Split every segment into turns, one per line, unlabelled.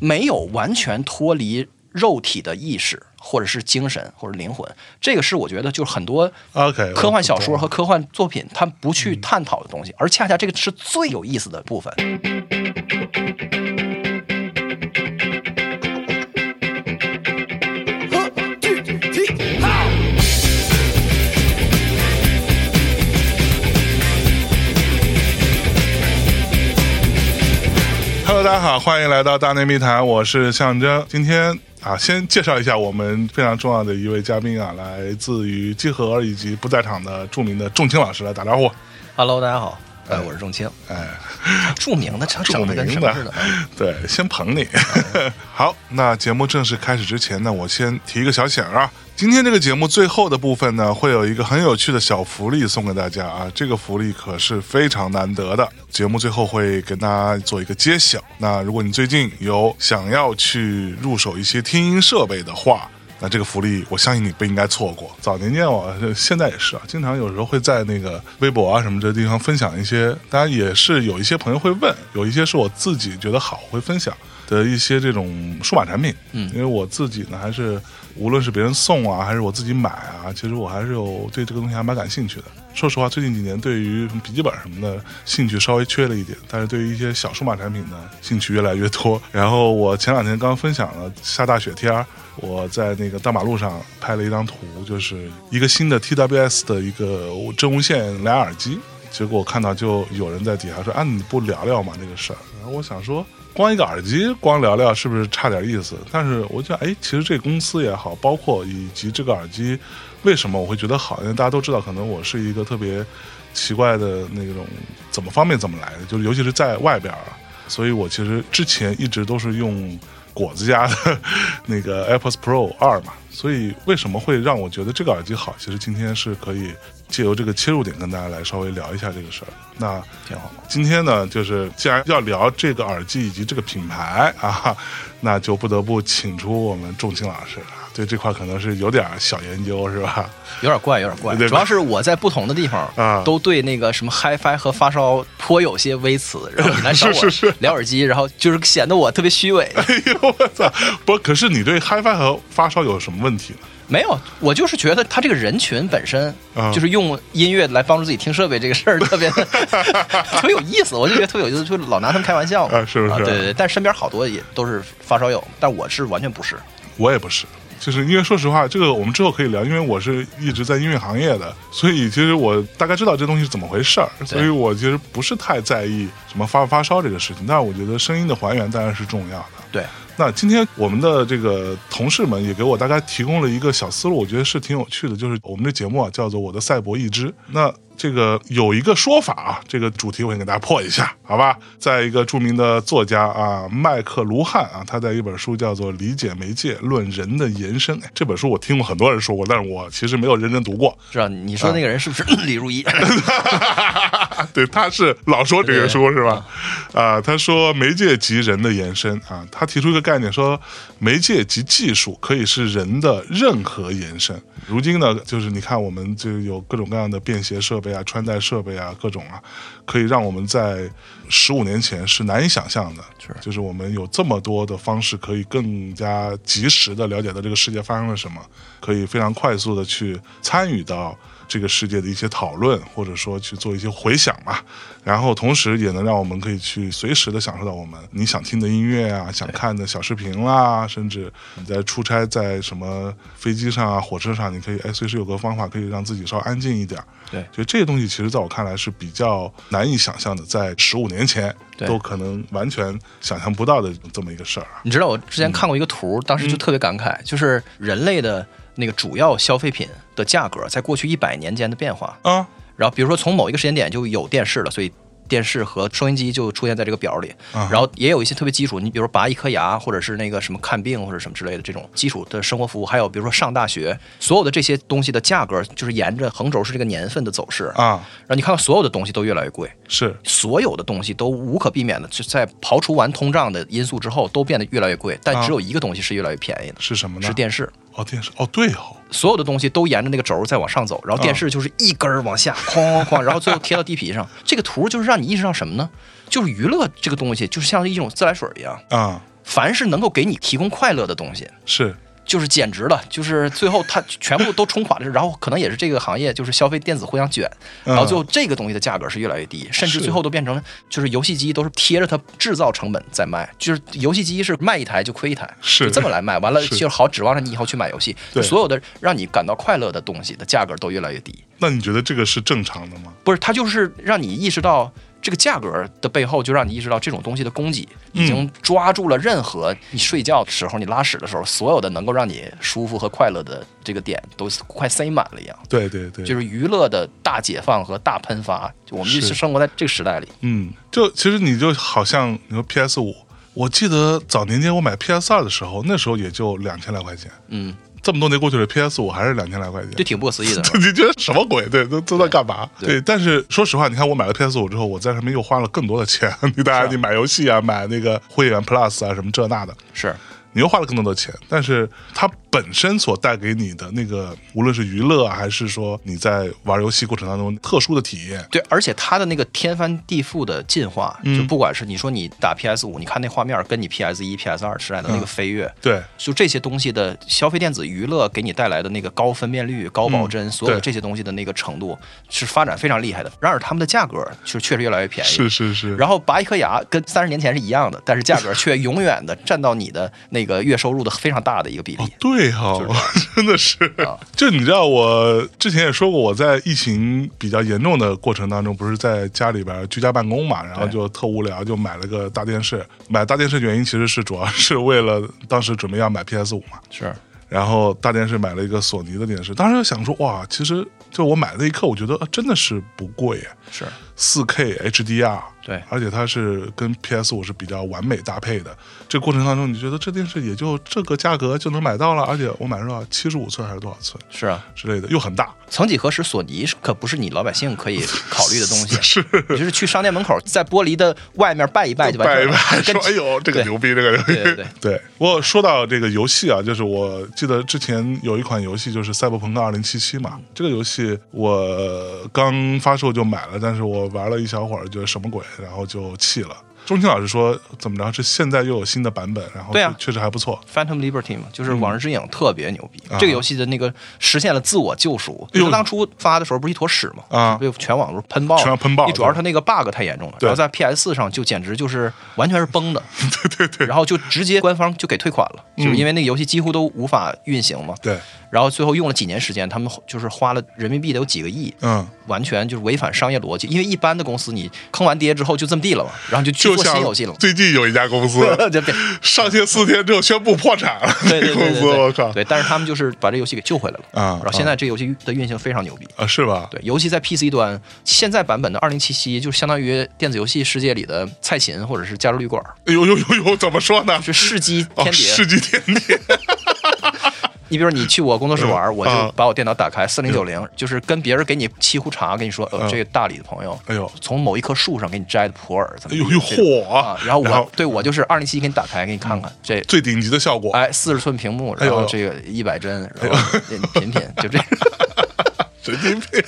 没有完全脱离肉体的意识，或者是精神，或者灵魂。这个是我觉得就是很多
OK，
科幻小说
我嗯
和科幻作品它不去探讨的东西，而恰恰这个是最有意思的部分。
Hello，大家好，欢迎来到大内密谈，我是象征。今天啊，先介绍一下我们非常重要的一位嘉宾啊，来自于集合以及不在场的著名的仲青老师来打招呼。
Hello，大家好，哎，我是仲青，
哎，
著名的，这
著
整的跟
名
什么 似的？
对，先捧你。 好，那节目正式开始之前呢，我先提一个小醒儿啊。今天这个节目最后的部分呢，会有一个很有趣的小福利送给大家啊，这个福利可是非常难得的。节目最后会跟大家做一个揭晓。那如果你最近有想要去入手一些听音设备的话，那这个福利，我相信你不应该错过。早年间我现在也是啊，经常有时候会在那个微博啊什么这地方分享一些，当然也是有一些朋友会问，有一些是我自己觉得好会分享的一些这种数码产品。嗯，因为我自己呢还是无论是别人送啊，还是我自己买啊，其实我还是有对这个东西还蛮感兴趣的。说实话，最近几年对于什么笔记本什么的兴趣稍微缺了一点，但是对于一些小数码产品呢，兴趣越来越多。然后我前两天刚分享了下大雪天儿，我在那个大马路上拍了一张图，就是一个新的 TWS 的一个真无线蓝牙耳机。结果我看到就有人在底下说：“啊，你不聊聊吗？这个事儿。”然后我想说，光一个耳机光聊聊是不是差点意思？但是我觉得，哎，其实这公司也好，包括以及这个耳机，为什么我会觉得好？因为大家都知道，可能我是一个特别奇怪的那种，怎么方便怎么来的，就是尤其是在外边儿啊。所以我其实之前一直都是用果子家的那个 AirPods Pro 二嘛，所以为什么会让我觉得这个耳机好？其实今天是可以借由这个切入点跟大家来稍微聊一下这个事儿。那
挺好。
今天呢，就是既然要聊这个耳机以及这个品牌 啊，那就不得不请出我们仲青老师啊，对这块可能是有点小研究是吧？
有点怪，有点怪。
对吧
主要是我在不同的地方
啊
都对那个什么 HiFi 和发烧颇有些微词，然后你来找
是是
我聊耳机，然后就是显得我特别虚 伪。
哎呦我操！不，可是你对 HiFi 和发烧有什么问题呢？
没有，我就是觉得他这个人群本身
啊
就是用音乐来帮助自己听设备这个事 儿特别 特别有意思，我就觉得特别有意思，就老拿他们开玩笑嘛，
啊是不是
啊对对对，但身边好多也都是发烧友，但我是完全不是。
我也不是，就是因为说实话，这个我们之后可以聊，因为我是一直在音乐行业的，所以其实我大概知道这东西是怎么回事儿，所以我其实不是太在意什么发不发烧这个事情，但是我觉得声音的还原当然是重要的。
对，
那今天我们的这个同事们也给我大概提供了一个小思路，我觉得是挺有趣的。就是我们这节目啊，叫做《我的赛博一只》。那这个有一个说法啊，这个主题我先给大家破一下，好吧？在一个著名的作家啊，麦克卢汉啊，他在一本书叫做《理解媒介：论人的延伸》哎这本书，我听过很多人说过，但是我其实没有认真读过。
知道你说那个人是不 是李如一？
对，他是老说这个书是吧？啊、他说媒介及人的延伸啊，他提出一个概念说，媒介及技术可以是人的任何延伸。如今呢，就是你看我们就有各种各样的便携设备啊、穿戴设备啊，各种啊，可以让我们在十五年前是难以想象的，
是
就是我们有这么多的方式可以更加及时的了解到这个世界发生了什么，可以非常快速的去参与到这个世界的一些讨论，或者说去做一些回想嘛。然后同时也能让我们可以去随时的享受到我们你想听的音乐啊，想看的小视频啦，甚至你在出差在什么飞机上啊、火车上，你可以哎随时有个方法可以让自己稍微安静一点儿。
对
就这些东西，其实在我看来是比较难以想象的，在十五年前
对
都可能完全想象不到的这么一个事儿啊。
你知道我之前看过一个图，当
嗯
时就特别感慨，就是人类的那个主要消费品的价格在过去一百年间的变化。
啊，
然后比如说从某一个时间点就有电视了，所以电视和收音机就出现在这个表里。
啊哈
然后也有一些特别基础，你比如说拔一颗牙，或者是那个什么看病或者什么之类的这种基础的生活服务，还有比如说上大学，所有的这些东西的价格就是沿着横轴是这个年份的走势。
啊，
然后你看到所有的东西都越来越贵，
是
所有的东西都无可避免的，就在刨除完通胀的因素之后，都变得越来越贵。但
啊
只有一个东西是越来越便宜的，
是什么呢？
是电视。
哦，电视哦，对哦，
所有的东西都沿着那个轴儿在往上走，然后电视就是一根儿往下，哐哐哐，然后最后贴到地皮上。这个图就是让你意识到什么呢？就是娱乐这个东西，就是像一种自来水一样，
啊，
凡是能够给你提供快乐的东西，
是
就是简直了，就是最后它全部都冲垮了，然后可能也是这个行业就是消费电子互相卷，然后最后这个东西的价格是越来越低，甚至
嗯是
最后都变成就是游戏机都是贴着它制造成本在卖，就是游戏机是卖一台就亏一台，
是
就这么来卖，完了
是
就是好指望着你以后去买游戏，
对
就所有的让你感到快乐的东西的价格都越来越低，
那你觉得这个是正常的吗？
不是它就是让你意识到。这个价格的背后，就让你意识到这种东西的供给已经抓住了任何你睡觉的时候、你拉屎的时候，所有的能够让你舒服和快乐的这个点都快塞满了一样。
对对对，
就是娱乐的大解放和大喷发，就我们就是是生活在这个时代里。
嗯，就其实你就好像你说 PS 五，我记得早年间我买 PS 二的时候，那时候也就两千来块钱，
嗯，
这么多年过去了，PS 五还是两千来块钱
就。挺不可思议 的。
你觉得什么鬼？对，都都在干嘛？
对
但是说实话，你看我买了 PS 五之后，我在上面又花了更多的钱。 你大家你买游戏啊，买那个会员 Plus 啊，什么这那的，
是，
你又花了更多的钱，但是它本身所带给你的那个，无论是娱乐啊还是说你在玩游戏过程当中特殊的体验，
对，而且它的那个天翻地覆的进化，就不管是你说你打 PS 五，你看那画面跟你 PS 一、PS 二时代的那个飞跃。
对，
就这些东西的消费电子娱乐给你带来的那个高分辨率、高保真，所有
嗯对
这些东西的那个程度是发展非常厉害的。然而，它们的价格是确实越来越便宜。
是是是，
然后拔一颗牙跟三十年前是一样的，但是价格却永远的占到你的那个月收入的非常大的一个比例。
对哈、真的是，
啊
就你知道，我之前也说过，我在疫情比较严重的过程当中，不是在家里边居家办公嘛，然后就特无聊，就买了个大电视。买大电视原因其实是主要是为了当时准备要买 PS 五嘛，
是，
然后大电视买了一个索尼的电视，当时就想说，哇，其实就我买那一刻，我觉得、啊真的是不贵耶，
是
四 K HDR，
对
而且它是跟 PS 五是比较完美搭配的。这过程当中，你觉得这电视也就这个价格就能买到了，而且我买多少七十五寸还是多少寸
是啊。
之类的，又很大。。
曾几何时，索尼是可不是你老百姓可以考虑的东西
是
你就是去商店门口，在玻璃的外面拜一 拜就完
拜
事
一
儿了
拜，说
跟
哎呦，这个
对
牛逼，这个牛逼。
对对对
不过说到这个游戏啊，就是我记得之前有一款游戏就是《赛博朋克2077》嘛，
嗯
这个游戏我刚发售就买了，但是我玩了一小会儿，觉得什么鬼，然后就弃了。钟情老师说怎么着？是现在又有新的版本，然后
对啊
确实还不错。
Phantom Liberty 嘛，就是《往日之影》特别牛逼
嗯啊。
这个游戏的那个实现了自我救赎。
哎呦
就当初发的时候不是一坨屎嘛，
啊
被全网不是喷爆了，
全网喷爆
你主要是它那个 bug 太严重了，
对
然后在 PS 上就简直就是完全是崩 的。对对对。然后就直接官方就给退款了，
嗯
就是因为那个游戏几乎都无法运行嘛。
对，
然后最后用了几年时间，他们就是花了人民币得有几个亿，
嗯，
完全就是违反商业逻辑。因为一般的公司，你坑完爹之后就这么地了嘛，然后就去
就
做新
像
游戏了嘛。
最近有一 家公司
就变
上线四天之后宣布破产了，
对对对
这公
对
司
对，
我靠
对，但是他们就是把这游戏给救回来了
啊
然后现在这游戏的运行非常牛逼，
啊，是吧？
对，尤其在 PC 端，现在版本的二零七七就相当于电子游戏世界里的蔡琴或者是加入旅馆，
哎呦呦呦呦，怎么说呢？
是世纪
哦，
天
世
谍。
纪天 谍，
你比如你去我工作室玩，我
啊嗯
就把我电脑打开四零九零，就是跟别人给你沏壶茶，跟你说，呃，这个大理的朋友，
哎呦
从某一棵树上给你摘的普洱，怎
哎
么
呦呦，嚯、
啊？然后我对我就是二零七七给你打开，给你看看这
最顶级的效果，
哎，四十寸屏幕，
嗯哎
然
呦哎
后这个一百帧，然后品品，就这样。
神经病。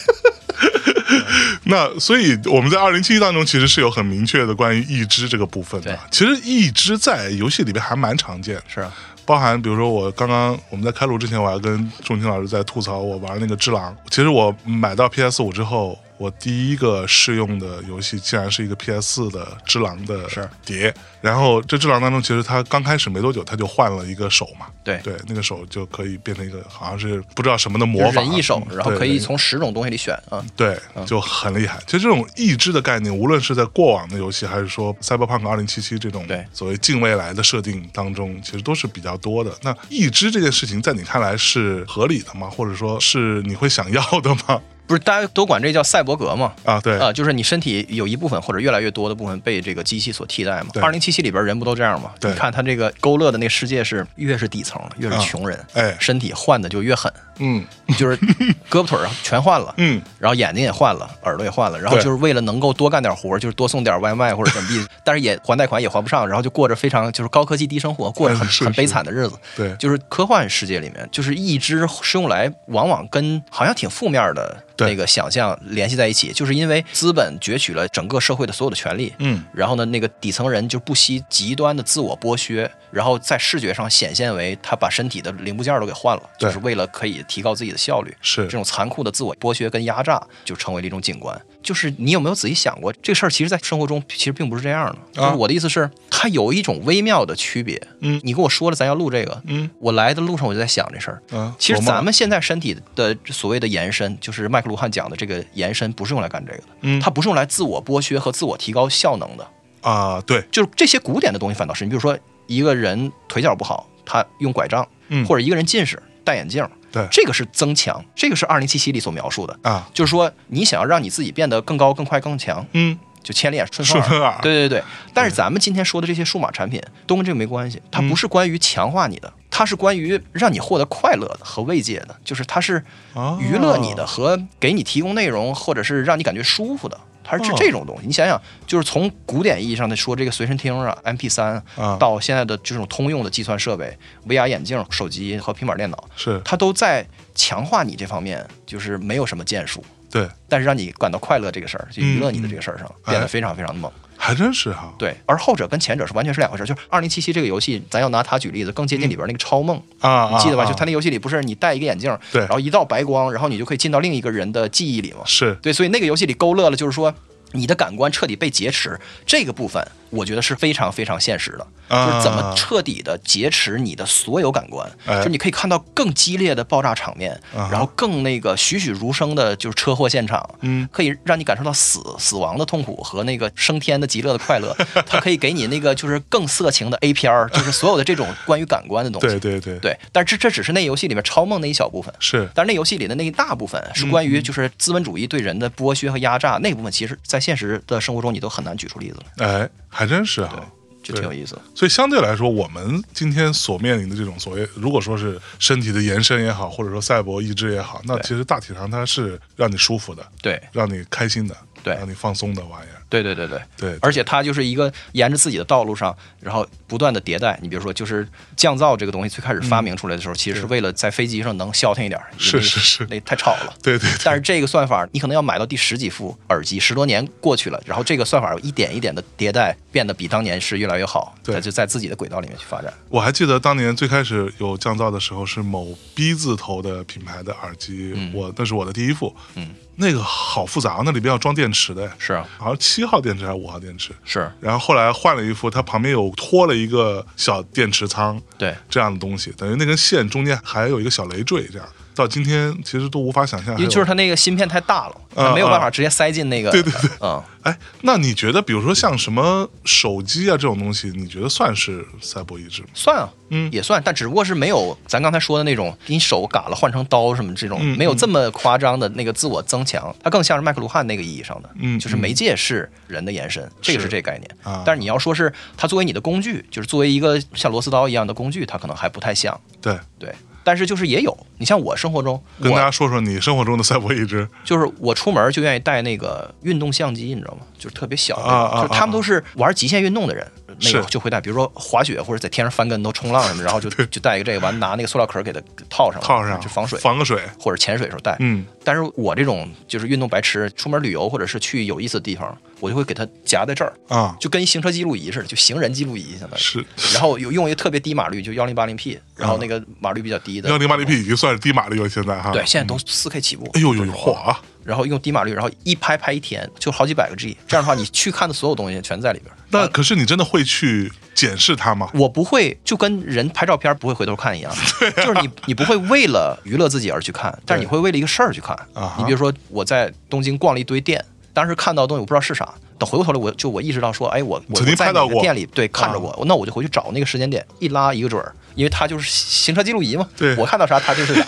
那所以我们在二零七一当中其实是有很明确的关于义肢这个部分的
对。
其实义肢在游戏里边还蛮常见的，
是啊，
包含比如说我刚刚我们在开录之前，我还跟钟情老师在吐槽我玩那个《只狼》。其实我买到 PS 五之后，我第一个试用的游戏竟然是一个 PS 四的《只狼》的碟。然后这《只狼》当中，其实它刚开始没多久，它就换了一个手嘛。
对
对，那个手就可以变成一个好像是不知道什么的
就
魔
是
法，
人一手，
嗯
然后
对
可以
人
从十种东西里选啊。
对，就很厉害。就这种意志的概念，无论是在过往的游戏，还是说《赛博朋克2077》这种
对
所谓近未来的设定当中，其实都是比较多的。那意志这件事情，在你看来是合理的吗？或者说是你会想要的吗？
不是，大家都管这叫赛博格嘛？
啊，对，
啊，就是你身体有一部分或者越来越多的部分被这个机器所替代嘛
对。
二零七七里边人不都这样吗？
对
你看他这个勾勒的那个世界是越是底层的，越是穷人，
哎
身体换的就越狠，
嗯
就是 胳膊腿儿啊全换了，
嗯，
然后眼睛也换了，耳朵也换了，然后
对
就是为了能够多干点活儿，就是多送点外卖或者怎么 地，但是也还贷款也还不上，然后就过着非常就是高科技低生活，过着很
哎是
很悲
是
惨的日子。
对，
就是科幻世界里面，就是一只是用来往往跟好像挺负面的
对
那个想象联系在一起，就是因为资本攫取了整个社会的所有的权利，
嗯，
然后呢，那个底层人就不惜极端的自我剥削，然后在视觉上显现为他把身体的零部件都给换了，
对
就是为了可以提高自己的效率。
是
这种残酷的自我剥削跟压榨就成为了一种景观。就是你有没有仔细想过这个事儿？其实，在生活中其实并不是这样的。就是我的意思是，它有一种微妙的区别。
啊嗯
你跟我说了咱要录这个，
嗯，
我来的路上我就在想这事儿。
啊，
其实
琢磨
咱们现在身体的所谓的延伸，就是麦克卢汉讲的这个延伸，不是用来干这个的，
嗯
它不是用来自我剥削和自我提高效能的，
啊，对，
就是这些古典的东西反倒是，你比如说一个人腿脚不好，他用拐杖，
嗯
或者一个人近视戴眼镜，
对
这个是增强，这个是二零七七里所描述的，
啊，
就是说你想要让你自己变得更高、更快、更强，
嗯，
就千里眼顺
顺
风
风
耳
耳。
对对对，但是咱们今天说的这些数码产品都跟这个没关系，它不是关于强化你的，
嗯
它是关于让你获得快乐的和慰藉的，就是它是
哦
娱乐你的和给你提供内容，或者是让你感觉舒服的。它是
哦
这种东西，你想想，就是从古典意义上的说，这个随身听啊、M P 三
啊
到现在的这种通用的计算设备、VR 眼镜、手机和平板电脑，
是
它都在强化你这方面，就是没有什么建树，
对，
但是让你感到快乐这个事儿，就娱乐你的这个事儿上，
嗯
变得
哎
非常非常的猛。
还真是哈，
对，而后者跟前者是完全是两回事儿。就是二零七七这个游戏，咱要拿它举例子，更接近里边那个超梦，
啊嗯啊，
你记得吧？
啊
就它那游戏里不是你戴一个眼镜，
对
然后一道白光，然后你就可以进到另一个人的记忆里嘛。
是
对，所以那个游戏里勾勒了，就是说你的感官彻底被劫持这个部分，我觉得是非常非常现实的，
啊
就是怎么彻底的劫持你的所有感官，
哎
就你可以看到更激烈的爆炸场面，
啊哈
然后更那个栩栩如生的就是车祸现场，
嗯，
可以让你感受到死死亡的痛苦和那个升天的极乐的快 乐，它可以给你那个就是更色情的 A 片儿，就是所有的这种关于感官的东西。
对对对，
对，但是这这只是那游戏里面超梦那一小部分，
是
但是那游戏里的那一大部分
嗯
是关于就是资本主义对人的剥削和压榨，那部分其实在现实的生活中你都很难举出例子来，
哎，还真是哈。
就挺有意思的。
所以相对来说，我们今天所面临的这种所谓，如果说是身体的延伸也好，或者说赛博意志也好，那
对
其实大体上它是让你舒服的，
对
让你开心的，
对
让你放松的玩意儿。
对对对对。
对，
而且它就是一个沿着自己的道路上，然后不断的迭代。你比如说，就是降噪这个东西最开始发明出来的时候，其实是为了在飞机上能消停一点儿，
是
因为
是是
那太吵了。
对对
但
对，
是这个算法，你可能要买到第十几副耳机，十多年过去了，然后这个算法一点一点的迭代，变得比当年是越来越好，
对
它就在自己的轨道里面去发展。
我还记得当年最开始有降噪的时候，是某 B 字头的品牌的耳机，
嗯
我那是我的第一副，嗯，那个好复杂，那里边要装电池的，
是啊，
好像七号电池还是五号电池。
是，
然后后来换了一副，它旁边有拖了一个小电池仓，
对。
这样的东西，等于那根线中间还有一个小累赘，这样到今天其实都无法想象还有。啊
因为就是它那个芯片太大了，它没有办法直接塞进那个。
对对对。
嗯，
哎，那你觉得，比如说像什么手机啊这种东西，你觉得算是赛博意志吗？
算啊，
嗯
也算，但只不过是没有咱刚才说的那种，你手嘎了换成刀什么这种，
嗯
没有这么夸张的那个自我增强，它更像是麦克卢汉那个意义上的，
嗯
就是媒介是人的延伸，这个是这个概念。
啊
但是你要说是它作为你的工具，就是作为一个像螺丝刀一样的工具，它可能还不太像，
对，
对。但是就是也有，你像我生活中，
跟大
我
家说说你生活中的赛博意志。
就是我出门就愿意带那个运动相机，你知道吗？就是特别小的，
啊啊
就是他们都是玩极限运动的人，那个
是
就会带，比如说滑雪或者在天上翻跟头、冲浪什么，然后就就带一个这个，完拿那个塑料壳给它套上，
套上
就防水。
防个水。
或者潜水的时候带，
嗯，
但是我这种就是运动白痴，出门旅游或者是去有意思的地方，我就会给它夹在这儿，
啊，
就跟行车记录仪似的，就行人记录仪相当于。
是啊
然后有用一个特别低码率，就幺零八零 P，然后那个码率比较低的，
幺零八零 P 已经算是低码率了，现在哈。
对，现在都四 K 起步。
哎呦呦呦，嚯啊！
然后用低码率，然后一拍拍一天，就好几百个 G。这样的话，你去看的所有东西全在里边。
那可是你真的会去检视它吗？
我不会就跟人拍照片不会回头 看一样，
啊
就是你你不会为了娱乐自己而去看，但是你会为了一个事儿去看
啊哈。
你比如说我在东京逛了一堆店，当时看到东西我不知道是啥，等回过头来我就我意识到说，哎，我我
曾经
我在
拍
哪
到
个
过啊
店里对看着过，那我就回去找那个时间点，一拉一个准儿。因为它就是行车记录仪嘛，
对
我看到啥它就是 啥。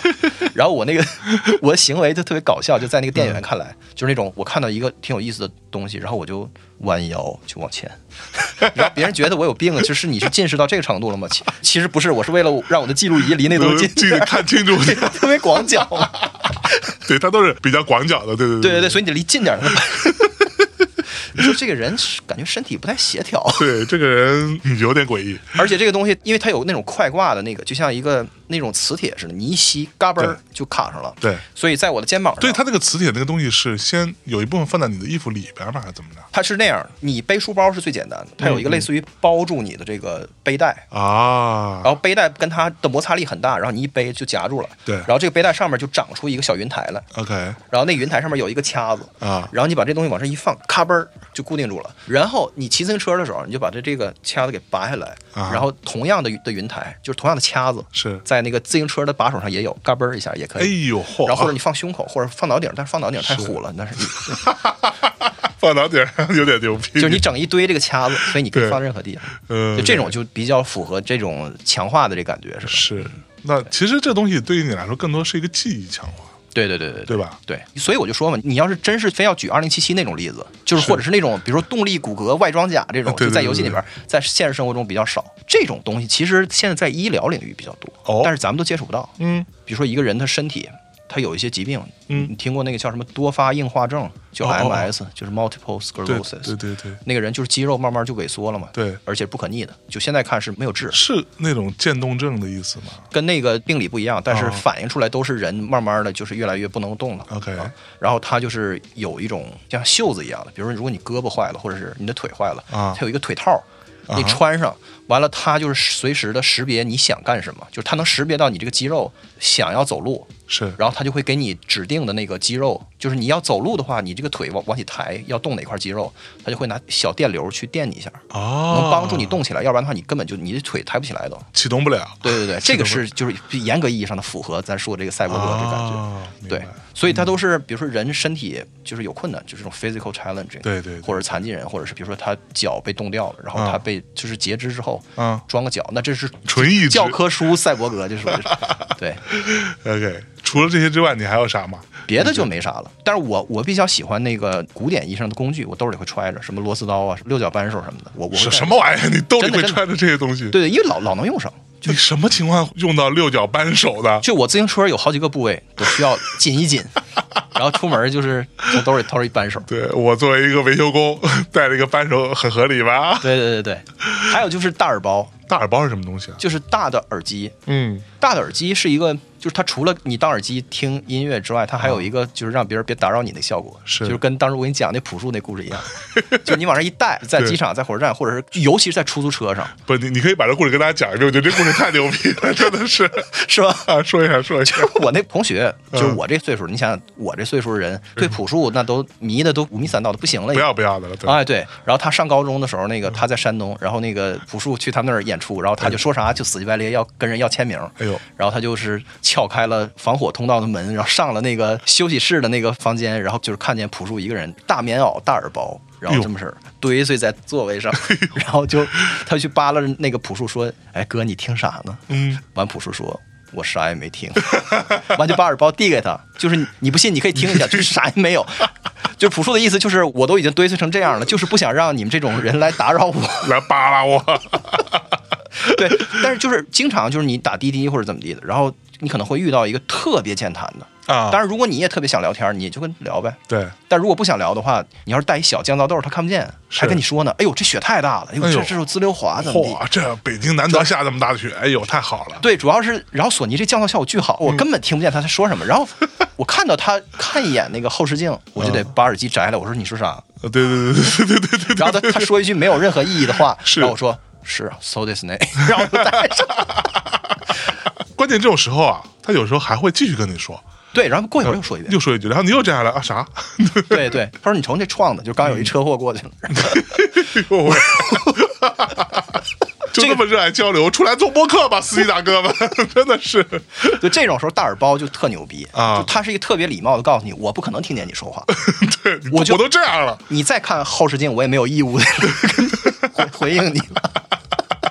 然后我那个 我的行为就特别搞笑，就在那个
嗯
店员看来，就是那种我看到一个挺有意思的东西，然后我就弯腰就往前，然后别人觉得我有病啊，就是你是近视到这个程度了吗？其其实不是，我是为了让我的记录仪离那东
我
西
记嗯
近，
得看清楚，
特别广角。
对，它都是比较广角的，对对
对对对，所以你得离近点儿。 你说这个人是感觉身体不太协调，
对，这个人嗯有点诡异，
而且这个东西因为它有那种快挂的那个，就像一个那种磁铁似的，你一吸嘎嘣儿
对
就卡上了。
对，
所以在我的肩膀上，
对，它那个磁铁那个东西是先有一部分放在你的衣服里边嘛，还是怎么着？
它是那样的，你背书包是最简单的，它有一
嗯
个类似于包住你的这个背带，
啊
然，后背带跟它的摩擦力很大，然后你一背就夹住了。
对
然后这个背带上面就长出一个小云台来，
，OK
然后那云台上面有一个掐子，
啊，
然后你把这东西往上一放，咔嘣儿就固定住了。然后你骑自行车的时候，你就把这这个掐子给拔下来，
啊
然后同样的的云台，就是同样的掐子，
是，
在那个自行车的把手上也有，嘎嘣儿一下也可
哎
以。
呦嚯，
然后或者你放胸口，或者放脑顶，但是放脑顶太虎了，那是
放脑顶上 有点牛逼，
就是你整一堆这个掐子，所以你可以
对
放任何地方。
嗯
就这种就比较符合这种强化的这感觉，是吧？
是。那其实这东西对于你来说，更多是一个记忆强化，
对对对对对
对吧？
对，所以我就说嘛，你要是真是非要举二零七七那种例子，就是或者是那种比如说动力骨骼外装甲这种，
啊对对
就在游戏
对
里边，在现实生活中比较少。这种东西其实现在在医疗领域比较多，
哦
但是咱们都接触不到。
嗯，
比如说一个人他身体他有一些疾病，
嗯
你听过那个叫什么多发硬化症，就
哦哦哦
MS，、就是 multiple
对
sclerosis，
对对对，
那个人就是肌肉慢慢就萎缩了嘛，
对
而且不可逆的，就现在看是没有治，
是那种渐冻症的意思吗
跟那个病理不一样，但是
哦
反映出来都是人慢慢的就是越来越不能动了。
？OK，
啊，然后它就是有一种像袖子一样的，比如说如果你胳膊坏了，或者是你的腿坏了，
啊
它有一个腿套，你
啊
穿上，完了它就是随时的识别你想干什么，就是它能识别到你这个肌肉想要走路，
是
然后它就会给你指定的那个肌肉，就是你要走路的话，你这个腿往往起抬，要动哪块肌肉，它就会拿小电流去电你一下，
哦，
能帮助你动起来，要不然的话你根本就你的腿抬不起来都。
启动不了，
对对对，这个是就是严格意义上的符合咱说这个赛博格这感觉。
啊明
对
白，
所以它都是，比如说人身体就是有困难，就是这种 physical challenge，
对对对
或者残疾人，或者是比如说他脚被冻掉了，然后
啊
他被就是截肢之后，
啊
装个脚，那这是
纯意志
教科书赛博格，就属于 是对，
OK，除了这些之外，你还有啥吗？
别的就没啥了。但是我我比较喜欢那个古典意义上的工具，我兜里会揣着，什么螺丝刀啊、六角扳手什么的，我我会
什
带
什么玩意儿？你兜里
真的
会
真的
揣着这些东西？
对对，因为老老能用上。
你什么情况用到六角扳手的？
就我自行车有好几个部位都需要紧 一紧，然后出门就是从兜里掏出一扳手。
对我作为一个维修工， 带了一个扳手很合理吧？
对对对对，还有就是大耳包，
大耳包是什么东西啊？
就是大的耳机，
嗯，
大的耳机是一个，就是它除了你当耳机听音乐之外，它还有一个就是让别人别打扰你的效果，
是
就是跟当时我给你讲那朴树那故事一 样，就是你往上一带，在
对
机场、在火车站，或者是尤其是在出租车上，
不，你你可以把这故事跟大家讲一遍，我觉得这故事太牛逼了， 真的 是
是吧？
啊！说一下，说一下，
我那同学，
嗯
就是我这岁数，你想想我这岁数的人对朴树那都迷的都五迷三道的不行了，
不要不要的了，对，嗯
哎，对，然后他上高中的时候，那个他在山东，然后那个朴树去他们那儿演出，然后他就说啥就死乞白咧要跟人要签名，
哎呦
然后他就是撬开了防火通道的门，然后上了那个休息室的那个房间，然后就是看见朴树一个人大棉袄大耳包，然后这么式
哎
儿堆碎在座位 上，然后就他去扒拉那个朴树说，哎哥你听啥呢？
嗯，
完朴树说。我啥也没听，完就把耳包递给他，就是你你不信你可以听一下，就是啥也没有。 就朴树的意思就是我都已经堆碎成这样了，就是不想让你们这种人来打扰我。
来扒拉我，
啊对，但是就是经常就是你打滴滴或者怎么地的，然后你可能会遇到一个特别健谈的。
啊
当然，如果你也特别想聊天，你就跟聊呗。
对，
但如果不想聊的话，你要是带一小降噪豆，他看不见，
是
还跟你说呢。哎呦，这雪太大了，哎呦，
哎呦
这这是滋溜滑，怎么地？
嚯，这北京难得下这么大的雪，哎呦，太好了，
对，主要是然后索尼这降噪效果巨好，
嗯
我根本听不见他在说什么。然后我看到他看一眼那个后视镜，我就得
嗯
把耳机摘下来。我说你说啥？
对对对对对对对对，
然后他他说一句没有任何意义的话，
是
然后我说是啊，so this n a 然后我就 戴上。
关键这种时候啊，他有时候还会继续跟你说，
对，然后过一会儿又说一遍，
又说一句，然后你又这样了啊啥？
对对，他说你瞅你这撞的，就刚
嗯
有一车祸过去了。
哎呦喂！就这么热爱交流，出来做播客吧， 司机大哥们，真的是
就这种时候，大耳包就特牛逼
啊
就他是一个特别礼貌的告诉你，我不可能听见你 说话，
对，
我就
我都这样了。
你再看后视镜，我也没有义 务回回应你了。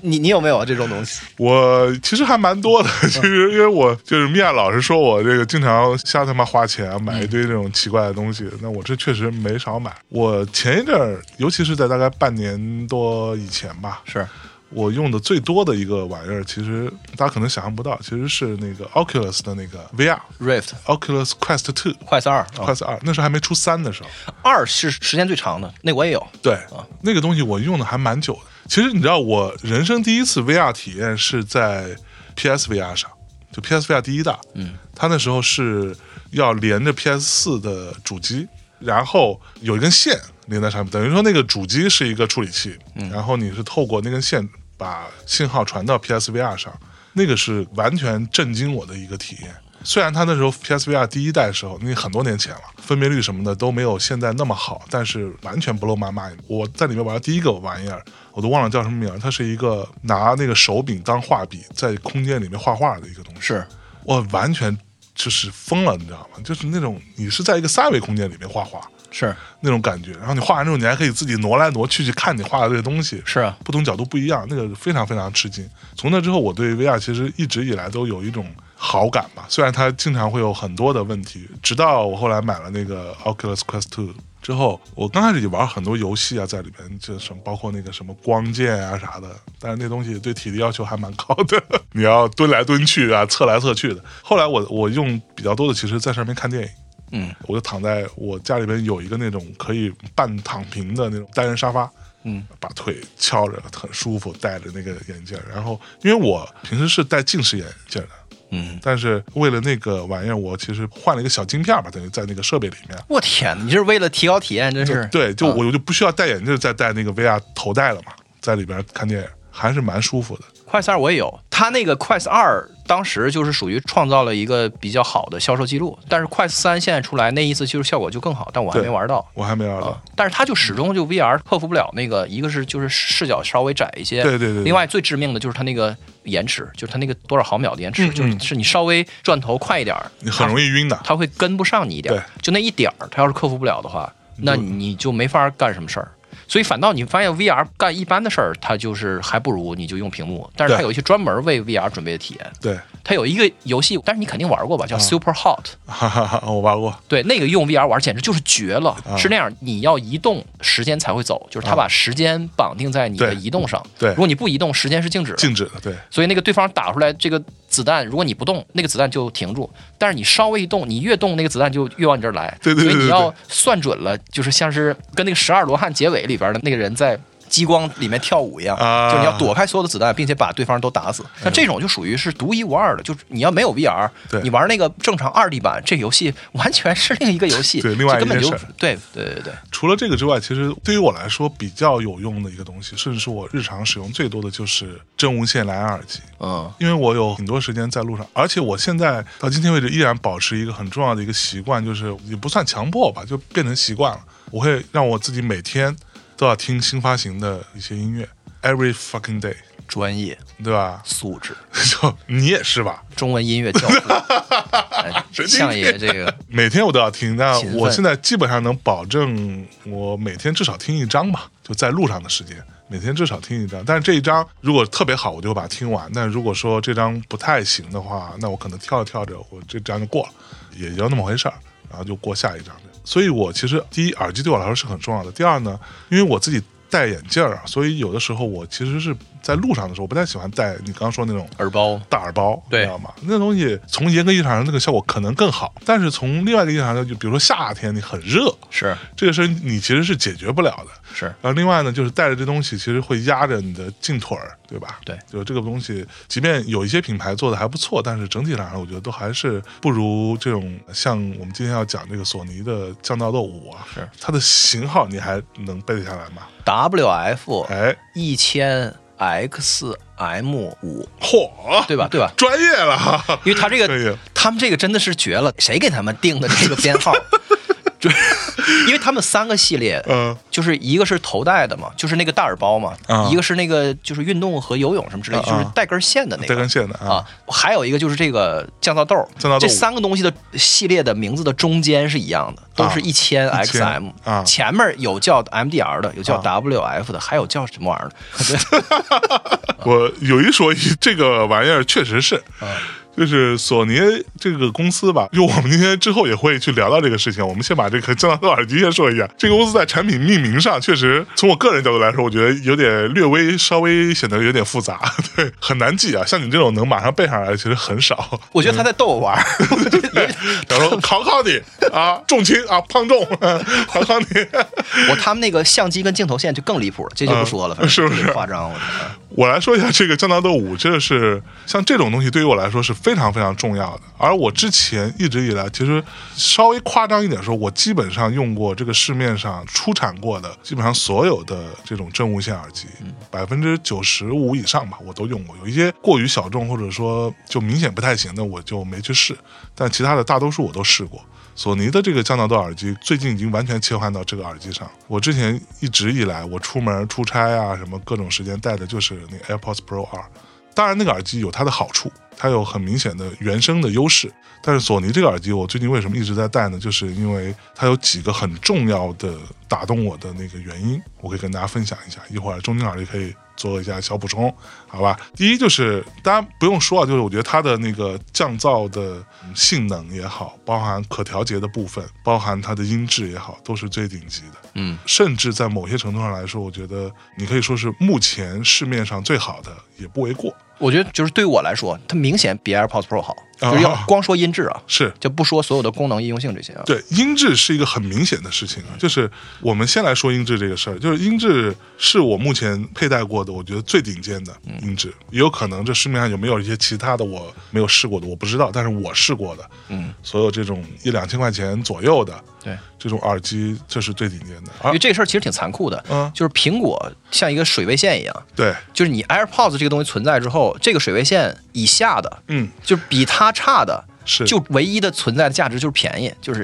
你你有没有啊这种东西？
我其实还蛮多的，
嗯
其实因为我就是米娅老师说我这个经常瞎他妈花钱买一堆这种奇怪的东西，
嗯
那我这确实没少买。我前一阵儿，尤其是在大概半年多以前吧，
是
我用的最多的一个玩意儿，其实大家可能想象不到，其实是那个 Oculus 的那个 VR
Rift
Oculus Quest Two。
快三二，啊
Quest 二那时候还没出三的时候，
二是时间最长的，那我也有。
对，那个东西我用的还蛮久的。其实你知道，我人生第一次 VR 体验是在 PSVR 上，就 PSVR 第一代，嗯，它那时候是要连着 PS 四的主机，然后有一根线连在上面，等于说那个主机是一个处理器，然后你是透过那根线把信号传到 PSVR 上，那个是完全震惊我的一个体验。虽然它那时候 PSVR 第一代的时候，那很多年前了，分辨率什么的都没有现在那么好，但是完全 blow my mind。我在里面玩的第一个玩意儿，我都忘了叫什么名儿，它是一个拿那个手柄当画笔，在空间里面画画的一个东西。
是，
我完全就是疯了，你知道吗？就是那种你是在一个三维空间里面画画
是
那种感觉，然后你画完之后，你还可以自己挪来挪去去看你画的这个东西，
是啊，
不同角度不一样，那个非常非常吃惊。从那之后，我对 VR 其实一直以来都有一种好感吧，虽然它经常会有很多的问题，直到我后来买了那个 Oculus Quest 2之后，我刚开始也玩很多游戏啊，在里面就什么包括那个什么光剑啊啥的，但是那东西对体力要求还蛮高的， 你要蹲来蹲去啊，侧来侧去的。后来我我用比较多的，其实在上面看电影。
嗯，
我就躺在我家里边有一个那种可以半躺平的那种单人沙发，
嗯，
把腿翘着很舒服，戴着那个眼镜儿，然后因为我平时是戴近视眼镜儿的，
嗯。
但是为了那个玩意儿，我其实换了一个小镜片儿吧，等于在那个设备里面。
我天，你这是为了提高体验，真是
对，就
啊
我我就不需要戴眼镜，再戴那个 VR 头戴了嘛，在里边看电影还是蛮舒服的。
快三二我也有，它那个快三二当时就是属于创造了一个比较好的销售记录，但是快三现在出来那意思就是效果就更好，但我还
对嗯
没玩到。
我还没玩到，
啊，但是它就始终就 VR 克服不了那个，一个是就是视角稍微窄一些，
对对对对
另外最致命的就是它那个延迟，就是它那个多少毫秒的延迟，
嗯
就是
嗯
是你稍微转头快一点儿，
你很容易晕的
它，。它会跟不上你一点儿
对，嗯
就那一点儿，它要是克服不了的话，那你就没法干什么事儿。所以反倒你发现 VR 干一般的事儿，它就是还不如你就用屏幕，但是它
对
有一些专门为 VR 准备的体验。
对，
它有一个游戏，但是你肯定玩过吧，
嗯
叫 Super Hot，、
哈哈哈，我玩过。
对，那个用 VR 玩简直就是绝了，
嗯
是那样，你要移动时间才会走，就是它把时间绑定在你的
对
移动上。
对
如果你不移动，时间是静止的。
静止的，对，
所以那个对方打出来这个子弹，如果你不动，那个子弹就停住；但是你稍微一动，你越动，那个子弹就越往你这儿来。
对对对
所以你
对
要算准了，就是像是跟那个《十二罗汉》结尾里边的那个人在。激光里面跳舞一样，
啊哎
就你要躲开所有的子弹，并且把对方都打死。那这种就属于是独一无二的，就是你要没有 VR，
对
你玩那个正常二 D 版，这游戏完全是另一个游戏，
对另外
就根本
一件
就
事儿
对对对对，
除了这个之外，其实对于我来说比较有用的一个东西，甚至是我日常使用最多的就是真无线蓝牙耳机。
嗯
因为我有很多时间在路上，而且我现在到今天为止依然保持一个很重要的一个习惯，就是也不算强迫吧，就变成习惯了。我会让我自己每天都要听新发行的一些音乐，every fucking day，
专业？
对吧
素质，
就你也是吧？
中文音乐教父，哎
神经
相爷这个
每天我都要听，但
勤奋
我现在基本上能保证我每天至少听一张吧，就在路上的时间，每天至少听一张。但是这一张如果特别好，我就会把它听完；但如果说这张不太行的话，那我可能跳着跳着，我这张就过了，也就那么回事儿，然后就过下一张。所以我其实第一，耳机对我来说是很重要的；第二呢，因为我自己。戴眼镜儿啊，所以有的时候我其实是在路上的时候，我不太喜欢戴你刚刚说那种
耳包
大耳包，
对
你知道吗？那东西从严格意义上说，那个效果可能更好，但是从另外一个意义上说，就比如说夏天你很热，
是
这个事儿你其实是解决不了的。
是
然后另外呢，就是带着这东西，其实会压着你的近腿儿，对吧？
对
就这个东西，即便有一些品牌做的还不错，但是整体上我觉得都还是不如这种像我们今天要讲这个索尼的降噪豆五啊，
是
它的型号你还能背得下来吗？
WF
哎，
一千 XM 五，
嚯，
对吧？对吧？
专业了哈，
因为他这
可以
个，他们这个真的是绝了，谁给他们定的这个编 号？就是因为他们三个系列，
嗯、
就是一个是头戴的嘛，就是那个大耳包嘛，
啊
一个是那个就是运动和游泳什么之类的，
啊啊
就是带根线的那
带
个
根。线的啊，
啊，还有一个就是这个降噪豆儿，
降噪豆
这三个东西的系列的名字的中间是一样的，都是一千 XM，、
啊
前面有叫 MDR 的，有叫
啊
WF 的，还有叫什么玩意儿的？
我有一说一，这个玩意儿确实是，就是索尼这个公司吧，就我们今天之后也会去聊到这个事情。我们先把这个降噪耳机先说一下。这个公司在产品命名上，确实从我个人角度来说，我觉得有点略微稍微显得有点复杂， 对，很难记啊。像你这种能马上背上来的，其实很少。
我觉得他在逗我玩儿， 我觉得
然后考考你啊，重轻啊，胖重，考考你。
我他们那个相机跟镜头线就更离谱了，这就不说了，反正
嗯 是不是
有点夸张？我嗯觉得
我来说一下这个降噪豆五，这是像这种东西对于我来说是非常非常重要的。而我之前一直以来，其实稍微夸张一点说，我基本上用过这个市面上出产过的基本上所有的这种真无线耳机，百分之九十五以上吧，我都用过。有一些过于小众或者说就明显不太行的，我就没去试，但其他的大多数我都试过。索尼的这个降噪豆耳机最近已经完全切换到这个耳机上。我之前一直以来，我出门出差啊，什么各种时间戴的就是那个 AirPods Pro 二。当然，那个耳机有它的好处，它有很明显的原声的优势。但是索尼这个耳机，我最近为什么一直在戴呢？就是因为它有几个很重要的打动我的那个原因，我可以跟大家分享一下。一会儿中间老师可以做一下小补充，好吧？第一就是大家不用说啊，就是我觉得它的那个降噪的嗯性能也好，包含可调节的部分，包含它的音质也好，都是最顶级的。
嗯，
甚至在某些程度上来说，我觉得你可以说是目前市面上最好的，也不为过。
我觉得就是对我来说，它明显比 AirPods Pro 好，
啊
就是要光说音质啊，
是
就不说所有的功能应用性这些啊。
对音质是一个很明显的事情啊，
嗯
就是我们先来说音质这个事儿，就是音质是我目前佩戴过的，我觉得最顶尖的
嗯
音质，也有可能这市面上有没有一些其他的我没有试过的，我不知道，但是我试过的，
嗯，
所有这种一两千块钱左右的
对，
这种耳机，这是最顶尖的，
因
而
为这个事儿其实挺残酷的，
嗯
就是苹果像一个水位线一样，
对，
就是你 AirPods 这个东西存在之后，这个水位线以下的，
嗯，
就比它差的，
是
就唯一的存在的价值就是便宜，就是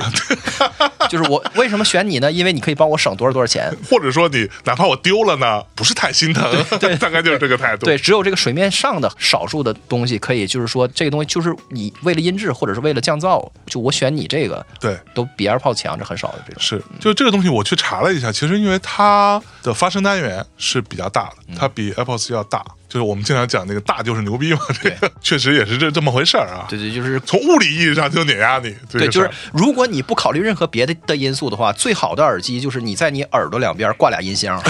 就是我为什么选你呢？因为你可以帮我省多少多少钱。
或者说你哪怕我丢了呢，不是太心疼， 大概就是这个态度。
对，只有这个水面上的少数的东西，可以就是说，这个东西就是你为了音质或者是为了降噪，就我选你这个，
对
都比 AirPods 强，这很少的这种。
是，就这个东西我去查了一下，其实因为它的发声单元是比较大
嗯
的，它比 AirPods 要大，就是我们经常讲那个大就是牛逼嘛，这个确实也是这这么回事儿啊。
对对，就是
从物理意义上就碾压你，这
对，
个事
就
儿
是如果你不考虑任何别的的因素的话，最好的耳机就是你在你耳朵两边挂俩音箱。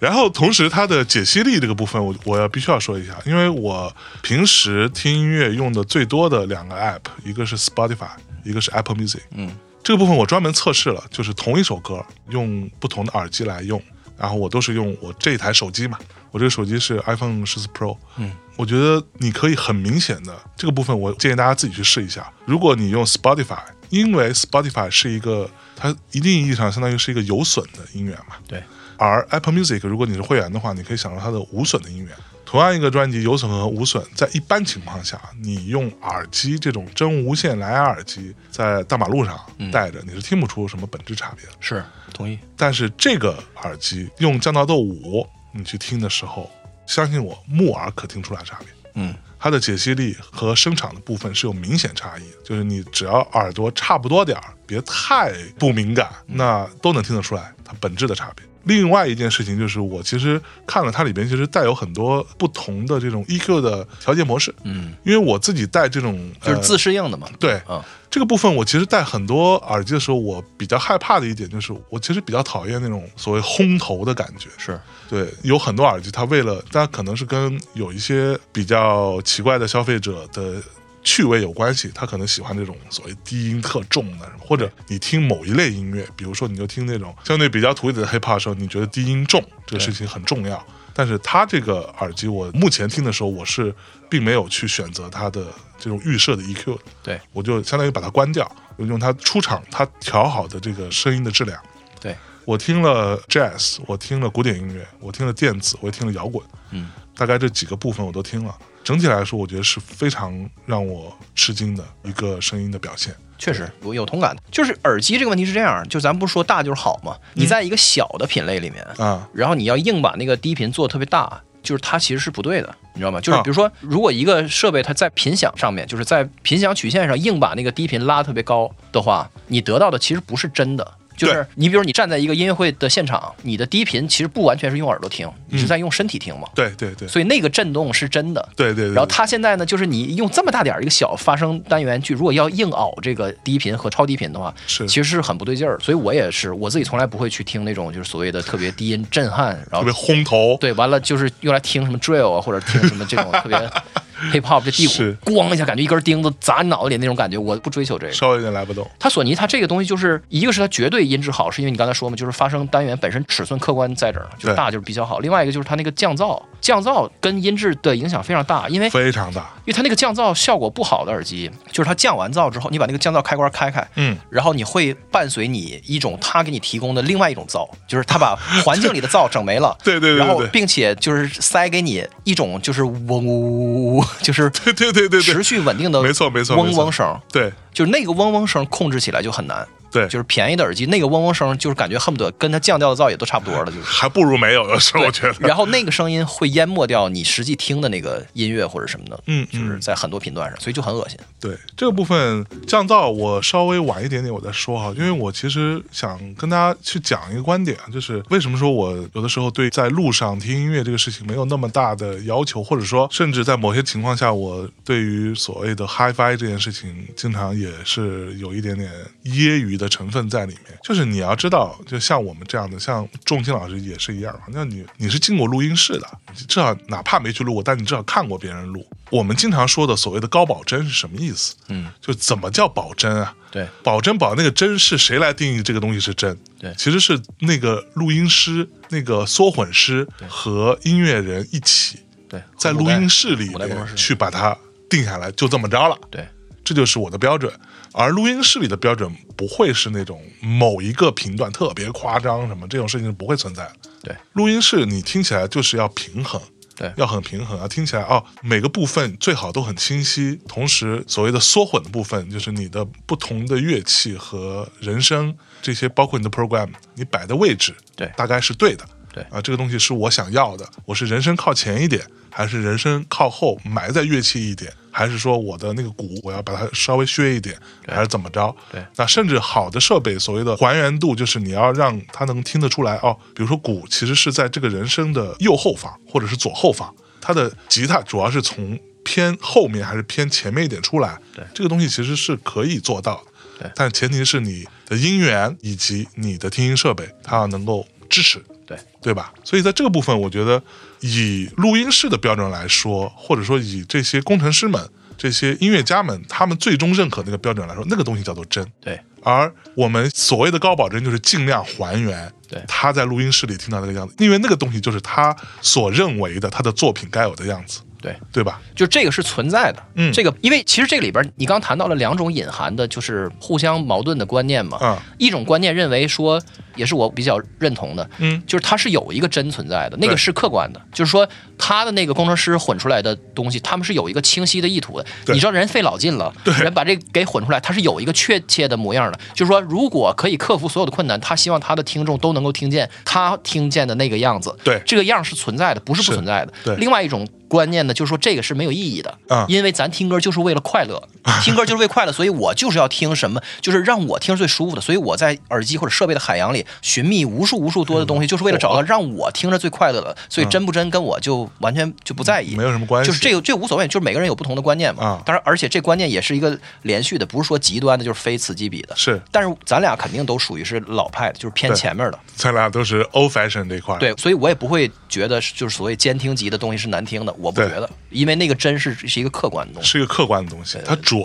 然后同时它的解析力这个部分我，我要必须要说一下，因为我平时听音乐用的最多的两个 app，一个是 Spotify，一个是 Apple Music。嗯，这个部分我专门测试了，就是同一首歌用不同的耳机来用，然后我都是用我这台手机嘛，我这个手机是 iPhone 十四 Pro。嗯。我觉得你可以很明显的这个部分，我建议大家自己去试一下。如果你用 Spotify，因为 Spotify 是一个它一定意义上相当于是一个有损的音源嘛，
对，
而 Apple Music 如果你是会员的话，你可以享受它的无损的音源。同样一个专辑有损和无损，在一般情况下，你用耳机这种真无线蓝牙耳机在大马路上戴着，你是听不出什么本质差别的。
是，同意。
但是这个耳机用降噪豆五，你去听的时候，相信我，木耳可听出来差别。
嗯，
它的解析力和声场的部分是有明显差异的，就是你只要耳朵差不多点儿，别太不敏感，
嗯
那都能听得出来它本质的差别。另外一件事情就是，我其实看了它里边其实带有很多不同的这种 EQ 的调节模式，
嗯，
因为我自己带这种
就是
呃
自适应的嘛。
对，
啊
这个部分我其实戴很多耳机的时候，我比较害怕的一点就是，我其实比较讨厌那种所谓轰头的感觉。
是，
对，有很多耳机，它为了，但可能是跟有一些比较奇怪的消费者的趣味有关系，他可能喜欢这种所谓低音特重的，或者你听某一类音乐，比如说你就听那种相对比较土一点的 hiphop 的时候，你觉得低音重这个事情很重要。但是它这个耳机，我目前听的时候，我是并没有去选择它的这种预设的 EQ 的
对
我就相当于把它关掉，我用它出厂它调好的这个声音的质量。
对，
我听了 jazz，我听了古典音乐，我听了电子，我也听了摇滚，
嗯，
大概这几个部分我都听了。整体来说，我觉得是非常让我吃惊的一个声音的表现。
确实我有同感。就是耳机这个问题是这样，就咱不说大就是好嘛，
嗯
你在一个小的品类里面，
啊，
然后你要硬把那个低频做得特别大，就是它其实是不对的，你知道吗？就是
啊
比如说，如果一个设备它在频响上面，就是在频响曲线上硬把那个低频拉得特别高的话，你得到的其实不是真的。就是
对
你比如你站在一个音乐会的现场，你的低频其实不完全是用耳朵听，你
嗯
是在用身体听嘛，
对对对
所以那个震动是真的。
对对对，
然后它现在呢，就是你用这么大点儿一个小发声单元去，如果要硬熬这个低频和超低频的话，
是
其实是很不对劲儿。所以我也是我自己从来不会去听那种就是所谓的特别低音震撼，然
特
后
别轰头，
对，完了就是用来听什么 drill 啊，或者听什么这种 特别 hip hop 这地
是
鼓，咣一下感觉一根钉子砸你脑袋里那种感觉，我不追求这个。
稍微有点来不动。
它索尼它这个东西就是一个是它绝对音质好，是因为你刚才说嘛，就是发声单元本身尺寸客观在这儿，就
对
大就是比较好。另外一个就是它那个降噪，降噪跟音质的影响非常大，因为
非常大，
因为它那个降噪效果不好的耳机，就是它降完噪之后，你把那个降噪开关开开，
嗯，
然后你会伴随你一种它给你提供的另外一种噪，就是它把环境里的噪整没了
，对对对对
然后
对
并且就是塞给你一种就是嗡嗡嗡嗡， 就是
对对对对对
持续稳定的
没错没错没
嗡
错
嗡声，
对
就是那个嗡嗡声控制起来就很难。
对，
就是便宜的耳机，那个嗡嗡声就是感觉恨不得跟它降调的噪也都差不多了，就是。
还不如没有的 时候，我觉得。
然后那个声音会淹没掉你实际听的那个音乐或者什么的，
嗯
就
嗯
是在很多频段上，所以就很恶心。
对这个部分降噪，我稍微晚一点点我再说哈，因为我其实想跟大家去讲一个观点，啊就是为什么说我有的时候对在路上听音乐这个事情没有那么大的要求，或者说甚至在某些情况下，我对于所谓的 HiFi 这件事情，经常也是有一点点揶揄的成分在里面。就是你要知道，就像我们这样的，像仲青老师也是一样，啊那你你是进过录音室的，你至少哪怕没去录过，但你至少看过别人录。我们经常说的所谓的高保真是什么意思？
嗯，
就怎么叫保真啊？
对，
保真保那个真是谁来定义这个东西是真？
对
其实是那个录音师、那个缩混师和音乐人一起
对，
在录音室里
我在工作室
面去把它定下来，就这么着了。
对，
这就是我的标准。而录音室里的标准不会是那种某一个频段特别夸张什么这种事情是不会存在的。
对，
录音室你听起来就是要平衡，
对
要很平衡啊，听起来哦，每个部分最好都很清晰。同时，所谓的缩混的部分，就是你的不同的乐器和人声这些，包括你的 program，你摆的位置，
对
大概是对的。
对
啊，这个东西是我想要的，我是人声靠前一点，还是人声靠后埋在乐器一点，还是说我的那个鼓我要把它稍微削一点，还是怎么着？
对
那甚至好的设备，所谓的还原度，就是你要让它能听得出来哦。比如说鼓其实是在这个人声的右后方或者是左后方，它的吉他主要是从偏后面还是偏前面一点出来。
对
这个东西其实是可以做到的。
对
但前提是你的音源以及你的听音设备，它要能够支持。
对
对吧？所以在这个部分，我觉得以录音室的标准来说，或者说以这些工程师们、这些音乐家们他们最终认可那个标准来说，那个东西叫做真。
对
而我们所谓的高保真，就是尽量还原
对
他在录音室里听到那个样子，因为那个东西就是他所认为的他的作品该有的样子，
对，
对吧？
就这个是存在的。
嗯
这个因为其实这个里边你刚谈到了两种隐含的，就是互相矛盾的观念嘛。
嗯
一种观念认为说，也是我比较认同的，
嗯
就是它是有一个真存在的，那个
对
是客观的，就是说他的那个工程师混出来的东西，他们是有一个清晰的意图的。
对
你知道人费老劲了，人把这个给混出来，他是有一个确切的模样的，就是说如果可以克服所有的困难，他希望他的听众都能够听见他听见的那个样子。
对
这个样是存在的，不是不
是
存在的。
对
另外一种观念呢，就是说这个是没有意义的，
嗯
因为咱听歌就是为了快 乐，听歌就是为快乐，所以我就是要听什么，就是让我听着最舒服的，所以我在耳机或者设备的海洋里寻觅无数无数多的
嗯
东西，就是为了找到让我听着最快乐的，所以真不真跟我就完全就不在意，
嗯没有什么关系
就是这个这个无所谓，就是每个人有不同的观念嘛
啊。
当然，而且这观念也是一个连续的，不是说极端的，就是非此即彼的。
是，
但是咱俩肯定都属于是老派的，就是偏
对
前面的。
咱俩都是 old fashion 这一块，，
对，所以我也不会觉得是就是所谓监听级的东西是难听的，我不觉
对
得，因为那个真是是一个客观的东西。
是一个客观的东西，它准，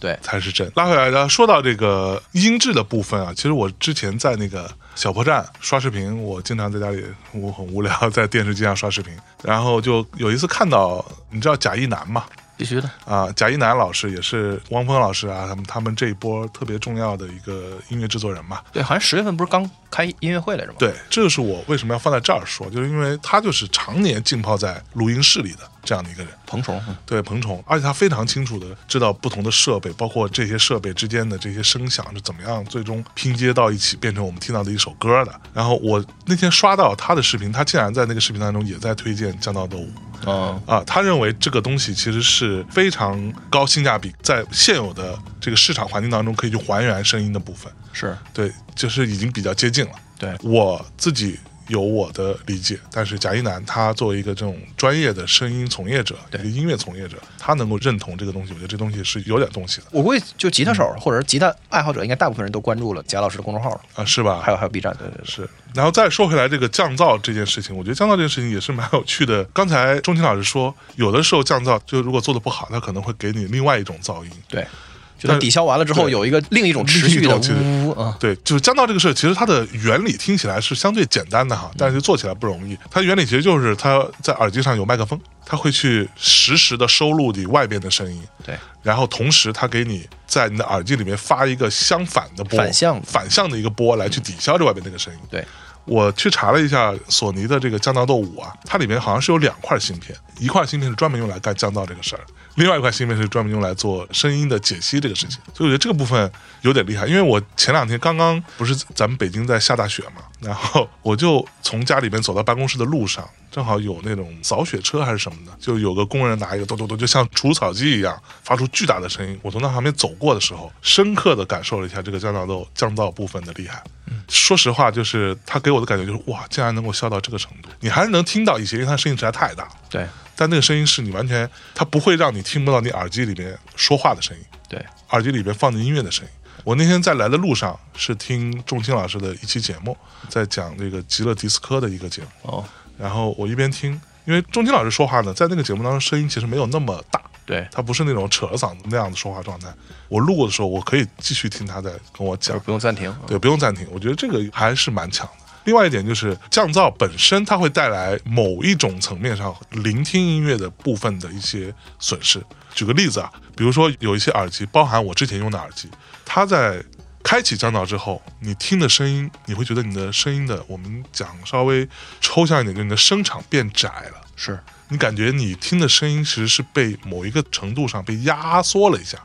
对
才是真。拉回来呢，说到这个音质的部分啊，其实我之前在那个小破站刷视频，我经常在家里我很无聊，在电视机上刷视频，然后就有一次看到，你知道贾一南嘛？
必须的。
啊，贾一南老师也是汪峰老师啊，他们他们这一波特别重要的一个音乐制作人嘛。
对，好像十月份不是刚开音乐会来着吗？
对，这就是我为什么要放在这儿说，就是因为他就是常年浸泡在录音室里的这样的一个人。
彭虫，嗯
对彭宠，而且他非常清楚的知道不同的设备，包括这些设备之间的这些声响是怎么样最终拼接到一起，变成我们听到的一首歌的。然后我那天刷到他的视频，他竟然在那个视频当中也在推荐降噪斗舞，
嗯，
啊，他认为这个东西其实是非常高性价比，在现有的这个市场环境当中可以去还原声音的部分。
是
对，就是已经比较接近了。
对，
我自己有我的理解，但是贾一楠他作为一个这种专业的声音从业者，一
对
个音乐从业者，他能够认同这个东西，我觉得这东西是有点东西的
我估计就吉他手或者是吉他爱好者，应该大部分人都关注了贾老师的公众号了，
啊，是吧？
还有还有 B 站，对对对，
是，然后再说回来这个降噪这件事情，我觉得降噪这件事情也是蛮有趣的。刚才钟情老师说，有的时候降噪就如果做的不好，它可能会给你另外一种噪音。
对，就它抵消完了之后，
对
有一个另一种持续的
另一种其实
呜啊，
对，就是降噪这个事儿，其实它的原理听起来是相对简单的哈，
嗯
但是做起来不容易。它原理其实就是它在耳机上有麦克风，它会去实时的收录你外边的声音，
对，
然后同时它给你在你的耳机里面发一个相反的波，
反向的嗯
反向的一个波来去抵消这外边那个声音。
对，
我去查了一下索尼的这个降噪豆五啊，它里面好像是有两块芯片，一块芯片是专门用来干降噪这个事儿，另外一块芯片是专门用来做声音的解析这个事情。所以我觉得这个部分有点厉害，因为我前两天刚刚不是咱们北京在下大雪嘛，然后我就从家里边走到办公室的路上，正好有那种扫雪车还是什么的，就有个工人拿一个咚咚咚，就像除草机一样，发出巨大的声音。我从他旁边走过的时候，深刻的感受了一下这个降噪豆降噪部分的厉害。说实话，就是他给我的感觉就是哇，竟然能够消到这个程度，你还是能听到一些，因为他声音实在太大了。
对
但那个声音是你完全，它不会让你听不到你耳机里面说话的声音，
对，
耳机里面放的音乐的声音。我那天在来的路上是听仲青老师的一期节目，在讲这个极乐迪斯科的一个节目，
哦，
然后我一边听，因为仲青老师说话呢，在那个节目当中声音其实没有那么大，
对，
他不是那种扯着嗓子那样的说话状态。我路过的时候，我可以继续听他在跟我
就
讲
是，不用暂停，
对，不用暂停。我觉得这个还是蛮强的。另外一点就是降噪本身，它会带来某一种层面上聆听音乐的部分的一些损失。举个例子啊，比如说有一些耳机，包含我之前用的耳机，它在开启降噪之后，你听的声音，你会觉得你的声音的，我们讲稍微抽象一点，就是你的声场变窄了。
是
你感觉你听的声音其实是被某一个程度上被压缩了一下，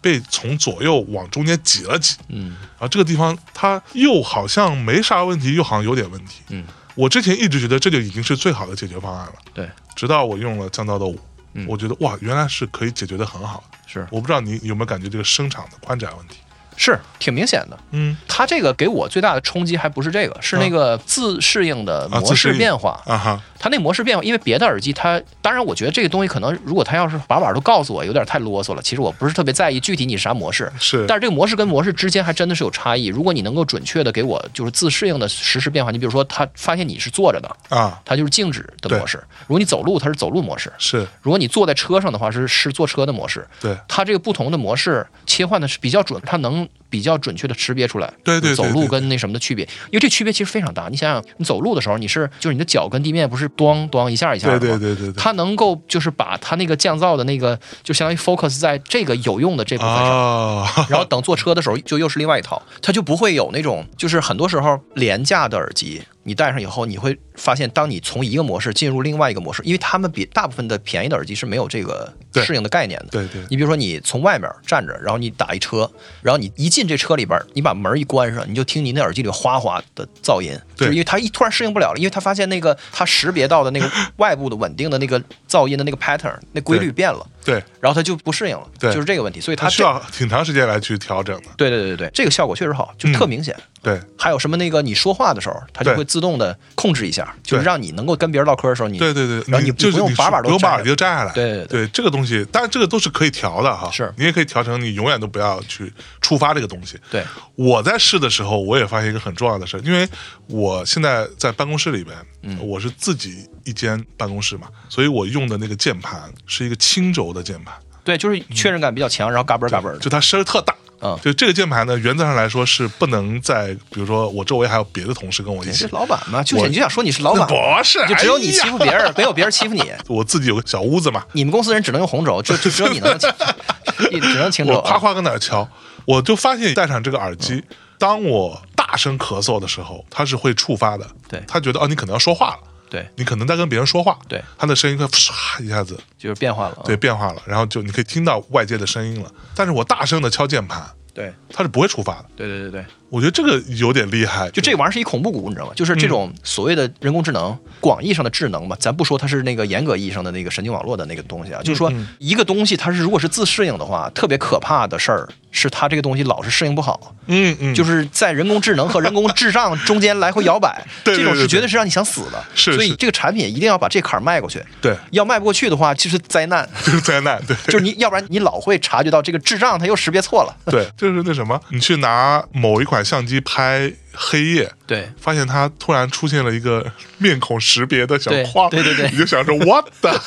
被从左右往中间挤了挤，
嗯，
然啊后这个地方它又好像没啥问题，又好像有点问题，
嗯，
我之前一直觉得这就已经是最好的解决方案了，
对，
直到我用了降噪的五，
嗯
我觉得哇，原来是可以解决的很好的，
是
我不知道你有没有感觉这个声场的宽窄问题，
是挺明显的。
嗯
它这个给我最大的冲击还不是这个，是那个自适应的
啊
模
自适
式
应
变化。
啊哈，
它那模式变化，因为别的耳机它，当然我觉得这个东西可能，如果它要是把把都告诉我，有点太啰嗦了。其实我不是特别在意具体你是啥模式，
是
但是这个模式跟模式之间还真的是有差异。如果你能够准确的给我就是自适应的实时变化，你比如说它发现你是坐着的，
啊
它就是静止的模式；如果你走路，它是走路模式；
是
如果你坐在车上的话，是是坐车的模式。
对
它这个不同的模式切换的是比较准，它能比较准确的识别出来，
对对对
走
对
路
对
跟那什么的区别，因为这区别其实非常大。你想想，你走路的时候，你是就是你的脚跟地面不是咣咣一下一下的
对
吗？
对对对对
它能够就是把它那个降噪的那个，就相当于 focus 在这个有用的这部分上。
啊，
然后等坐车的时候就又是另外一套，它就不会有那种就是很多时候廉价的耳机，你戴上以后你会发现，当你从一个模式进入另外一个模式，因为他们比大部分的便宜的耳机是没有这个
对
适应的概念的。
对对
你比如说，你从外面站着，然后你打一车，然后你一进这车里边，你把门一关上，你就听你那耳机里哗哗的噪音，就
对
是因为它一突然适应不了了，因为它发现那个它识别到的 那个外部的稳定的那个噪音的那个 pattern 那规律
对
变了，
对，
然后它就不适应了，
对
就是这个问题，所以它
它需
这
要挺长时间来去调整的，
对对对对对，这个效果确实好，就特明显。
对。
还有什么那个你说话的时候，它就
嗯对
会自动的控制一下，就是
对
让你能够跟别人唠嗑的时候，你
对对对，
然后你不
就是
用
你
把把
不
都
用把
摘
耳机摘下来，
对对对
这个东西，当然这个都是可以调的哈，
是
你也可以调成你永远都不要去触发这个东西。
对
我在试的时候，我也发现一个很重要的事，因为我现在在办公室里边，
嗯
我是自己一间办公室嘛，所以我用的那个键盘是一个轻轴的键盘，
对，就是确认感比较强，然后嘎嘣儿嘎嘣儿的，
就它声儿特大。
嗯
就这个键盘呢，原则上来说是不能在，比如说我周围还有别的同事跟我一
你
起
是，老板嘛，就想
我
你就想说你是哎老板，
不是
就只有
哎
你
呀
欺负别人，没有别人欺负你。
我自己有个小屋子嘛，
你们公司人只能用红轴，就就只有你能， 你只能轻
我
轴。啊
夸夸跟哪儿敲，我就发现戴上这个耳机，
嗯
当我大声咳嗽的时候，它是会触发的。
对
它觉得哦，你可能要说话了，
对，
你可能在跟别人说话，
对，
它的声音会唰一下子
就是变化了啊。
对变化了，然后就你可以听到外界的声音了。但是我大声的敲键盘，
对
它是不会触发的。
对对对对，
我觉得这个有点厉害，
就这玩意儿是一恐怖谷，你知道吗？就是
嗯
这种所谓的人工智能，广义上的智能吧，咱不说它是那个严格意义上的那个神经网络的那个东西啊，就是
嗯
说一个东西它是如果是自适应的话，特别可怕的事儿是它这个东西老是适应不好，
嗯嗯，
就是 在人工智能和人工智障中间来回摇摆，
对对
这种
对
是
对
绝对是让你想死的。
是
所以
是
这个产品一定要把这坎儿迈过去。
对
要迈不过去的话，就是灾 难。
就是灾难，对。
就是你，要不然你老会察觉到这个智障，他又识别错了。
对，就是那什么，你去拿某一款相机拍黑夜，
对，
发现它突然出现了一个面孔识别的小
对
框，
对对对
你就想说 what the，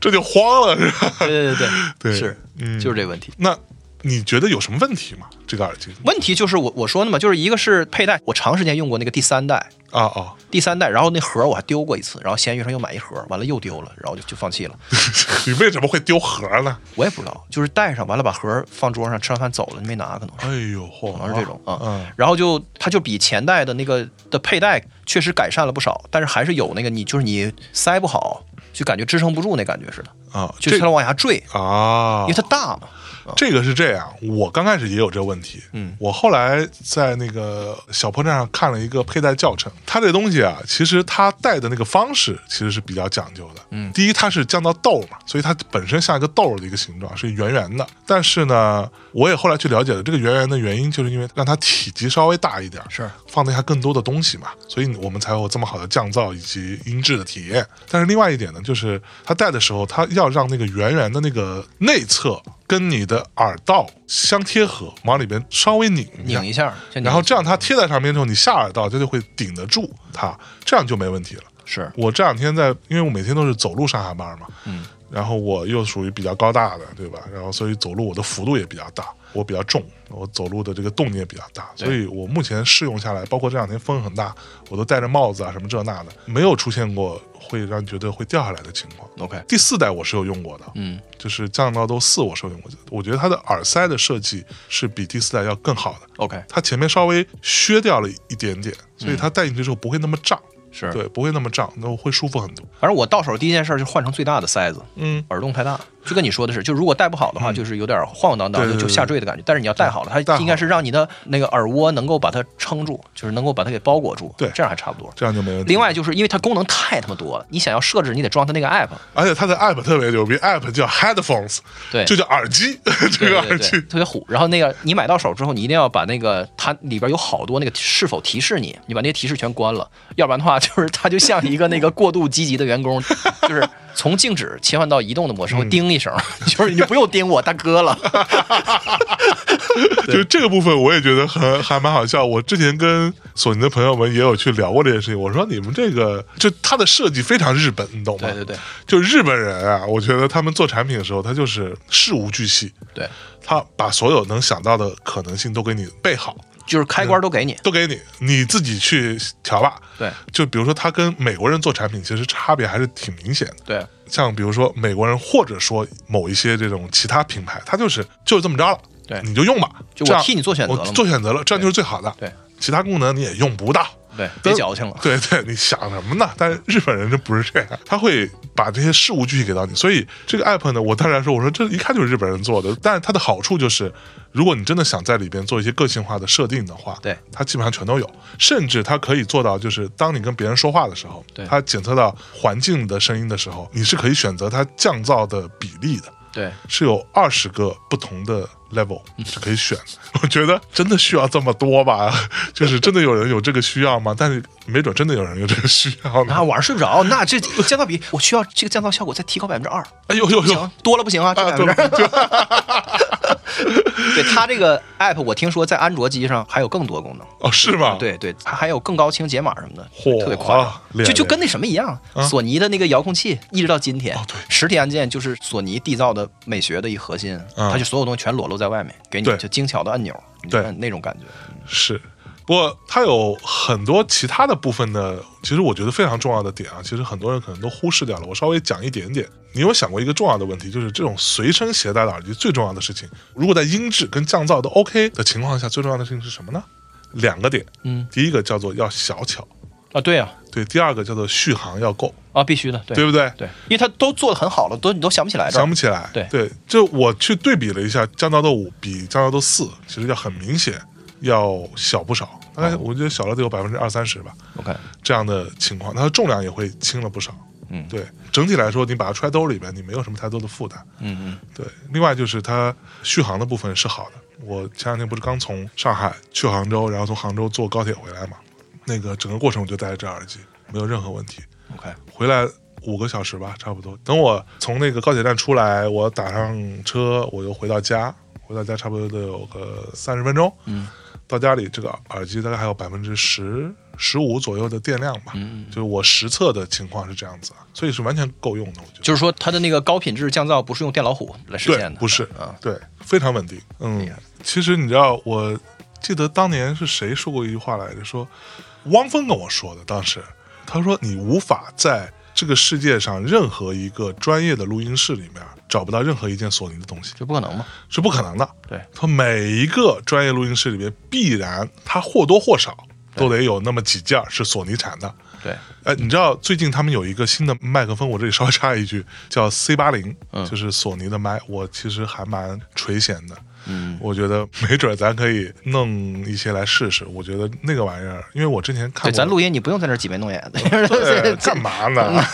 这就慌了，是吧？
对对对
对
是，
嗯
就是这个问题。
那你觉得有什么问题吗？这个耳机
问题就是我我说的嘛，就是一个是佩戴，我长时间用过那个第三代，
啊啊，
第三代，然后那盒我还丢过一次，然后闲鱼上又买一盒，完了又丢了，然后就就放弃了。
你为什么会丢盒呢？
我也不知道，就是带上完了把盒放桌上，吃完饭走了，没拿可能是。
哎呦，嚯，
可能是这种啊，
嗯
然后就它就比前代的那个的佩戴确实改善了不少，但是还是有那个你就是你塞不好，就感觉支撑不住那感觉似的，
啊，
就是
这
它往下坠，
啊
因为，它大嘛。
这个是这样，我刚开始也有这个问题。
嗯，
我后来在那个小破站上看了一个佩戴教程，它这东西啊，其实它戴的那个方式其实是比较讲究的。嗯，第一它是降到豆嘛，所以它本身像一个豆的一个形状，是圆圆的。但是呢，我也后来去了解了，这个圆圆的原因就是因为让它体积稍微大一点，
是
放得下更多的东西嘛，所以我们才有这么好的降噪以及音质的体验。但是另外一点呢，就是它戴的时候，它要让那个圆圆的那个内侧跟你的耳道相贴合，往里边稍微拧一下
拧一下，像拧
然后这样它贴在上面之后，你下耳道它就会顶得住它，这样就没问题了。
是
我这两天在，因为我每天都是走路上下班嘛，
嗯，
然后我又属于比较高大的，对吧？然后所以走路我的幅度也比较大，我比较重，我走路的这个动力也比较大，
对
所以我目前试用下来，包括这两天风很大，我都戴着帽子啊什么这那的，没有出现过会让你觉得会掉下来的情况。
OK，
第四代我是有用过的，
嗯，
就是降噪都四我是有用过的，我觉得它的耳塞的设计是比第四代要更好的，
OK
它前面稍微削掉了一点点，所以它戴进去之后不会那么胀，
是。
对，不会那么胀，那我会舒服很多。
反正我到手第一件事就是换成最大的塞子，
嗯，
耳洞太大，就跟你说的是，就如果戴不好的话，就是有点晃晃荡荡，
对对
就就
对
下坠的感觉。但是你要戴好了，
戴
它
好
应该是让你的那个耳蜗能够把它撑住，就是能够把它给包裹住，
对
这样还差不多。
这样就没问题。
另外，就是因为它功能太他妈多了，你想要设置，你得装它那个 app，
而且它的 app 特别牛逼，app 叫 headphones，
对
就叫耳机， 这
对
个
对对，
耳机
对特别虎。然后那个你买到手之后，你一定要把那个它里边有好多那个是否提示你，你把那些提示全关了，要不然的话就是它就像一个那个过度积极的员工， 就是从静止切换到移动的模式会叮一声， 就是你就不用叮我大哥 了。
就这个部分我也觉得很还蛮好笑。我之前跟索尼的朋友们也有去聊过这件事情，我说你们这个就它的设计非常日本，你懂吗？
对对对，
就日本人啊，我觉得他们做产品的时候，他就是事无巨细，
对，
他把所有能想到的可能性都给你备好，
就是开关都给你。
都给你，你自己去调吧。
对
就比如说，他跟美国人做产品，其实差别还是挺明显的。
对
像比如说美国人，或者说某一些这种其他品牌，它就是就是这么着了，
对
你就用吧，
就
这
我
样
替你做选择了
我
嘛
做选择了，这样就是最好的。
对对，
其他功能你也用不到。
对，别矫情了。
对对，你想什么呢？但是日本人就不是这样，他会把这些事物具体给到你。所以这个 app 呢，我当然说，我说这一看就是日本人做的，但是它的好处就是，如果你真的想在里边做一些个性化的设定的话，
对，
它基本上全都有，甚至它可以做到，就是当你跟别人说话的时候，
对
它检测到环境的声音的时候，你是可以选择它降噪的比例的。
对，
是有二十个不同的 level 是可以选。我觉得真的 需要这么多吧？ 就是真的有人有这个需要吗？但是没准真的有人有这个需要呢
那。晚上睡不着，那这降噪比我需要这个降噪效果再提高百分之二，
哎呦呦呦
行，多了不行啊，这
啊！
百
对
分之二。
对，
对它这个 app，我听说在安卓机上还有更多功能。
哦，是吗？，
啊对对，它还有更高清解码什么的，
嚯
特别快
啊厉害
就就
厉害啊
跟那什么一样，索尼的那个遥控器一直到今天，
哦对
实体按键就是索尼缔造的美学的一核心，
嗯
它就所有东西全裸露在外面，给你
对
就精巧的按钮，你
对
看那种感觉。
是。不过它有很多其他的部分呢，其实我觉得非常重要的点啊，其实很多人可能都忽视掉了。我稍微讲一点点。你有想过一个重要的问题，就是这种随身携带的耳机最重要的事情，如果在音质跟降噪都 OK 的情况下，最重要的事情是什么呢？两个点，
嗯
第一个叫做要小巧，
啊，对啊，
对，第二个叫做续航要够，
啊，必须的，对
对不对？
对，因为它都做的很好了，都你都想不起来这
想
儿。
不起来，
对
对，就我去对比了一下，降噪豆五比降噪豆四其实要很明显要小不少，大
哦
概我觉得小了得有百分之二三十吧，
，OK，
这样的情况，它的重量也会轻了不少。
嗯
对，整体来说，你把它揣兜里边，你没有什么太多的负担。
嗯嗯，
对，另外就是它续航的部分是好的。我前两天不是刚从上海去杭州，然后从杭州坐高铁回来嘛，那个整个过程我就戴着这耳机，没有任何问题。
OK，
回来五个小时吧，差不多。等我从那个高铁站出来，我打上车，我又回到家，回到家差不多得有个三十分钟。
嗯，
到家里这个耳机大概还有百分之十、十五左右的电量吧。
嗯，
就是我实测的情况是这样子，啊，所以是完全够用的，我觉得。
就是说它的那个高品质降噪不是用电老虎来实现
对
的，，
不是
啊，
对，非常稳定。嗯，其实你知道，我记得当年是谁说过一句话来着？说汪峰跟我说的，当时他说你无法在这个世界上任何一个专业的录音室里面找不到任何一件索尼的东西，
这不可能嘛，
是不可能的。
对，
他每一个专业录音室里面，必然它或多或少都得有那么几件儿是索尼产的。
对，
哎，你知道最近他们有一个新的麦克风，我这里稍微插一句，叫 C 八零，
嗯
就是索尼的麦，我其实还蛮垂涎的。
嗯
我觉得没准儿咱可以弄一些来试试。我觉得那个玩意儿，因为我之前看过，
对，咱录音你不用在那儿挤眉弄眼的，
对干嘛呢？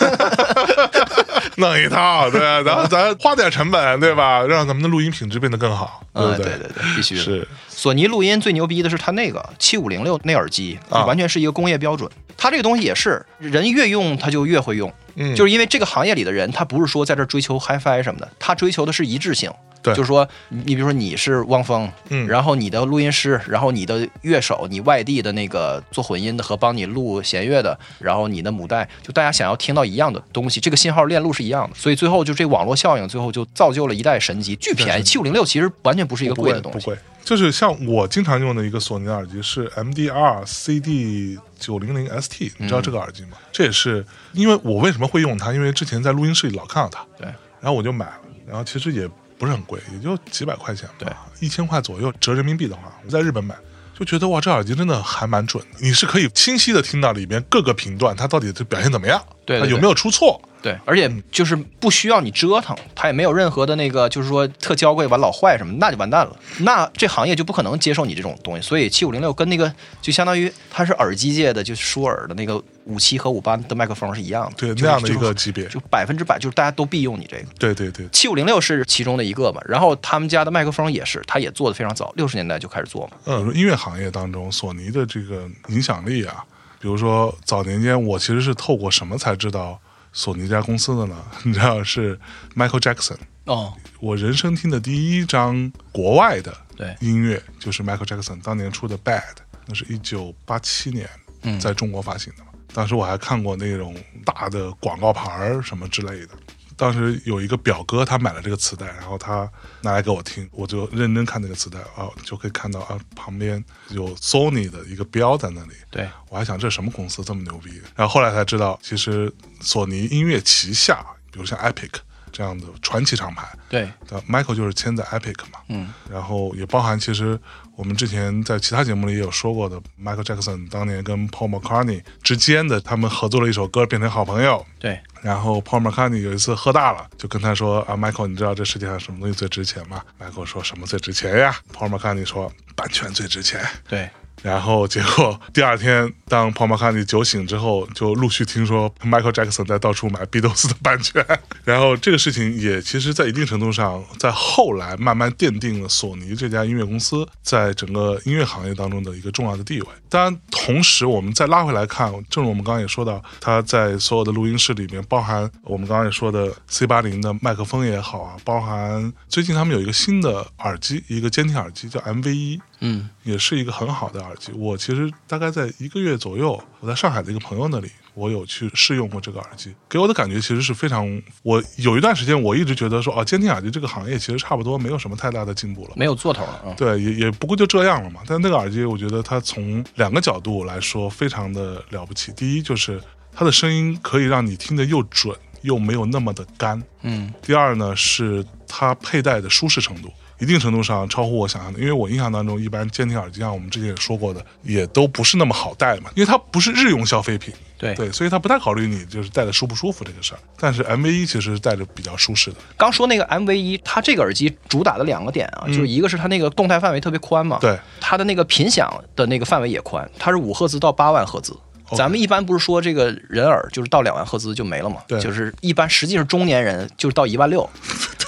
弄一套，对，然后咱花点成本，对吧？让咱们的录音品质变得更好，
嗯，
不
对对对，必须的。
是，
索尼录音最牛逼的是它那个七五零六那耳机，
啊
完全是一个工业标准。它这个东西也是人越用它就越会用，
嗯，
就是是因为这个行业里的人，他不是说在这追求 HiFi 什么的，他追求的是一致性。
对
就是说，你你比如说你是汪峰，
嗯
然后你的录音师，然后你的乐手，你外地的那个做混音的和帮你录弦乐的，然后你的母带，就大家想要听到一样的东西，这个信号链路是一样的，所以最后就这网络效应，最后就造就了一代神机，巨便宜，七五零六其实完全不是一个
不
贵
贵
的东
不
西，
贵。就是像我经常用的一个索尼的耳机是 MDR CD 九零零 ST，你知
嗯
道这个耳机吗？这也是因为我为什么会用它，因为之前在录音室里老看到它，
对，
然后我就买了，然后其实也不是很贵，也就几百块钱吧，
对，
一千块左右折人民币的话，我在日本买。就觉得哇，这耳机真的还蛮准的，你是可以清晰的听到里面各个频段它到底是表现怎么样，
对对
它有
对
没有出错，
对，而且就是不需要你折腾，它也没有任何的那个，就是说特娇贵完老坏什么，那就完蛋了。那这行业就不可能接受你这种东西，所以七五零六跟那个就相当于它是耳机界的，就是舒尔的那个五七和五八的麦克风是一样的，
对
就是
那样的一
就
个级别，
就百分之百，就是大家都必用你这个。
对对对，
七五零六是其中的一个嘛，然后他们家的麦克风也是，它也做的非常早，六十年代就开始做嘛。
嗯，说音乐行业当中，索尼的这个影响力啊，比如说早年间，我其实是透过什么才知道索尼这家公司的呢？ 你知道是 Michael Jackson，
哦，
我人生听的第一张国外的
对
音乐就是 Michael Jackson 当年出的《Bad》，那是一九八七年
嗯
在中国发行的嘛。当时我还看过那种大的广告牌儿什么之类的。当时有一个表哥，他买了这个磁带，然后他拿来给我听，我就认真看那个磁带啊，就可以看到啊，旁边有 Sony 的一个标在那里。
对，
我还想这什么公司这么牛逼？然后后来才知道，其实索尼音乐旗下，比如像 Epic 这样的传奇厂牌，
对，
那 Michael 就是签在 Epic 嘛，
嗯，
然后也包含其实我们之前在其他节目里也有说过的，Michael Jackson 当年跟 Paul McCartney 之间的他们合作了一首歌，变成好朋友。
对，
然后 Paul McCartney 有一次喝大了，就跟他说啊，Michael，你知道这世界上什么东西最值钱吗？Michael 说什么最值钱呀？Paul McCartney 说版权最值钱。
对，
然后结果第二天，当 Paul McCartney 酒醒之后，就陆续听说 Michael Jackson 在到处买 Beatles 的版权。 然后这个事情也其实，在一定程度上，在后来慢慢奠定了索尼这家音乐公司在整个音乐行业当中的一个重要的地位。当然，同时我们再拉回来看，正如我们刚刚也说到，它在所有的录音室里面，包含我们刚刚也说的 C 八零的麦克风也好啊，包含最近他们有一个新的耳机，一个监听耳机叫 MV 一。
嗯，
也是一个很好的耳机。我其实大概在一个月左右，我在上海的一个朋友那里，我有去试用过这个耳机，给我的感觉其实是非常……我有一段时间我一直觉得说，哦，监听哦耳机这个行业其实差不多没有什么太大的进步了。
没有做头了啊。
对，也也不过就这样了嘛。但那个耳机，我觉得它从两个角度来说非常的了不起。第一就是它的声音可以让你听得又准，又没有那么的干。
嗯，
第二呢是它佩戴的舒适程度，一定程度上超乎我想象的，因为我印象当中，一般监听耳机像我们之前也说过的，也都不是那么好戴嘛，因为它不是日用消费品，
对
对，所以它不太考虑你就是戴的舒不舒服这个事儿。但是 MV 一其实是戴着比较舒适的，
刚说那个 MV 一，它这个耳机主打的两个点啊，就是一个是它那个动态范围特别宽嘛，
嗯对，
它的那个频响的那个范围也宽，它是五赫兹到八万赫兹。咱们一般不是说这个人耳就是到两万赫兹就没了嘛？
对
就是一般实际上中年人就是到一万 六，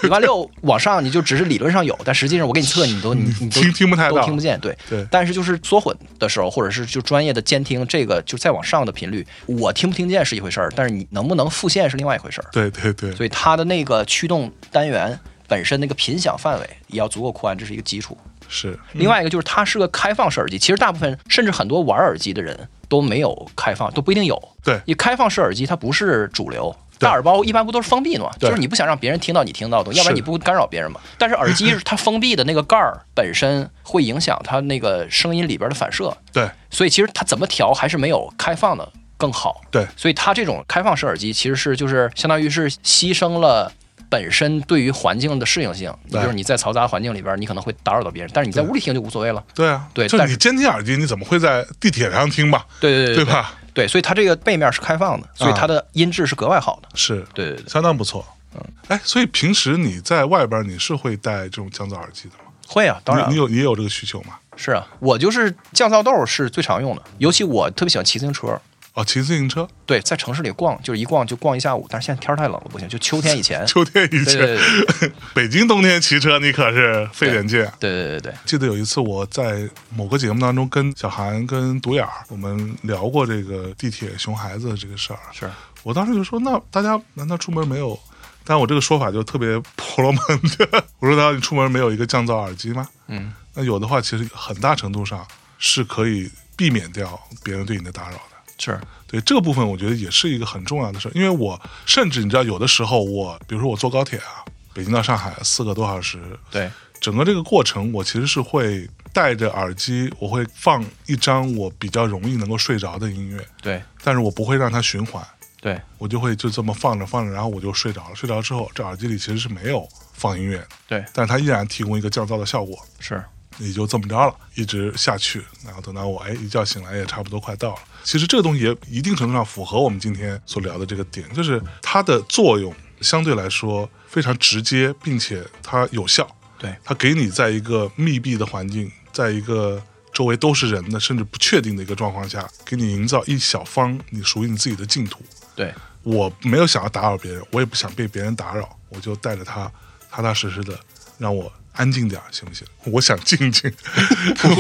一万六往上你就只是理论上有，但实际上我给你测你都你你都
听听不太
都
到
听不见，对
对
但是就是缩混的时候，或者是就专业的监听，这个就再往上的频率，我听不听见是一回事儿，但是你能不能复现是另外一回事儿。
对对对，
所以它的那个驱动单元本身那个频响范围也要足够宽，这是一个基础。
是
另外一个就是它是个开放式耳机，其实大部分甚至很多玩耳机的人都没有开放，都不一定有。
对
因为开放式耳机它不是主流。
对
大耳包一般不都是封闭的嘛？
对
就是你不想让别人听到你听到的东西，
是
要不然你不干扰别人嘛。但是耳 机它封闭的那个盖儿本身会影响它那个声音里边的反射，
对
所以其实它怎么调还是没有开放的更好。
对
所以它这种开放式耳机其实是就是相当于是牺牲了。本身对于环境的适应性，你
对
就是你在嘈杂环境里边，你可能会打扰到别人，但是你在屋里听就无所谓了。
对啊，
对
就是
但
你
是
监听耳机，你怎么会在地铁上听吧？
对对对
对吧？
对，所以它这个背面是开放的，所以它的音质是格外好的。
是，
对对对，
相当不错。嗯，哎，所以平时你在外边你是会戴这种降噪耳机的吗？
会啊，当然
你你
了
有你也有这个需求吗？
是啊，我就是降噪豆是最常用的，尤其我特别喜欢骑自行车。
哦，骑自行车，。
对，在城市里逛，就是一逛就逛一下午，但是现在天儿太冷了，不行，就秋天以前
秋天以
对
前，
对对
北京冬天骑车你可是费点劲啊。
对对对对，
记得有一次我在某个节目当中跟小韩、跟独眼儿，我们聊过这个地铁熊孩子的这个事儿。
是
我当时就说，那大家难道出门没有？但我这个说法就特别 婆罗门的，我说：“那你出门没有一个降噪耳机吗？”
嗯，
那有的话，其实很大程度上是可以避免掉别人对你的打扰的。
是，
对这个部分，我觉得也是一个很重要的事儿，因为我甚至你知道，有的时候我，比如说我坐高铁啊，北京到上海四个多小时，
对，
整个这个过程，我其实是会戴着耳机，我会放一张我比较容易能够睡着的音乐，
对
但是我不会让它循环，
对
我就会就这么放着放着，然后我就睡着了。睡着之后，这耳机里其实是没有放音乐的，
对，
但是它依然提供一个降噪的效果。
是，
也就这么着了，一直下去，然后等到我哎一觉醒来也差不多快到了。其实这个东西也一定程度上符合我们今天所聊的这个点，就是它的作用相对来说非常直接，并且它有效。
对
它给你在一个密闭的环境，在一个周围都是人的，甚至不确定的一个状况下，给你营造一小方你属于你自己的净土。
对
我没有想要打扰别人，我也不想被别人打扰，我就带着他踏踏实实的让我安静点儿，行不 行？我想静 静，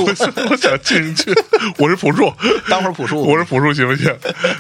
我想我想静静， 我是朴树，
当会儿朴树
我是朴树，行不行？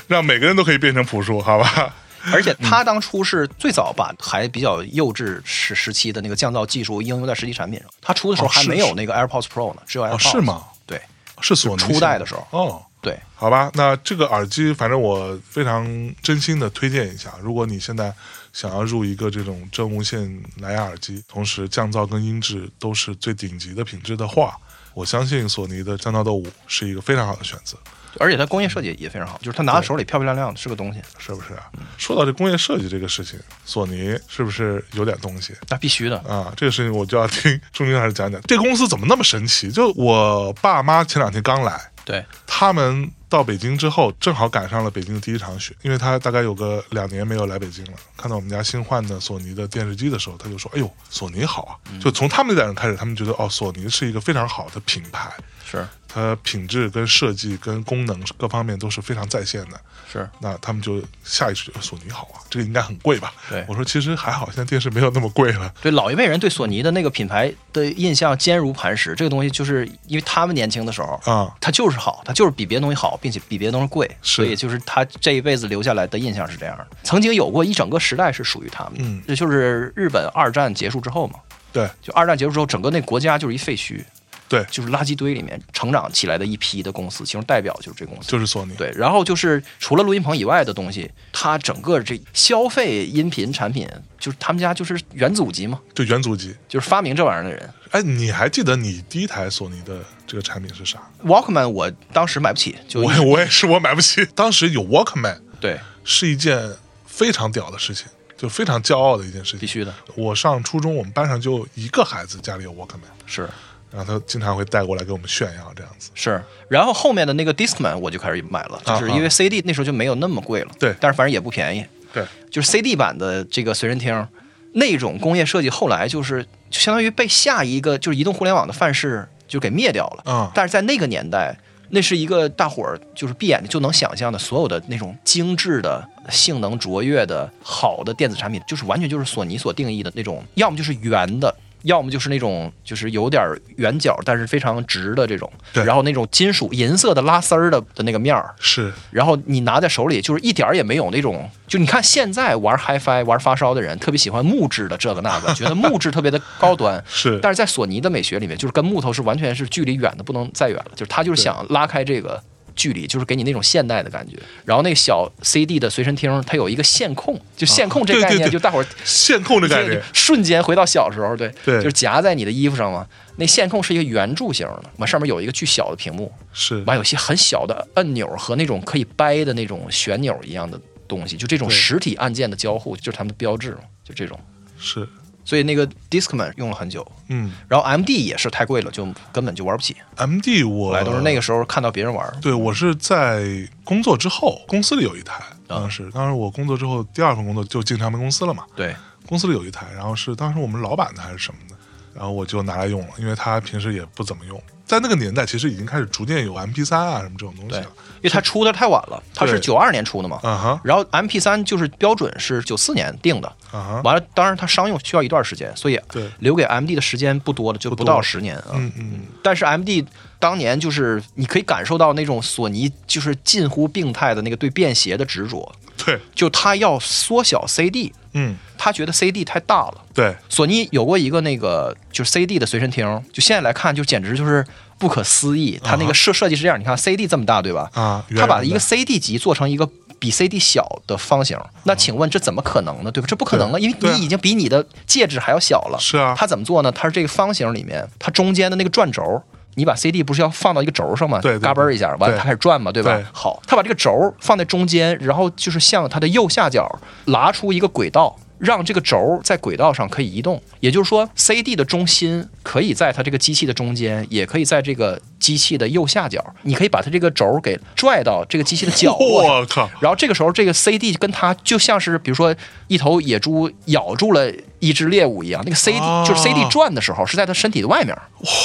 让每个人都可以变成朴树，好 吧？
而且他当初是最早把还比较幼稚时时期的那个降噪技术应用在实体产品上。他出的时候
哦是
还没有那个 AirPods Pro 呢，只有
哦，
AirPods、
是？吗？
对
是索尼
初代的时候
哦。
对，
好吧，那这个耳机，反正我非常真心的推荐一下。如果你现在想要入一个这种真无线蓝牙耳机，同时降噪跟音质都是最顶级的品质的话，我相信索尼的降噪豆五是一个非常好的选择，
而且它工业设计也非常好，就是他拿在手里漂漂亮亮的，是个东西，
是不是啊？说到这工业设计这个事情，索尼是不是有点东西？
那必须的。
啊，这个事情我就要听钟军老师讲讲，这公司怎么那么神奇？就我爸妈前两天刚来，
对，
他们到北京之后，正好赶上了北京的第一场雪，因为他大概有个两年没有来北京了。看到我们家新换的索尼的电视机的时候，他就说：“哎呦，索尼好啊！”就从他们那代人开始，他们觉得哦，索尼是一个非常好的品牌，
是
它品质跟设计跟功能各方面都是非常在线的。
是，
那他们就下意识就索尼好啊，这个应该很贵吧？
对
我说其实还好，现在电视没有那么贵了。
对老一辈人对索尼的那个品牌的印象坚如磐石，这个东西就是因为他们年轻的时候。
啊、
它就是好，它就是比别的东西好，并且比别的东西贵，
是
所以就是他这一辈子留下来的印象是这样的。曾经有过一整个时代是属于他们的，
嗯
这就是日本二战结束之后嘛，
对
就二战结束之后，整个那国家就是一废墟，
对
就是垃圾堆里面成长起来的一批的公司，其中代表就是这公司。
就是索尼。
对，然后就是除了录音棚以外的东西，它整个这消费音频产品，就是他们家就是元祖级嘛，
就原祖机。
就是发明这玩意儿的人。
哎，你还记得你第一台索尼的这个产品是啥？
Walkman 我当时买不起，就
我也我也是我买不起。当时有 Walkman
对
是一件非常屌的事情，就非常骄傲的一件事情。
必须的，
我上初中，我们班上就一个孩子家里有 Walkman，
是
然后他经常会带过来给我们炫耀这样子。
是。然后后面的那个 Discman 我就开始买了，就是因为 CD 那时候就没有那么贵了，
啊对
但是反正也不便宜，
对，
就是 CD 版的这个随身听，那种工业设计后来就是就相当于被下一个就是移动互联网的范式就给灭掉了。
嗯
但是在那个年代，那是一个大伙儿就是闭眼就能想象的所有的那种精致的、性能卓越的好的电子产品，就是完全就是索尼所定义的那种，要么就是圆的。要么就是那种就是有点圆角，但是非常直的这种，
对
然后那种金属银色的拉丝儿的的那个面儿，
是
然后你拿在手里，就是一点儿也没有那种，就你看现在玩 HiFi、玩发烧的人，特别喜欢木质的这个那个，觉得木质特别的高端。
是，
但是在索尼的美学里面，就是跟木头是完全是距离远的不能再远了，就是他就是想拉开这个距离，就是给你那种现代的感觉。然后那个小 CD 的随身听，它有一个线控，就线控这
对
个
啊对
概念，
对
就大伙儿
线控的感
对
觉
就瞬间回到小时候，对，
对
就是夹在你的衣服上嘛。那线控是一个圆柱形的，完上面有一个巨小的屏幕，
是
完有一些很小的按钮和那种可以掰的那种旋钮一样的东西，就这种
对
实体按键的交互，就是他们的标志嘛，就这种。
是，
所以那个 Discman 用了很久，
嗯
然后 MD 也是太贵了，就根本就玩不起。
，M D 我
后来都是那个时候看到别人玩，
对，我是在工作之后，公司里有一台，
啊
当时，当时我工作之后第二份工作就进唱片公司了嘛，
对，
公司里有一台，然后是当时我们老板的还是什么的，然后我就拿来用了，因为他平时也不怎么用，在那个年代其实已经开始逐渐有 M P 三啊什么这种东西
对
了，
因为它出的太晚了，它是
对
九二年出的嘛。
啊哈
然后 MP 3就是标准是九四年定的，
啊哈，
完了，当然它商用需要一段时间，所以
对
留给 MD 的时间不多了，就不
多
到十年啊。
嗯嗯，
但是 M D 当年就是你可以感受到那种索尼就是近乎病态的那个对便携的执着，
对，
就他要缩小 C D，
嗯
他觉得 C D 太大了。
对，
索尼有过一个那个就是 C D 的随身听，就现在来看就简直就是不可思议。它那个设设计是这样，你看 C D 这么大对吧？
嗯啊，
他把
圆圆的
一个 C D 级做成一个比 C D 小的方形，那请问这怎么可能呢？对吧？这不可能啊，
嗯对
因为
对啊
你已经比你的戒指还要小了。
是啊
他怎么做呢？他是这个方形里面，它中间的那个转轴。你把 CD 不是要放到一个轴上吗？
对对对
嘎嘣儿一下，完了
对
它开始转嘛，对吧？
对
好，他把这个轴放在中间，然后就是向它的右下角拉出一个轨道，让这个轴在轨道上可以移动。也就是说，CD 的中心可以在它这个机器的中间，也可以在这个机器的右下角。你可以把它这个轴给拽到这个机器的角落 上。
我靠，
然后这个时候，这个 CD 跟它就像是，比如说一头野猪咬住了一只猎物一样，那个 CD、
哦
就是 CD 转的时候是在它身体的外面，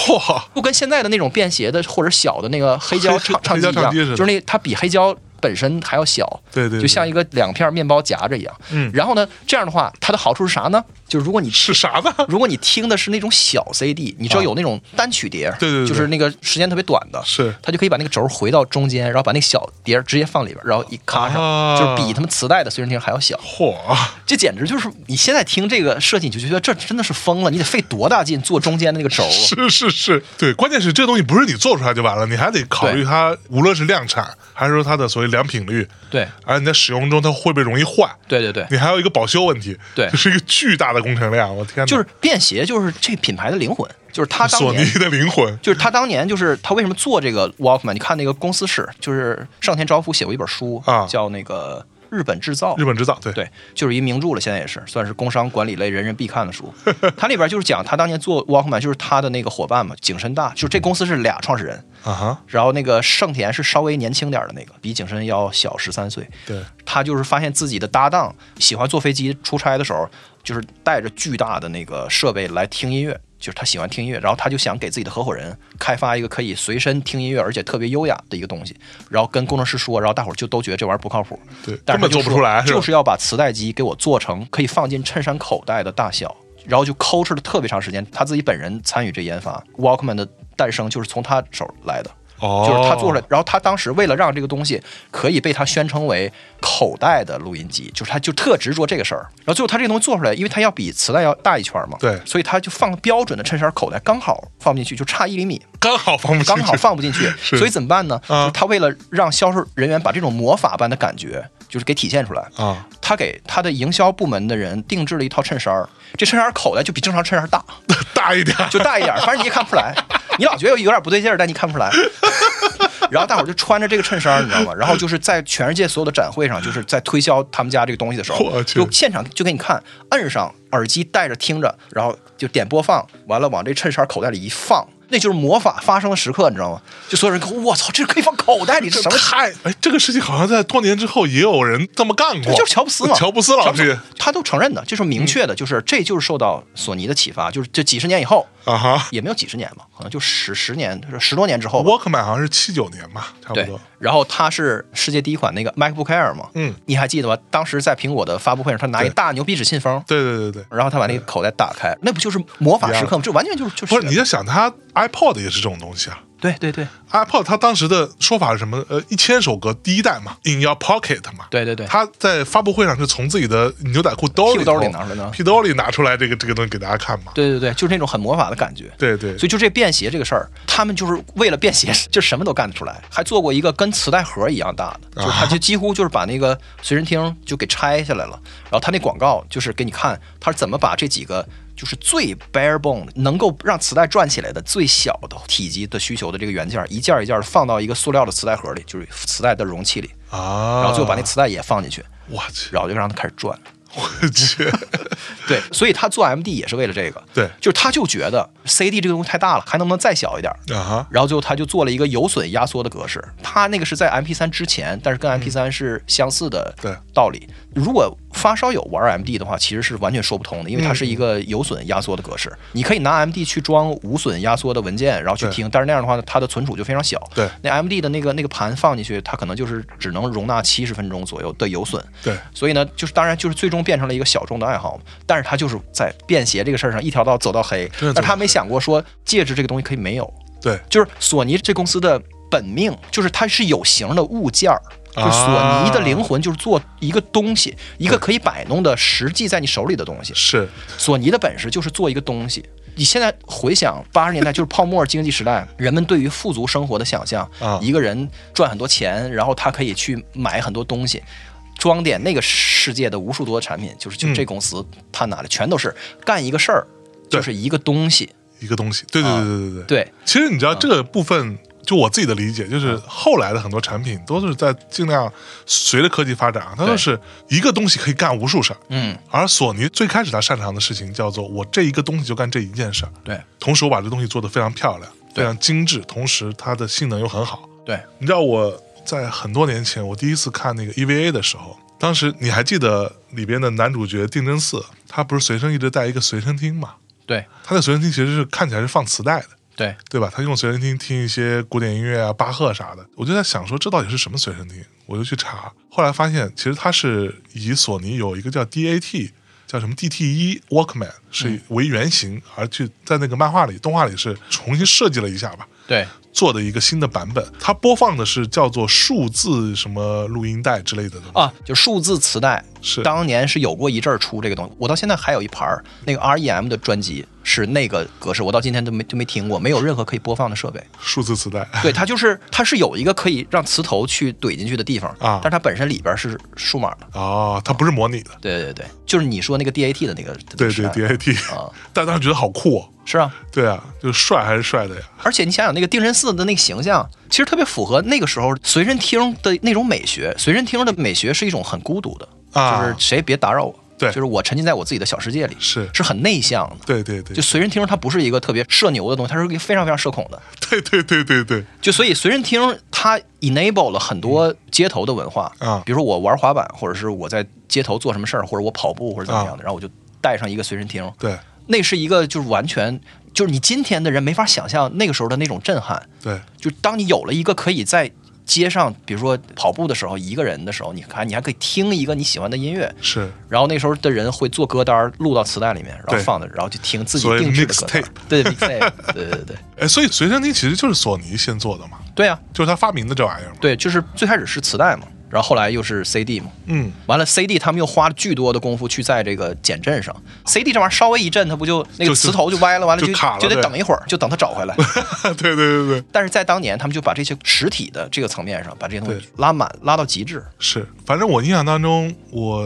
哇，
不跟现在的那种便携的或者小的那个黑胶
黑
唱
黑
唱
胶
机一样，
唱机似的
就是那它比黑胶本身还要小，
对对，
就像一个两片面包夹着一样。
嗯
然后呢，这样的话，它的好处是啥呢？就是如果你
是啥呢？
如果你听的是那种小 CD，你知道有那种单曲碟，
啊对对对对
就是那个时间特别短的，
是
它就可以把那个轴回到中间，然后把那个小碟儿直接放里边，然后一咔上，
啊
就是比他们磁带的随身听还要小。
嚯，
这简直就是你现在听这个设计，你就觉得这真的是疯了，你得费多大劲做中间的那个轴。
是是是，对，关键是这东西不是你做出来就完了，你还得考
对
虑它，无论是量产还是说它的所谓良品率，
对，
而你在使用中它会不会容易坏，
对对对，
你还有一个保修问题，
对
这是一个巨大的工程量，我天哪，
就是便携，就是这品牌的灵魂，就是它当
索尼
年。
的 灵魂，
就是他当年，就是他为什么做这个 Walkman？你看那个公司史，就是上田昭夫写过一本书
啊
叫那个《日本制造》
日。本制造，对
对，就是一名著了，现在也是算是工商管理类人人必看的书。它里边就是讲他当年做 Walkman，就是他的那个伙伴嘛，景深大，就是这公司是俩创始人，
啊哈，
然后那个盛田是稍微年轻点儿的那个，比景深要小十三岁。
对，
他就是发现自己的搭档喜欢坐飞机出差的时候，就是带着巨大的那个设备来听音乐，就是他喜欢听音乐，然后他就想给自己的合伙人开发一个可以随身听音乐而且特别优雅的一个东西，然后跟工程师说，然后大伙儿就都觉得这玩意儿不靠谱，
对
但是
根本
他就
做不
说
出来是吧
就是要把磁带机给我做成可以放进衬衫口袋的大小，然后就抠哧了特别长时间，他自己本人参与这研发，Walkman 的诞生就是从他手来的。
哦，
就是他做出来，然后他当时为了让这个东西可以被他宣称为口袋的录音机，就是他就特执着这个事儿。然后最后他这个东西做出来，因为他要比磁带要大一圈嘛，
对
所以他就放标准的衬衫口袋，刚好放不进去，就差一厘米，
刚好放不进
刚
去，
好放不进去。
是
所以怎么办呢？就
啊
是他为了让销售人员把这种魔法般的感觉，就是给体现出来，
啊，
他给他的营销部门的人定制了一套衬衫儿，这衬衫口袋就比正常衬衫大。
大一点，
就大一点儿，反正你也看不出来。你老觉得有点不对劲儿，但你看不出来。然后大伙儿就穿着这个衬衫，你知道吗？然后就是在全世界所有的展会上，就是在推销他们家这个东西的时
我
候，
去
就现场就给你看，摁上耳机戴着听着，然后就点播放，完了往这衬衫口袋里一放。那就是魔法发生的时刻，你知道吗？就所有人看，我操，这可以放口袋里，这什么
太哎，这个事情好像在多年之后也有人这么干过，
就是乔布斯嘛，
乔布斯老师
他都承认的，就是明确的，就是这就是受到索尼的启发，就是这几十年以后，
啊哈。
也没有几十年吧，可能就十十年、十多年之后吧。
Walkman 好像是七九年吧，差不
对
多。，
然后它是世界第一款那个 MacBook Air 嘛，
嗯，
你还记得吧？当时在苹果的发布会上，他拿一
对
大牛逼纸信封，
对对对对，
然后他把那个口袋打开，那不就是魔法时刻吗？这完全就是就是
不是你要想他 iPod 也是这种东西啊。
对对对
iPod 它当时的说法是什么？呃，一千首歌第一代嘛，In Your Pocket 嘛。
对对对，
他在发布会上是从自己的牛仔裤兜
屁
里
股兜里拿出来的
屁兜里拿出来这个这个东西给大家看嘛。
对对对，就是那种很魔法的感觉。
对对
所以就这便携这个事儿，他们就是为了便携，就什么都干得出来，还做过一个跟磁带盒一样大的，就是
啊
他就几乎就是把那个随身听就给拆下来了，然后他那广告就是给你看他是怎么把这几个。就是最 bare bone 能够让磁带转起来的最小的体积的需求的这个元件，一件儿一件的放到一个塑料的磁带盒里，就是磁带的容器里，
啊，
然后最后把那磁带也放进去，
我去，
然后就让它开始转。
我去，
对，所以他做 MD 也是为了这个。
对
就是他就觉得 CD 这个东西太大了，还能不能再小一点儿？
啊哈，
然后最后他就做了一个有损压缩的格式，他那个是在 MP3 之前，但是跟 MP3 是相似的
嗯对
道理。如果发烧友玩 MD 的话，其实是完全说不通的，因为
嗯
它是一个有损压缩的格式。你可以拿 MD 去装无损压缩的文件，然后去
对
听，但是那样的话，它的存储就非常小。
对
那 MD 的那个那个盘放进去，它可能就是只能容纳七十分钟左右的有损。
对
所以呢，就是当然就是最终变成了一个小众的爱好嘛，但是他就是在便携这个事儿上一条道走到黑，
的走到黑
但他没想过说戒指这个东西可以没有，
对，
就是索尼这公司的本命，就是它是有形的物件儿。就
啊
是索尼的灵魂就是做一个东西，一个可以摆弄的实际在你手里的东西。
是
索尼的本事就是做一个东西。你现在回想八十年代，就是泡沫经济时代，人们对于富足生活的想象
啊，
一个人赚很多钱，然后他可以去买很多东西，装点那个世界的无数多的产品，就是就
嗯
这公司他拿的全都是干一个事儿，
对
就是一个东西，
一个东西。对对
啊
对对对对。
对。
其实你知道这个部分，就我自己的理解，就是后来的很多产品都是在尽量随着科技发展啊，它都
对
是一个东西可以干无数事儿。
嗯，
而索尼最开始它擅长的事情叫做我这一个东西就干这一件事儿，
对
同时我把这东西做得非常漂亮、非
对
常精致，同时它的性能又很好。
对，
你知道我在很多年前，我第一次看那个 EVA 的时候，当时你还记得里边的男主角定真寺，他不是随身一直带一个随身听嘛？
对
他的随身听其实是看起来是放磁带的，
对，
对吧？他用随身听听一些古典音乐啊、巴赫啥的，我就在想说这到底是什么随身听，我就去查，后来发现其实它是以索尼有一个叫 DAT。叫什么 DT 一 Walkman
嗯
是为原型，而去在那个漫画里、动画里是重新设计了一下吧，
对
做的一个新的版本。它播放的是叫做数字什么录音带之类的东西，
啊，就数字磁带，
是
当年是有过一阵儿出这个东西，我到现在还有一盘儿那个 REM 的专辑是那个格式，我到今天都没都没听过，没有任何可以播放的设 备。
数字磁带。
对，它就是它是有一个可以让磁头去怼进去的地方
啊
但是它本身里边是数码的。
哦，它不是模拟的，
对对对，就是你说那个 DAT 的那个
对
时
对
代
DAT，、
啊，
但当时觉得好酷、哦，
是啊，
对啊，就帅还是帅的呀。
而且你想想那个定真寺的那个形象，其实特别符合那个时候随身听的那种美学。随身听的美学是一种很孤独的，
啊
就是谁也别打扰我，
对
就是我沉浸在我自己的小世界里，
是
是很内向的。
对对对
就，随身听它不是一个特别社牛的东西，它是一个非常非常社恐的。
对对对对对，
就所以随身听它 enable 了很多街头的文化
嗯啊
比如说我玩滑板，或者是我在街头做什么事儿，或者我跑步或者怎
啊
么样的，然后我就带上一个随身听，
对
那是一个就是完全就是你今天的人没法想象那个时候的那种震撼。
对
就当你有了一个可以在街上，比如说跑步的时候，一个人的时候，你还你还可以听一个你喜欢的音乐。
是，
然后那时候的人会做歌单儿，录到磁带里面，然后
对
放的，然后就听自己
所谓
定制的歌单
mixtape
儿。对 mixtape，对对对
哎，所以随身听其实就是索尼先做的嘛，
对啊，
就是他发明的这玩意儿嘛。
对，就是最开始是磁带嘛，然后后来又是 CD 嘛，
嗯，
完了 CD 他们又花了巨多的功夫去在这个减震上，CD 这玩意儿稍微一震，它不就那
就
个磁头就歪了，完了
就
就
卡了
得
对
等一会儿，就等它找回来。
对对对对，
但是在当年，他们就把这些实体的这个层面上，把这些东西
对
拉满，拉到极致。
是。反正我印象当中，我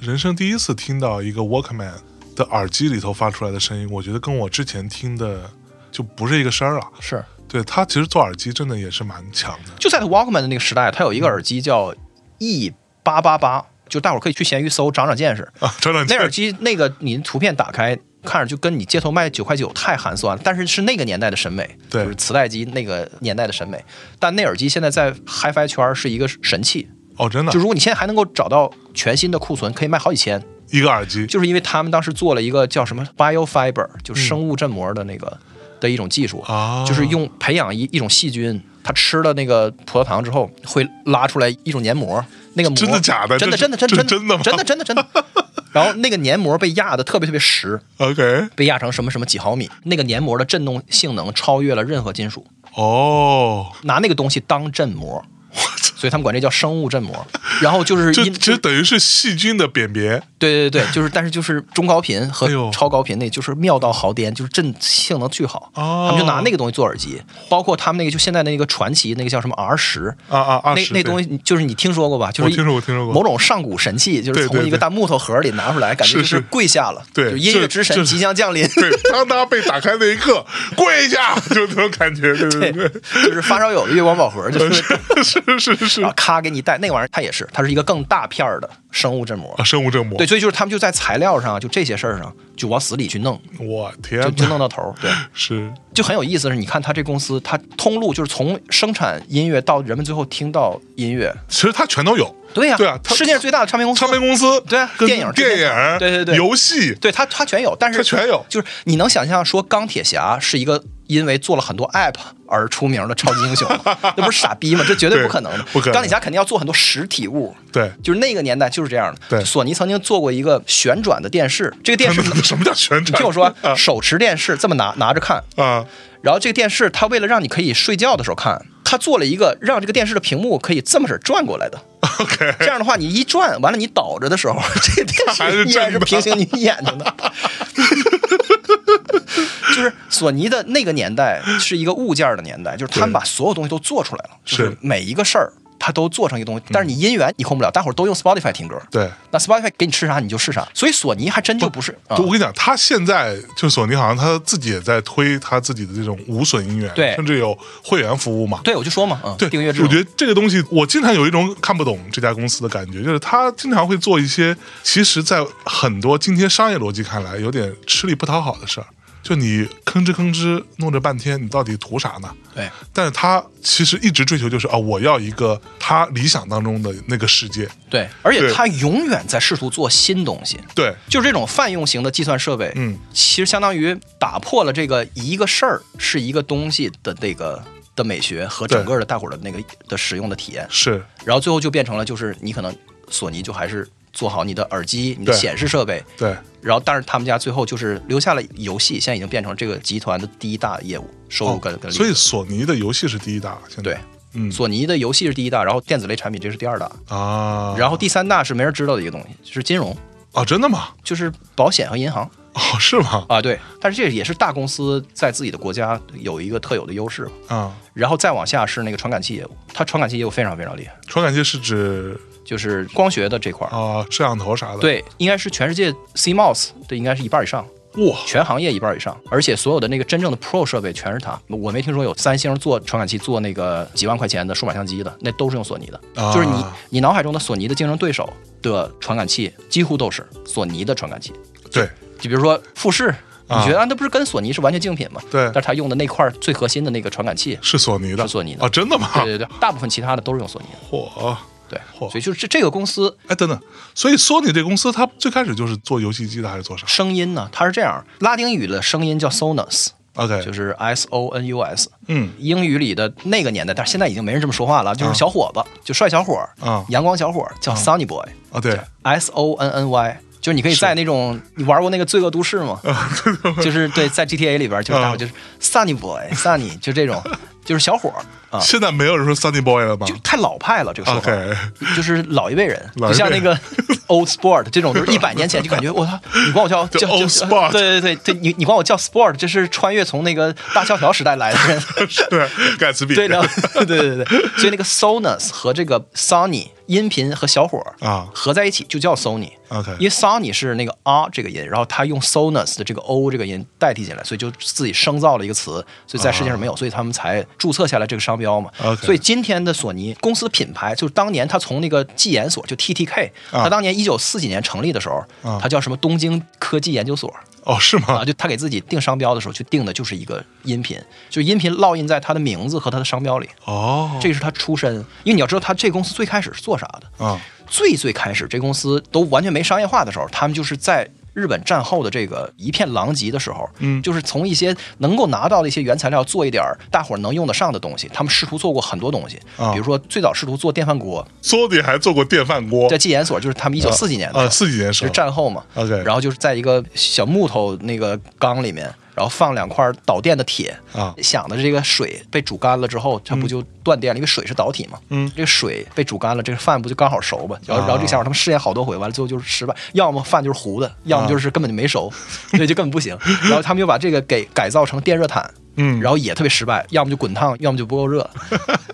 人生第一次听到一个 Walkman 的耳机里头发出来的声音，我觉得跟我之前听的就不是一个声儿了。
是
对他其实做耳机真的也是蛮强的。
就在他 Walkman 的那个时代，他有一个耳机叫 E 八八八，就大伙儿可以去闲鱼搜长长见识。
啊，张长
那
健
耳机那个你的图片打开看着就跟你街头卖九块九太寒酸了，但是是那个年代的审美，
对
就是磁带机那个年代的审美。但那耳机现在在 HiFi 圈儿是一个神器，
哦，真的
就如果你现在还能够找到全新的库存，可以卖好几千，
一个耳机，
就是因为他们当时做了一个叫什么 biofiber，就是
嗯
生物振膜的那个、的一种技术，
啊
就是用培养一一种细菌，它吃了那个葡萄糖之后，会拉出来一种黏膜，那个膜
真的假的
真的
这是
真的真的
这是真的吗
真的真的真的，然后那个黏膜被压的特别特别实，
OK，
被压成什么什么几毫米，那个黏膜的振动性能超越了任何金属，
哦，
拿那个东西当振膜。所以他们管这叫生物振膜，然后就是
这
因
其实等于是细菌的辨别，
对对 对，就是但是就是中高频
哎呦
和超高频那就是妙到毫巅，就是震性能巨好。
哦
他们就拿那个东西做耳机，包括他们那个就现在那个传奇那个叫什么 R 十
啊啊
那
20
那东西你就是你听说过吧？就是
我听说过听说过
某种上古神器，就是
对对
从一个
对
大木头盒里拿出来，感觉就是
是
跪下了，
对
就音
就
乐之神
就是
即将降 临。
对，当他被打开那一刻，跪下，就那种感觉，对对对，
就是发烧友的月光宝盒，就是
是是是是
啊，咔给你带那玩意儿，它也是，它是一个更大片儿的生物振膜
啊，。生物振膜，
对，所以就是他们就在材料上，就这些事儿上，就往死里去弄，
我天
就
哪，
就弄到头儿。对，
是
就很有意思的是，你看他这公司，它通路就是从生产音乐到人们最后听到音乐，
其实它全都有，
对呀、
对啊它
世界上最大的唱片公司，
唱片公司
对啊
跟
电影
电
制片
影
厂对对对
游戏
对它它全有，但是
它全有
就是你能想象说钢铁侠是一个因为做了很多 app 而出名的超级英雄吗，那不是傻逼吗？这绝对不可能的，
对不可能
钢铁侠肯定要做很多实体物。
对。
就是那个年代就是这样的。
对
索尼曾经做过一个旋转的电视，这个 电视
什么叫全
你
场？
听我说，
啊
手持电视这么拿拿着看，
啊，
然后这个电视，它为了让你可以睡觉的时候看，它做了一个让这个电视的屏幕可以这么式儿转过 来的。
OK，
这样的话，你一转完了，你倒着的时候， 这个电
还是
视依然
正
是
的
平行你眼睛的。 就是索尼的那个年代是一个物件儿的年代，就是他们把所有东西都做出来了，就是
是嗯
每一个事儿它都做成一个东西。但是你音源你控不了，大伙儿都用 Spotify 听歌，
对。
那 Spotify 给你吃啥你就吃啥。所以索尼还真就不是啊
就我跟你讲，他现在就索尼好像他自己也在推他自己的这种无损音源，
对
甚至有会员服务嘛。
对，我就说嘛，嗯，
对，
订阅制
我
嘛，
觉得这个东西，我经常有一种看不懂这家公司的感觉，就是他经常会做一些，其实，在很多今天商业逻辑看来有点吃力不讨好的事儿。就你吭哧吭哧弄这半天，你到底图啥呢？
对。
但是他其实一直追求就是啊，我要一个他理想当中的那个世界。
对，而且
对
他永远在试图做新东西，
对，
就是这种泛用型的计算设备，
嗯，
其实相当于打破了这个一个事儿是一个东西的那个的美学和整个的大伙儿的那个的使用的体验，
是
然后最后就变成了就是你可能索尼就还是做好你的耳机、你的
对
显示设备，
对，
然后但是他们家最后就是留下了游戏，现在已经变成这个集团的第一大业务，收入跟、跟利润
哦所以索尼的游戏是第一大，现在
对，
嗯
索尼的游戏是第一大，然后电子类产品这是第二大，
啊，
然后第三大是没人知道的一个东西，就是金融。
哦，真的吗？
就是保险和银行
哦，是吗？
啊，对，但是这也是大公司在自己的国家有一个特有的优势吧。
啊，
然后再往下是那个传感器业务，它传感器业务非常非常厉害，
传感器是指
就是光学的这块儿，
啊摄像头啥的。，
对，应该是全世界 CMOS 的应该是一半以上，
哇，
全行业一半以上，而且所有的那个真正的 Pro 设备全是它，我没听说有三星做传感器做那个几万块钱的数码相机的，那都是用索尼的，
啊
就是你你脑海中的索尼的竞争对手的传感器几乎都是索尼的传感器，
对
就比如说富士，你
啊
觉得啊，那不是跟索尼是完全竞品吗？
对
但是他用的那块儿最核心的那个传感器，
是索尼的，
是索尼的
啊，真的吗？
对对对，大部分其他的都是用索尼的，
嚯！
对，
嚯
所以就是这这个公司
哎，等等，所以索尼这公司它最开始就是做游戏机的，还是做啥
声音呢，它是这样，拉丁语的声音叫 sonus。
？OK，
就是 S O N U S，
嗯，
英语里的那个年代，但是现在已经没人这么说话了，就是小伙子，就帅小伙儿
啊
阳光小伙儿，叫 Sunny Boy，S
啊，对，
O N N Y，就是你可以在那种你玩过那个《罪恶都 市》吗？就是对，在 GTA 里边，就是大伙
啊
就是 Sunny Boy，Sunny 就这种，就是小伙儿啊，
现在没有人说 Sunny Boy 了吧
就太老派了这个说法
OK
就是老一辈人， 不
老一辈人
像那个 old sport 这种，就是一百年前就 感觉我操，你管我叫
就
叫
old
叫
sport
对对对对，你你管我叫 sport，这是穿越从那个大萧条时代来的人，
对，盖茨比
对，然后 对对对对，所以那个 Sonus 和这个 Sony 音频和小伙儿
啊
合在一起就叫 Sony。
OK
因为 Sony 是那个啊这个音，然后他用 Sonus 的这个 o 这个音代替进来，所以就自己生造了一个词，所以在世界上没有，所以他们才注册下来这个商标嘛。
啊 OK
所以今天的索尼公司的品牌，就是当年他从那个纪研所就 TTK，
啊
他当年一九四几年成立的时候
啊，
他叫什么东京科技研究所。
哦，是吗
啊，？就他给自己定商标的时候，就定的就是一个音频，就音频烙印在他的名字和他的商标里。
哦，
这是他出身，因为你要知道，他这公司最开始是做啥的？
啊，
最最开始，这公司都完全没商业化的时候，他们就是在日本战后的这个一片狼藉的时候，
嗯
就是从一些能够拿到的一些原材料做一点儿大伙儿能用得上的东西，他们试图做过很多东西，
啊
比如说最早试图做电饭锅，
桌底还做过电饭锅
在，纪研所，就是他们一九四几年的时候
啊，四几年时
就
候啊
是战后嘛。
OK
然后就是在一个小木头那个缸里面，然后放两块导电的铁
啊
想的这个水被煮干了之后，它不就断电了？因为水是导体嘛。
嗯啊
这个水被煮干了，这个饭不就刚好熟吧？然后，然后这个想法他们试验好多回，完了最后就是失败，要么饭就是
啊
糊的，要么就是根本就没熟， 所以就根本不行。然后他们又把这个给改造成电热毯。
嗯
然后也特别失败，要么就滚烫，要么就不够 热，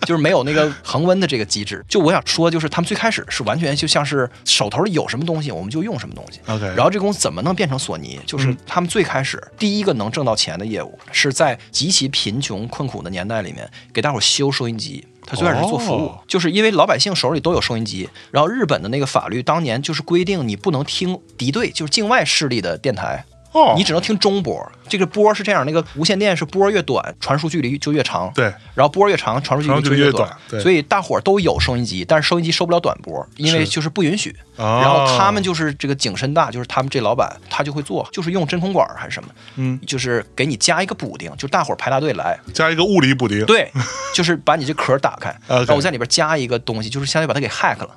就是没有那个恒温的这个机制。就我想说，就是他们最开始是完全就像是手头里有什么东西，我们就用什么东西。
OK 嗯
然后这公司怎么能变成索尼？就是他们最开始第一个能挣到钱的业务，是在极其贫穷困苦的年代里面给大伙修收音机。他最开始是做服务，
哦
就是因为老百姓手里都有收音机，然后日本的那个法律当年就是规定你不能听敌对，就是境外势力的电台。
哦，
你只能听中波，这个波是这样，那个无线电是波越短，传输距离就越长。
对
然后波越长，传输距离
传
就
输距离
越
越
短。
短对
所以大伙儿都有收音机，但是收音机收不了短波，因为
是
就是不允许。
哦
然后他们就是这个井深大，就是他们这老板他就会做，就是用真空管还是什么，
嗯，
就是给你加一个补丁，就大伙儿排大队来，
加一个物理补丁，
对，就是把你这壳打开，
OK
然后我在里边加一个东西，就是相当于把它给 hack 了，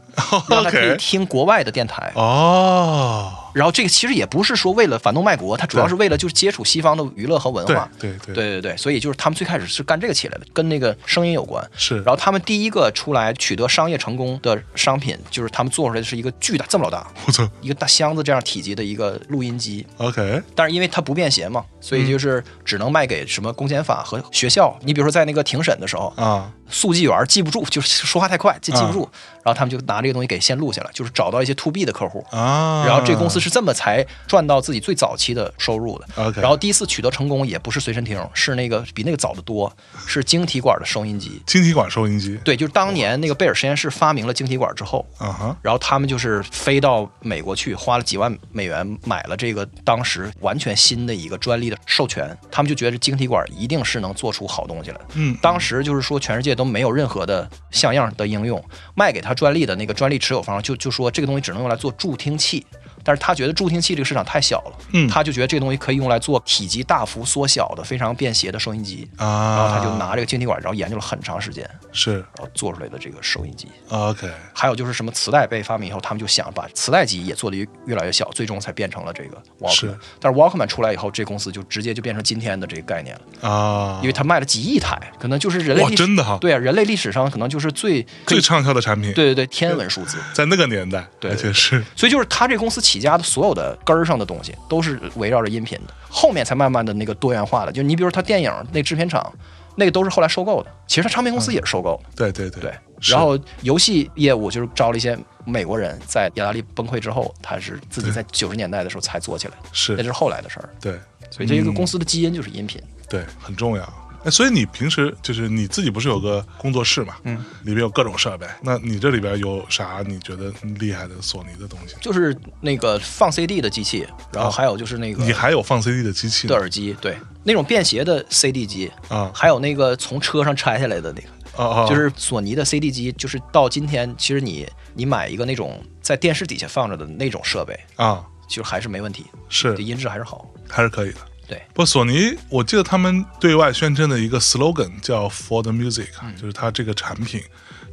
让它可以
OK
听国外的电台。
哦，
然后这个其实也不是说为了反动卖国，它主要是为了就是接触西方的娱乐和文化。
对对对
对对对所以就是他们最开始是干这个起来的，跟那个声音有关。
是
然后他们第一个出来取得商业成功的商品，就是他们做出来的是一个巨大这么老大
我操
一个大箱子这样体积的一个录音机，
，OK，
但是因为它不便携嘛，所以就是只能卖给什么公检法和学校。你比如说在那个庭审的时候，
啊，
速记员记不住，就是说话太快，记记不住，然后他们就拿这个东西给先录下来，就是找到一些 to B 的客户。
啊，
然后这公司是这么才赚到自己最早期的收入的。
OK
然后第一次取得成功也不是随身听，是那个比那个早得多，是晶体管的收音机。
晶体管收音机，
对，就是当年那个贝尔实验室发明了晶体管之后，
啊哈，
然后他们就是飞到美国去，花了几万美元买了这个当时完全新的一个专利的授权，他们就觉得晶体管一定是能做出好东西来。
嗯
当时就是说全世界都没有任何的像样的应用，卖给他专利的那个专利持有方就就说这个东西只能用来做助听器。但是他觉得助听器这个市场太小了，
嗯
他就觉得这个东西可以用来做体积大幅缩小的非常便携的收音机，
啊，
然后他就拿这个晶体管，然后研究了很长时间，
是啊
然后呃做出来的这个收音机。
OK，
还有就是什么磁带被发明以后，他们就想把磁带机也做得越越来越小，最终才变成了这个
是
Walkman。但是 Walkman 出来以后，这公司就直接就变成今天的这个概念了，
啊，
因为它卖了几亿台，可能就是人类
哇
历史
真的哈
对啊，人类历史上可能就是最
最畅销的产品，
对，对对天文数字。
在那个年代，
对
而且是
所以就是它这公司起家的所有的根儿上的东西，都是围绕着音频的，后面才慢慢的那个多元化的。就你比如它电影那制片厂，那个都是后来收购的，其实它唱片公
嗯
司也是收购的。
对对对
对，
是
然后游戏业务就是招了一些美国人，在意大利崩溃之后，他是自己在九十年代的时候才做起来，那
是
是后来的事儿。
对，嗯
所以这个公司的基因就是音频。
对，很重要。哎，所以你平时就是你自己不是有个工作室嘛？嗯，里边有各种设备。那你这里边有啥你觉得厉害的索尼的东西？
就是那个放 CD 的机器，然后还有就是那个
你还有放 CD 的机器
的
呢？
耳机，对，那种便携的 CD 机
啊
还有那个从车上拆下来的那个，
哦哦，
就是索尼的 CD 机，就是到今天，其实你你买一个那种在电视底下放着的那种设备，
啊，
就是还是没问题，
是
这音质还是好。
还是可以的。
对，
不，索尼，我记得他们对外宣称的一个 slogan 叫 “For the Music”，、就是它这个产品，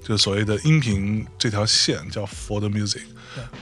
就是所谓的音频这条线叫 “For the Music”。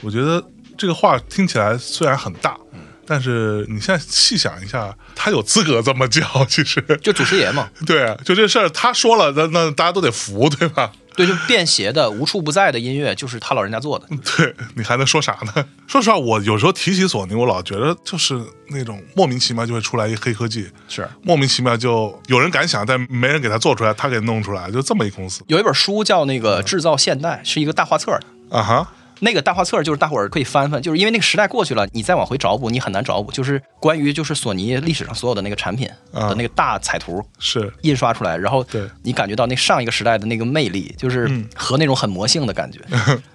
我觉得这个话听起来虽然很大，但是你现在细想一下，他有资格这么叫，其实
就祖师爷嘛，
对，啊就这事儿他说了，那那大家都得服，对吧？
对，就便携的、无处不在的音乐，就是他老人家做的。
对你还能说啥 呢？说实话，我有时候提起索尼，我老觉得就是那种莫名其妙就会出来一黑科技，
是
莫名其妙就有人敢想，但没人给他做出来，他给弄出来，就这么一公司
有一本书叫那个《制造现代》，是一个大画册儿
啊哈。
那个大画册就是大伙儿可以翻翻，就是因为那个时代过去了，你再往回找补，你很难找补。就是关于就是索尼历史上所有的那个产品
啊
的那个大彩图
是
印刷出来，然后
对嗯
你感觉到那上一个时代的那个魅力，就是和那种很魔性的 感觉。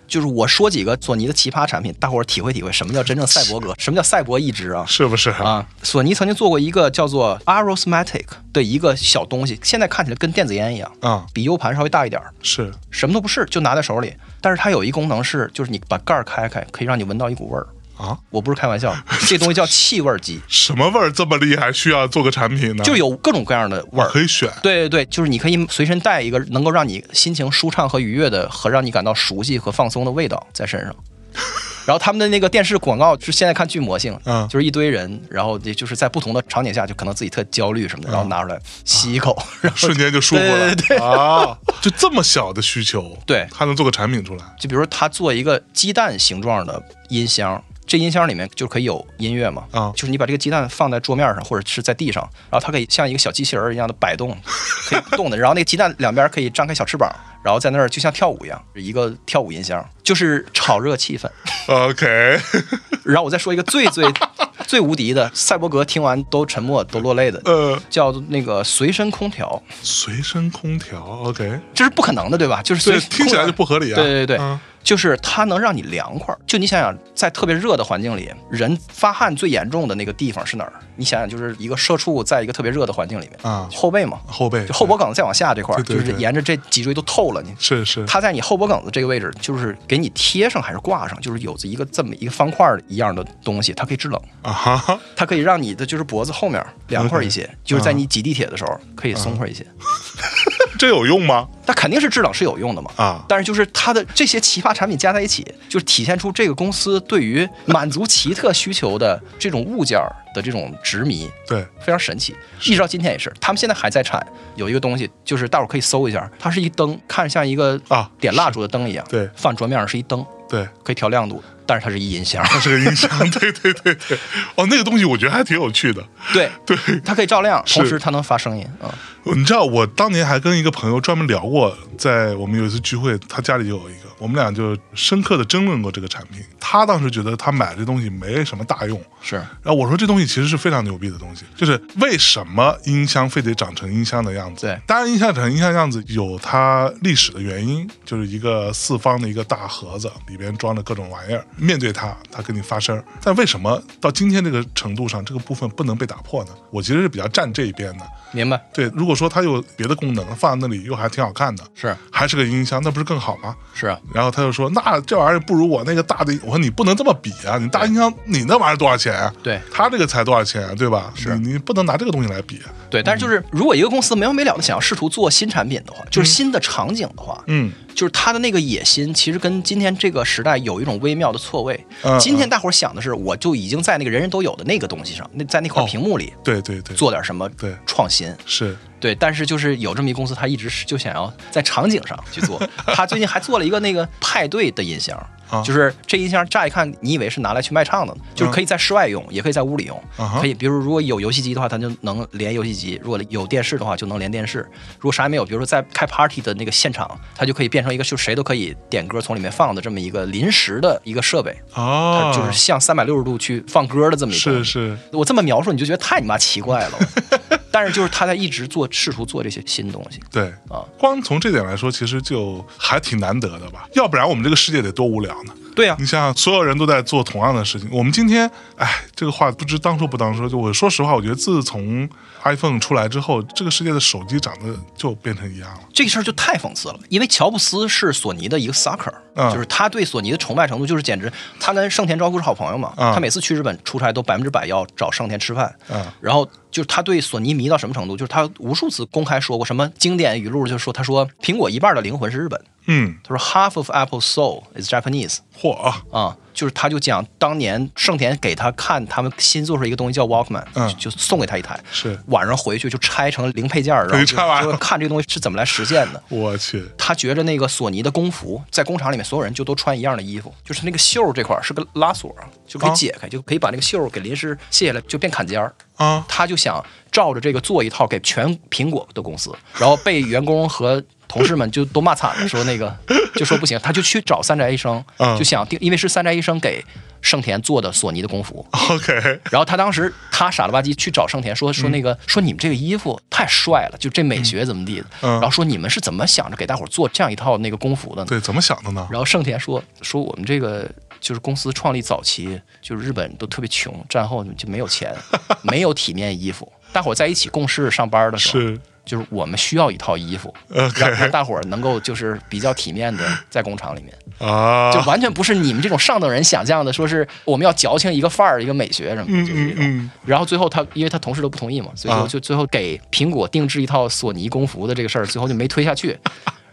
就是我说几个索尼的奇葩产品，大伙儿体会体会什么叫真正赛博格，什么叫赛博意志啊。
是不是？
啊，索尼曾经做过一个叫做 Arosmatic 的一个小东西，现在看起来跟电子烟一样，
啊，
比 U 盘稍微大一点儿，
是
什么都不是，就拿在手里。但是它有一功能是，就是你把盖儿开开，可以让你闻到一股味儿。
啊，
我不是开玩笑，这东西叫气味机，
什么味儿这么厉害？需要做个产品呢？
就有各种各样的味儿。
可以选
对对对，就是你可以随身带一个能够让你心情舒畅和愉悦的，和让你感到熟悉和放松的味道在身上。然后他们的那个电视广告，是现在看巨魔性，
嗯
就是一堆人，然后也就是在不同的场景下，就可能自己特焦虑什么的，然后拿出来吸一口，然后
瞬间就舒服了
对对
啊！就这么小的需求，
对
他能做个产品出来，
就比如说他做一个鸡蛋形状的音箱，这音箱里面就可以有音乐嘛，
啊
就是你把这个鸡蛋放在桌面上或者是在地上，然后它可以像一个小机器人儿一样的摆动，可以动的，然后那个鸡蛋两边可以张开小翅膀，然后在那儿就像跳舞一样，一个跳舞音箱，就是炒热气氛。
OK，
然后我再说一个最最最无敌的，赛博格听完都沉默都落泪的，
呃，
叫那个随身空调，
随身空调，OK，
这是不可能的，对吧？就是随
对，听起来就不合理啊。
对对对，
嗯
就是它能让你凉快儿。就你想想，在特别热的环境里，人发汗最严重的那个地方是哪儿？你想想，就是一个社畜在一个特别热的环境里面
啊
后背嘛，
后背
就后脖梗再往下这块儿，
对对对
就是沿着这脊椎都透了你。
是是，
它在你后脖梗子这个位置，就是给你贴上还是挂上，就是有着一个这么一个方块儿一样的东西，它可以制冷，
啊哈，
它可以让你的就是脖子后面凉快一些，
嗯
就是在你挤地铁的时候可以松快一些。
这有用吗？
那肯定是制冷是有用的嘛
啊
但是就是它的这些奇葩产品加在一起，就是体现出这个公司对于满足奇特需求的这种物件儿的这种执迷，
对，
非常神奇。一直到今天也是，他们现在还在产有一个东西，就是大伙儿可以搜一下，它是一灯，看像一个
啊
点蜡烛的灯一样，
对
放桌面上是一灯，
对，
可以调亮度，但是它是一音箱，
它是个音箱， 对对对对，哦，那个东西我觉得还挺有趣的。
对，
对，
它可以照亮，
是
同时它能发声音啊、
你知道我当年还跟一个朋友专门聊过，在我们有一次聚会，他家里就有一个，我们俩就深刻的争论过这个产品。他当时觉得他买这东西没什么大用，
是
然后我说这东西其实是非常牛逼的东西，就是为什么音箱非得长成音箱的样子？
对
当然音箱长成音箱样子有它历史的原因，就是一个四方的一个大盒子，里边装着各种玩意儿，面对它，它给你发声儿。但为什么到今天这个程度上，这个部分不能被打破呢？我其实是比较站这一边的。
明白
对，如果说它有别的功能放在那里又还挺好看的，
是
还是个音箱，那不是更好吗？
是啊，
然后他就说：“那这玩意儿不如我那个大的。”我说：“你不能这么比啊！你大音箱，你那玩意儿多少钱啊？
对
他这个才多少钱啊？对吧？
是
你你不能拿这个东西来比啊。
对，但是就是如果一个公司没完没了的想要试图做新产品的话，就是新的场景的话，
嗯，
就是他的那个野心，其实跟今天这个时代有一种微妙的错位
嗯。
今天大伙儿想的是，我就已经在那个人人都有的那个东西上，那在那块屏幕里
对对对，
做点什么
哦对
创新。
是
对，但是就是有这么一公司，他一直是就想要在场景上去做。他最近还做了一个那个派对的音箱
啊。
就是这音箱，乍一看你以为是拿来去卖唱的，就是可以在室外用，也可以在屋里用
啊哈。
可以，比如如果有游戏机的话，它就能连游戏机；如果有电视的话，就能连电视。如果啥也没有，比如说在开 party 的那个现场，它就可以变成一个就谁都可以点歌从里面放的这么一个临时的一个设备，
哦
它，就是向三百六十度去放歌的这么一个。
是是，
我这么描述你就觉得太你妈奇怪 了，但是就是他在一直做试图做这些新东西
对。
啊。
光从这点来说，其实就还挺难得的吧？要不然我们这个世界得多无聊呢？
对呀、
你想想，所有人都在做同样的事情。我们今天，哎，这个话不知当说不当说。就我说实话，我觉得自从 iPhone 出来之后，这个世界的手机长得就变成一样了。
这个事儿就太讽刺了，因为乔布斯是索尼的一个 sucker，、
嗯
就是他对索尼的崇拜程度就是简直，他跟盛田昭夫是好朋友嘛，
嗯
他每次去日本出差都百分之百要找盛田吃饭，
嗯
然后就是他对索尼迷到什么程度，就是他无数次公开说过什么经典语录，就是说他说苹果一半的灵魂是日本，
嗯，
他说 half of apple soul is Japanese
嚯啊，
啊、就是他就讲当年盛田给他看他们新做出一个东西叫 Walkman，、
嗯
就就送给他一台，
是
晚上回去就拆成零配件儿，然后就
拆完了
说看这个东西是怎么来实现的。
我去，
他觉着那个索尼的工服在工厂里面所有人就都穿一样的衣服，就是那个袖儿这块儿是个拉锁，就可以
啊
解开，就可以把那个袖儿给临时卸下来，就变坎肩儿。
啊，
他就想照着这个做一套给全苹果的公司，然后被员工和同事们就都骂惨了，说那个 就说不行，他就去找三宅一生
嗯，
就想定，因为是三宅一生给盛田做的索尼的工服。
OK，
然后他当时他傻了吧唧去找盛田说说那个、说你们这个衣服太帅了，就这美学怎么地的，
嗯
然后说你们是怎么想着给大伙儿做这样一套那个工服的呢？
对，怎么想的呢？
然后盛田说说我们这个就是公司创立早期，就是日本都特别穷，战后就没有 钱，没有体面衣服。大伙儿在一起共事上班的时候，
是
就是我们需要一套衣服，让
OK
让大伙儿能够就是比较体面的在工厂里面，
啊，
就完全不是你们这种上等人想象的，说是我们要矫情一个范儿一个美学什么
嗯
的，就是
嗯
这种。
嗯，
然后最后他，因为他同事都不同意嘛，所以
啊
就就最后给苹果定制一套索尼工服的这个事儿，最后就没推下 去。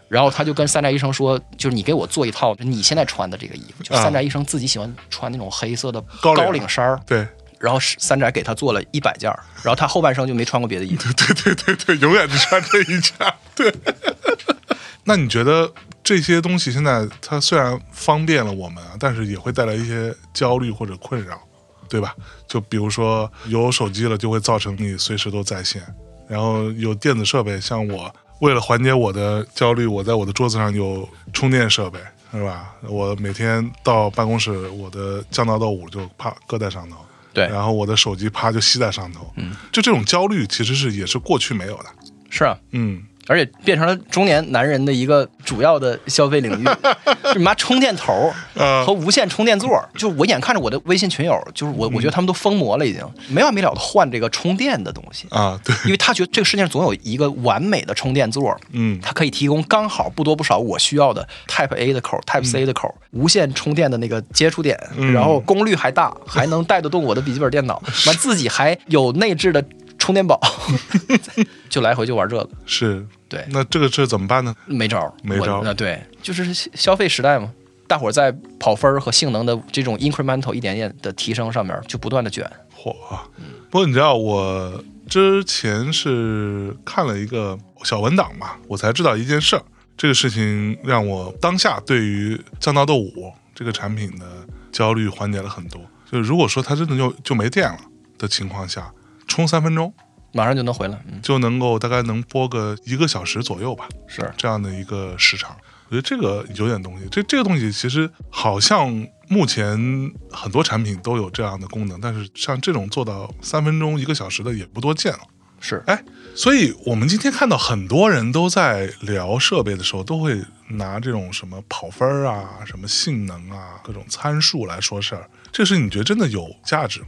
然后他就跟三宅医生说，就是你给我做一套你现在穿的这个衣服，就是
啊
三宅医生自己喜欢穿那种黑色的
高
高
领
领衫儿。
对
然后三宅给他做了一百件儿，然后他后半生就没穿过别的衣 服。
对对对对，永远只穿这一件。对， 那你觉得这些东西现在它虽然方便了我们啊，但是也会带来一些焦虑或者困扰，对吧？就比如说有手机了，就会造成你随时都在线，然后有电子设备，像我为了缓解我的焦虑，我在我的桌子上有充电设备。是吧？我每天到办公室，我的降噪到五就啪搁在上头，
对
然后我的手机啪就吸在上头，嗯，就这种焦虑其实是也是过去没有的，
是啊，
嗯，
而且变成了中年男人的一个主要的消费领域，就妈充电头
啊
儿和无线充电座儿。就是我眼看着我的微信群友，就是我，我觉得他们都疯魔了，已经没完没了的换这个充电的东 西，
啊，对，
因为他觉得这个世界上总有一个完美的充电座儿，
嗯
它可以提供刚好不多不少我需要的 Type A 的口、Type C 的口、无线充电的那个接触点，然后功率还大，还能带得动我的笔记本电脑，完自己还有内置的充电宝， 就来回就玩这个。
是，
对
那这个事怎么办呢？
没招儿，
没招儿
我那对，就是消费时代嘛，大伙儿在跑分儿和性能的这种 incremental 一点点的提升上面，就不断的卷。
火啊！不过你知道，我之前是看了一个小文档嘛，我才知道一件事儿。这个事情让我当下对于降噪豆五这个产品的焦虑缓解了很多。就如果说它真的就就没电了的情况下，充三分钟
马上就能回来，嗯，
就能够大概能播个一个小时左右吧。
是
这样的一个时长。我觉得这个有点东西，这这个东西其实好像目前很多产品都有这样的功能，但是像这种做到三分钟一个小时的也不多见了。
是，
哎，所以我们今天看到很多人都在聊设备的时候，都会拿这种什么跑分儿啊、什么性能啊、各种参数来说事儿。这事你觉得真的有价值吗？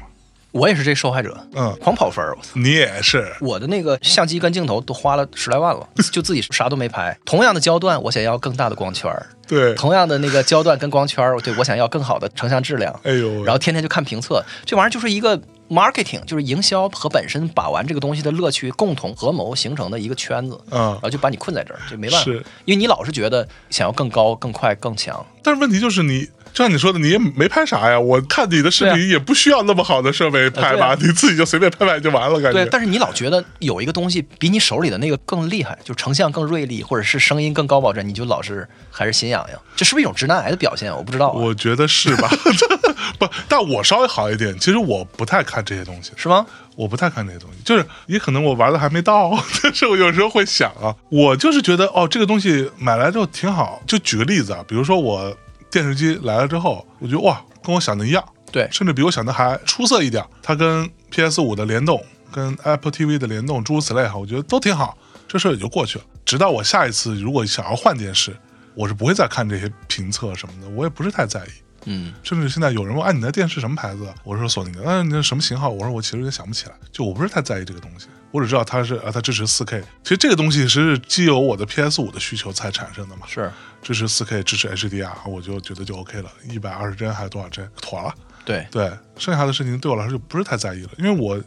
我也是这受害者，
嗯，
狂跑分儿，我操！
你也是，
我的那个相机跟镜头都花了十来万了，就自己啥都没拍。同样的焦段，我想要更大的光圈儿；
对，
同样的那个焦段跟光圈儿，对我想要更好的成像质量。
哎呦喂，
然后天天就看评测，这玩意儿就是一个 marketing，就是营销和本身把玩这个东西的乐趣共同合谋形成的一个圈子。
啊
然，后就把你困在这儿，就没办法
是，
因为你老是觉得想要更高、更快、更强，
但是问题就是你，就像你说的，你也没拍啥呀。我看你的视
对啊
频也不需要那么好的设备拍吧，
呃
你自己就随便拍拍就完了，感觉。
对，但是你老觉得有一个东西比你手里的那个更厉害，就成像更锐利，或者是声音更高保真，你就老是还是心痒痒，这是不是一种直男癌的表现？我不知道、啊，
我觉得是吧？ 不，但我稍微好一点。其实我不太看这些东西，
是吗？
我不太看这些东西，就是也可能我玩的还没到， 但是我有时候会想啊，我就是觉得哦，这个东西买来之后挺好。就举个例子啊，比如说我电视机来了之后，我觉得哇，跟我想的一样，
对，
甚至比我想的还出色一点。它跟 PS 五的联动，跟 Apple TV 的联动，诸如此类哈，我觉得都挺好，这事儿也就过去了。直到我下一次如果想要换电视，我是不会再看这些评测什么的，我也不是太在意。
嗯，
甚至现在有人问，哎，你的电视什么牌子啊？我说索尼的。嗯、你那什么型号？我说我其实也想不起来，就我不是太在意这个东西，我只知道它是啊，它支持 4K。其实这个东西是基有我的 PS 五的需求才产生的嘛，
是
支持 4K，支持 HDR，我就觉得就 OK 了，一百二十帧还是多少帧，妥了。
对，
对，剩下的事情对我来说就不是太在意了，因为我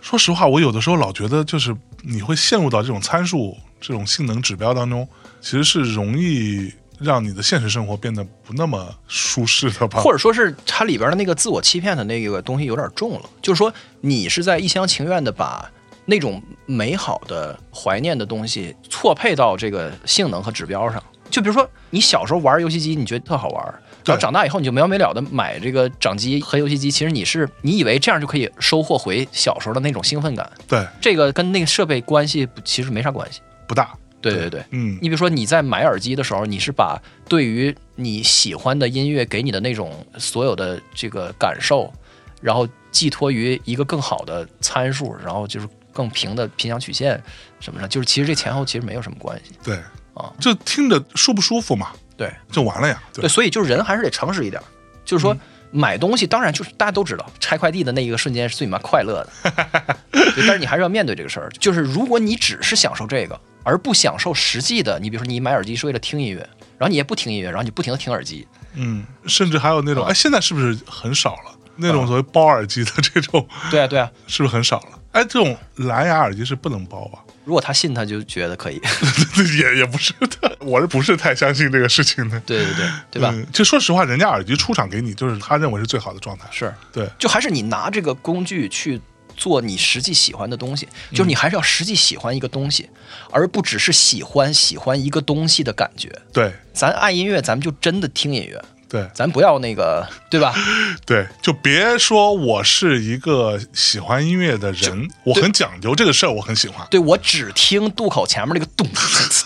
说实话，我有的时候老觉得就是你会陷入到这种参数、这种性能指标当中，其实是容易让你的现实生活变得不那么舒适了吧？
或者说是它里边的那个自我欺骗的那个东西有点重了，就是说你是在一厢情愿的把那种美好的怀念的东西错配到这个性能和指标上。就比如说你小时候玩游戏机，你觉得特好玩，
对
然后长大以后你就没完没了的买这个掌机和游戏机，其实你是你以为这样就可以收获回小时候的那种兴奋感，
对，
这个跟那个设备关系不其实没啥关系。
不大。
对对对，
嗯，
你比如说你在买耳机的时候，你是把对于你喜欢的音乐给你的那种所有的这个感受，然后寄托于一个更好的参数，然后就是更平的频响曲线什么的，就是其实这前后其实没有什么关系。
对，
啊
就听着舒不舒服嘛，
对
就完了呀。
对，嗯所以就是人还是得诚实一点，就是说。买东西当然就是大家都知道，拆快递的那一个瞬间是最你妈快乐 的，对但是你还是要面对这个事儿。就是如果你只是享受这个，而不享受实际的，你比如说你买耳机是为了听音乐，然后你也不听音乐，然后你不停的听耳机，
嗯，甚至还有那种，
啊
哎，现在是不是很少了？那种所谓包耳机的这种，
对啊，对啊。
是不是很少了？哎，这种蓝牙耳机是不能包吧？
如果他信，他就觉得可以。
也也不是的，我是不是太相信这个事情的？
对对对，对吧？
嗯就说实话，人家耳机出厂给你，就是他认为是最好的状态。
是，
对，
就还是你拿这个工具去做你实际喜欢的东西，就是你还是要实际喜欢一个东西，而不只是喜欢喜欢一个东西的感觉。
对，
咱爱音乐，咱们就真的听音乐，
对，
咱不要那个，对 吧？
对，就别说我是一个喜欢音乐的人，我很讲究这个事儿，我很喜欢。
对我只听渡口前面那个咚，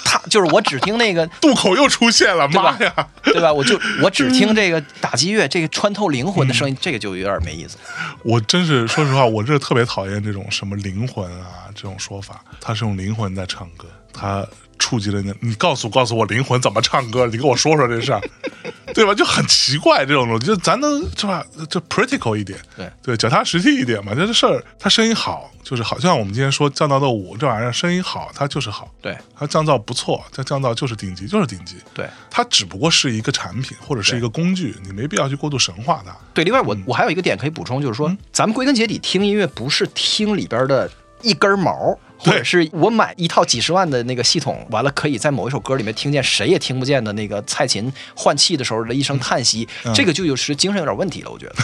他就是我只听那 个，
渡口又出现了，妈呀！
对吧？我 就我只听这个打击乐，这个穿透灵魂的声音，这个就有点没意思。
我真是说实话，我这特别讨厌这种什么灵魂啊这种说法，他是用灵魂在唱歌，他触及了你，你告诉告诉我灵魂怎么唱歌，你跟我说说这事儿， 对吧？就很奇怪这种东西，就咱能是吧？就 practical 一点，
对
对，脚踏实地一点嘛。这事儿他声音好，就是好就像我们今天说降噪豆舞这玩意儿，声音好它就是好，
对
它降噪不错，它降噪就是顶级，就是顶级。
对，
它只不过是一个产品或者是一个工具，你没必要去过度神化它。
对，另外
嗯
我我还有一个点可以补充，就是说，咱们归根结底听音乐不是听里边的一根毛，或者
对
是我买一套几十万的那个系统，完了可以在某一首歌里面听见谁也听不见的那个蔡琴换气的时候的一声叹息，
嗯
这个就有时精神有点问题了。我觉得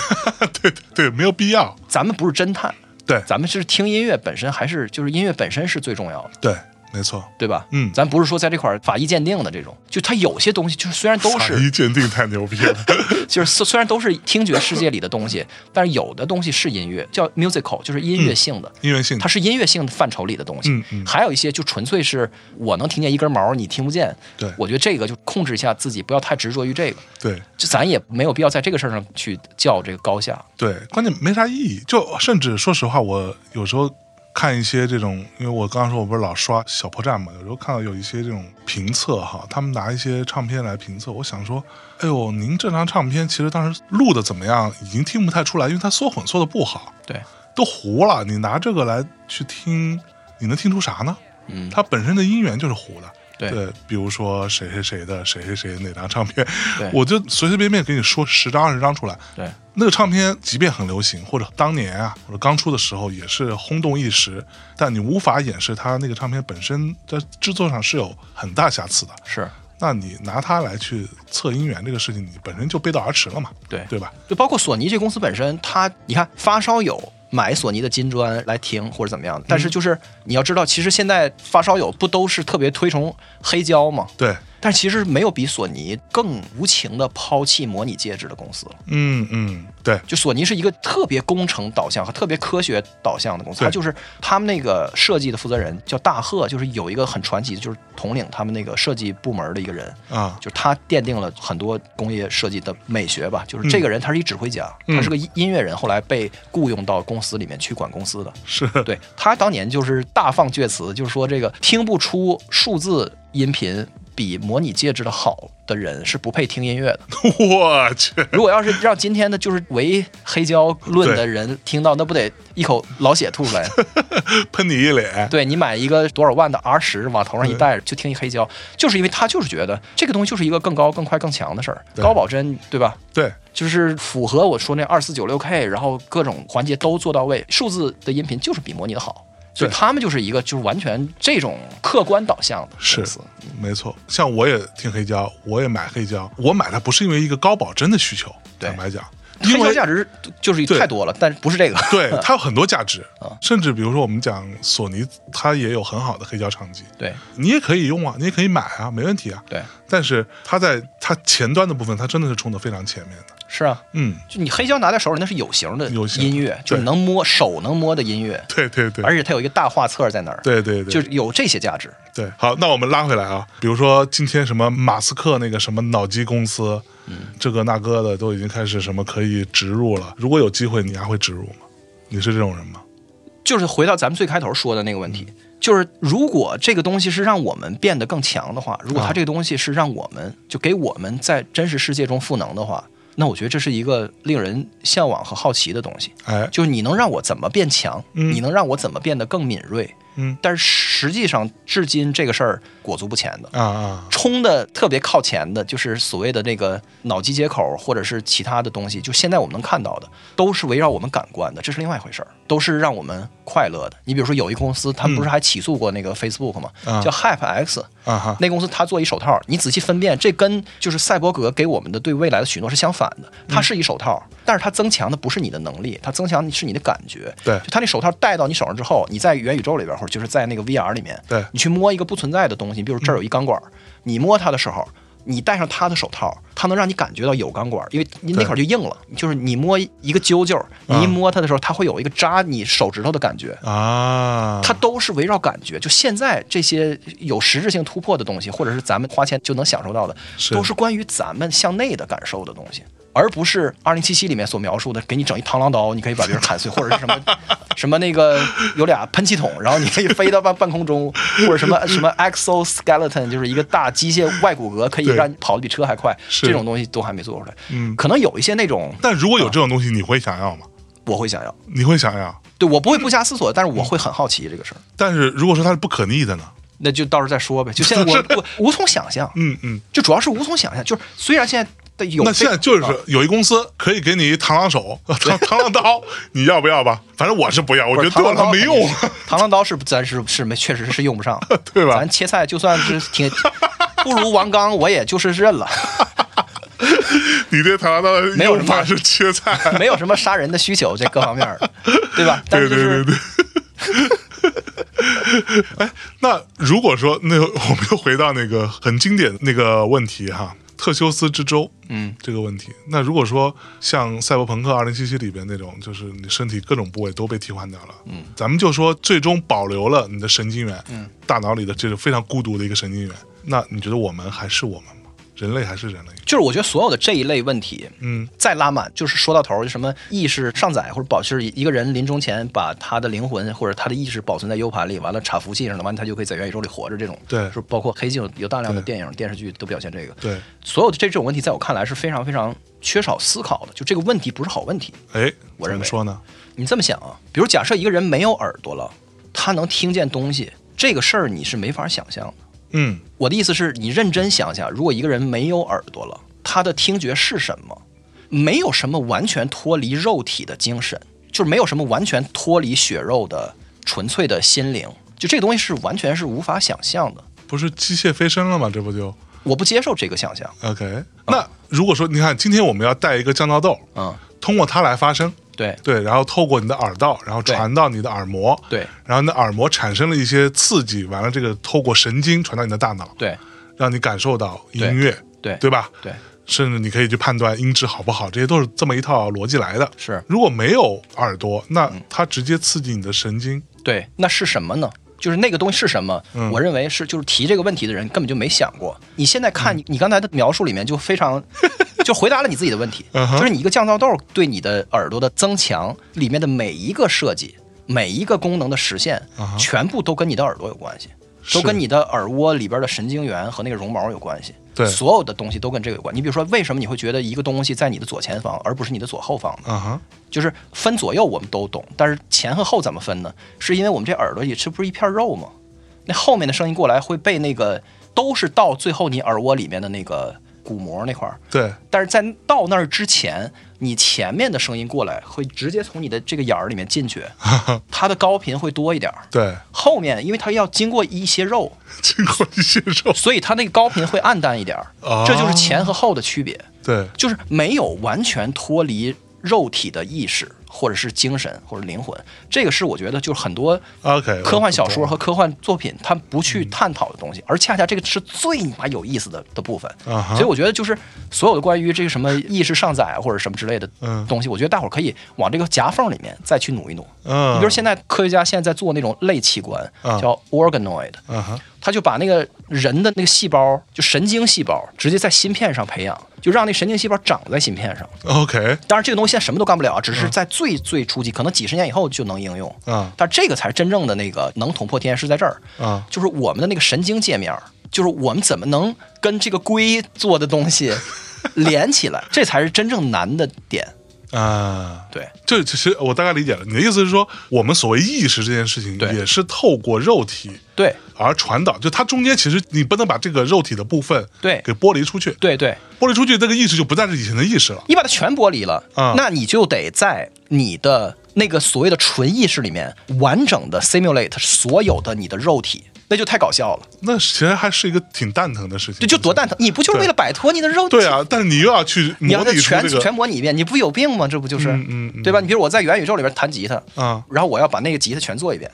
对对对，没有必要。
咱们不是侦 探，
对
咱们是听音乐本身，还是就是音乐本身是最重要的。
对，没错。
对吧？
嗯
咱不是说在这块儿法医鉴定的这种，就它有些东西，就是虽然都
法
是
医鉴定太牛逼 了，
就是虽虽然都是听觉世界里的东西，但是有的东西是音乐，叫 musical，就是音乐性的，
音乐性
它是音乐性的范畴里的东西。
嗯嗯
还有一些就纯粹是我能听见一根毛，你听不见。
对
我觉得这个就控制一下自己，不要太执着于这个。
对
就咱也没有必要在这个事儿上去较这个高下。
对，关键没啥意义。就甚至说实话，我有时候看一些这种，因为我刚刚说我不是老刷小破站嘛，有时候看到有一些这种评测哈，他们拿一些唱片来评测，我想说，哎呦，您这张唱片其实当时录的怎么样，已经听不太出来，因为它缩混缩的不好，
对，
都糊了。你拿这个来去听，你能听出啥呢？
嗯，
它本身的音源就是糊的。
对
比如说谁谁谁的谁谁谁哪张唱片
对，
我就随随便便给你说十张二十张出来。
对，
那个唱片即便很流行，或者当年啊，或者刚出的时候也是轰动一时，但你无法掩饰它那个唱片本身在制作上是有很大瑕疵的。
是
那你拿它来去测音源这个事情，你本身就背道而驰了嘛？
对
对吧？
就包括索尼这公司本身，它你看发烧友买索尼的金砖来听或者怎么样，
嗯
但是就是你要知道，其实现在发烧友不都是特别推崇黑胶吗？
对，
但其实没有比索尼更无情的抛弃模拟介质的公司了。
嗯嗯，对
就索尼是一个特别工程导向和特别科学导向的公司，
对
它就是他们那个设计的负责人叫大贺，就是有一个很传奇的，就是统领他们那个设计部门的一个人，
啊，
就是他奠定了很多工业设计的美学吧。就是这个人，他是一指挥家，
嗯
他是个音音乐人，后来被雇佣到公司里面去管公司的。
是，
对他当年就是大放厥词，就是说这个听不出数字音频比模拟介质的好的人是不配听音 乐的。
我去，
如果要是让今天的就是唯黑胶论的人听到，那不得一口老血吐出 来？
喷你一脸，
对你买一个多少万的 R 十往头上一戴，就听一黑胶，就是因为他就是觉得这个东西就是一个更高、更快、更强的事儿，
对
高保真，对吧？
对
就是符合我说那二四九六 K，然后各种环节都做到位，数字的音频就是比模拟的好。所以他们就是一个就是完全这种客观导向的
是
公司。
没错，像我也听黑胶，我也买黑胶，我买它不是因为一个高保真的需求，
对
坦白讲，因
黑胶
为
价值就是
对
太多了，但是不是这个？
对它有很多价值
啊，
甚至比如说我们讲索尼，它也有很好的黑胶唱机，
对
你也可以用啊，你也可以买啊，没问题啊。
对，
但是它在它前端的部分，它真的是冲得非常前面的。
是啊，
嗯，
就你黑胶拿在手里那是有形的
有形
音乐，就是
对
能摸手能摸的音乐，
对对对，
而且它有一个大画册在那儿，
对对对，
就是有这些价值。
对，好，那我们拉回来啊，比如说今天什么马斯克那个什么脑机公司，嗯，这个那个的都已经开始什么可以植入了。如果有机会，你还会植入吗？你是这种人吗？
就是回到咱们最开头说的那个问
嗯
题，就是如果这个东西是让我们变得更强的话，如
啊
果它这个东西是让我们就给我们在真实世界中赋能的话，那我觉得这是一个令人向往和好奇的东西。
哎，
就是你能让我怎么变强，
嗯
你能让我怎么变得更敏锐，
嗯
但是实际上至今这个事儿裹足不前的。
啊啊，
冲的特别靠前的，就是所谓的那个脑机接口，或者是其他的东西。就现在我们能看到的，都是围绕我们感官的，这是另外一回事儿，都是让我们快乐的。你比如说，有一公司，他们不是还起诉过那个 Facebook 吗？
啊
叫 HypeX，
啊哈，
那公司他做一手套，你仔细分辨，这跟就是赛博格给我们的对未来的许诺是相反的。
嗯
它是一手套，但是它增强的不是你的能力，它增强的是你的感觉。
对
就它那手套戴到你手上之后，你在元宇宙里边，或者就是在那个 VR 里面，
对嗯
你去摸一个不存在的东西，比如这儿有一钢管，你摸它的时候。你戴上它的手套，它能让你感觉到有钢管，因为你那
对
块儿就硬了。
嗯
就是你摸一个揪揪，你一摸它的时候，它会有一个扎你手指头的感觉。
啊，
它都是围绕感觉。就现在这些有实质性突破的东西，或者是咱们花钱就能享受到的，
是
都是关于咱们向内的感受的东西。而不是《二零七七》里面所描述的，给你整一螳螂刀，你可以把别人砍碎，或者是什么什么那个有俩喷气筒，然后你可以飞到半半空中，或者什么什么 exoskeleton，就是一个大机械外骨骼，可以
对
让你跑得比车还快，
是
这种东西都还没做出来。
嗯
可能有一些那种
但如果有这种东西，你会想要吗？
我会想要，
你会想要？
对我不会不加思索，但是
嗯
我会很好奇这个事儿。
但是如果说它是不可逆的呢？
那就到时候再说呗。就 现在我我无从想象，
嗯嗯，
就主要是无从想象。就是虽然现在的有
那
这
现
个
在就是
啊
说有一公司可以给你一螳 螂手、螳螳螂刀，你要不要吧？反正我是不要，我
不
觉
是
得对我
螳螂
来
刀
说没用。，
肯定是螳螂刀是咱是是没，确实是用不上
对吧
咱切菜就算是挺不如王刚，我也就是认了，
你对螳螂刀的
没有
用法
什
是切菜。
没有什么杀人的需求，这各方面儿的，对 吧？但是
对
就
对对
是
对。哎，那如果说那我们又回到那个很经典的那个问题哈，特修斯之舟，
嗯，
这个问题。那如果说像《赛博朋克2077》里边那种，就是你身体各种部位都被替换掉了，嗯，咱们就说最终保留了你的神经元，嗯，大脑里的这个非常孤独的一个神经元。那你觉得我们还是我们吗？人类还是人类？
就是我觉得所有的这一类问题，
嗯，
再拉满，就是说到头儿，就什么意识上载或者保，就是一个人临终前把他的灵魂或者他的意识保存在 U 盘里，完了插服器上了，完了他就可以在元宇宙里活着。这种
对
就是包括黑镜有大量的
对
电影、电视剧都表现这个。
对，
所有的这这种问题，在我看来是非常非常缺少思考的。就这个问题不是好问题。
哎，
我
怎
认为
么说呢？
你这么想啊，比如假设一个人没有耳朵了，他能听见东西，这个事儿你是没法想象的。
嗯，
我的意思是你认真想想，如果一个人没有耳朵了，他的听觉是什么？没有什么完全脱离肉体的精神，就是没有什么完全脱离血肉的纯粹的心灵。就这个东西是完全是无法想象的，
不是机械飞升了吗？这不就？
我不接受这个想象。
OK，那如果说你看，今天我们要带一个降噪豆，
嗯，
通过它来发声，
对
对，然后透过你的耳道，然后
对
传到你的耳膜，
对
然后你的耳膜产生了一些刺激，完了这个透过神经传到你的大脑，
对
让你感受到
对
音乐，
对
对吧？
对，
甚至你可以去判断音质好不好，这些都是这么一套逻辑来的。
是
如果没有耳朵，那它直接刺激你的神经，
对，那是什么呢？就是那个东西是什么？
嗯
我认为是，就是提这个问题的人根本就没想过。你现在
嗯
看你你刚才的描述里面就非 常，就回答了你自己的问题，
嗯哼
就是你一个降噪豆对你的耳朵的增强里面的每一个设计、每一个功能的实现
嗯哼，
全部都跟你的耳朵有关系，
是
都跟你的耳窝里边的神经元和那个绒毛有关系。
对
所有的东西都跟这个有关。你比如说，为什么你会觉得一个东西在你的左前方，而不是你的左后方呢？
啊哈，
就是分左右我们都懂，但是前和后怎么分呢？是因为我们这耳朵里这不是一片肉吗？那后面的声音过来会被那个都是到最后你耳蜗里面的那个鼓膜那块儿，
对，
但是在到那儿之前，你前面的声音过来会直接从你的这个眼儿里面进去，它的高频会多一点儿。
对，
后面因为它要经过一些肉，
经过一些肉，
所以它那个高频会暗淡一点儿
哦。
这就是前和后的区别，
对，
就是没有完全脱离肉体的意识。或者是精神，或者灵魂，这个是我觉得就是很多
OK，
科幻小
我懂
说
了
和科幻作品，它不去探讨的东西，而恰恰这个是最你妈有意思的的部分。
嗯啊哈
所以我觉得就是所有的关于这个什么意识上载啊或者什么之类的
嗯
东西，我觉得大伙儿可以往这个夹缝里面再去努一努。
嗯，
你比如现在科学家现在在做那种类器官，
啊
叫 organoid，
嗯哼，
他就把那个人的那个细胞，就神经细胞，直接在芯片上培养，就让那神经细胞长在芯片上。
OK，
当然，这个东西现在什么都干不了啊，只是在最最初级，可能几十年以后就能应用。
啊
但这个才是真正的那个能捅破天是在这儿，
啊
就是我们的那个神经界面儿，就是我们怎么能跟这个龟做的东西连起来，这才是真正难的点。
啊，
对，
这其实我大概理解了。你的意思是说，我们所谓意识这件事情，
对
也是透过肉体
对，
而传导，就它中间其实你不能把这个肉体的部分
对
给剥离出去，
对，对。
剥离出去这个意识就不再是以前的意识了。
你把它全剥离了，
啊
那你就得在你的那个所谓的纯意识里面完整的 simulate 所有的你的肉体，那就太搞笑了。
那其实还是一个挺蛋疼的事情，
这就多蛋疼！你不就是为了摆脱你的肉体？
对啊，但是你又要去
你要
模
它
拟出
全
这个
全模拟一遍，你不有病吗？这不就是，
嗯嗯嗯
对吧？你比如我在元宇宙里边弹吉他，
啊，
然后我要把那个吉他全做一 遍，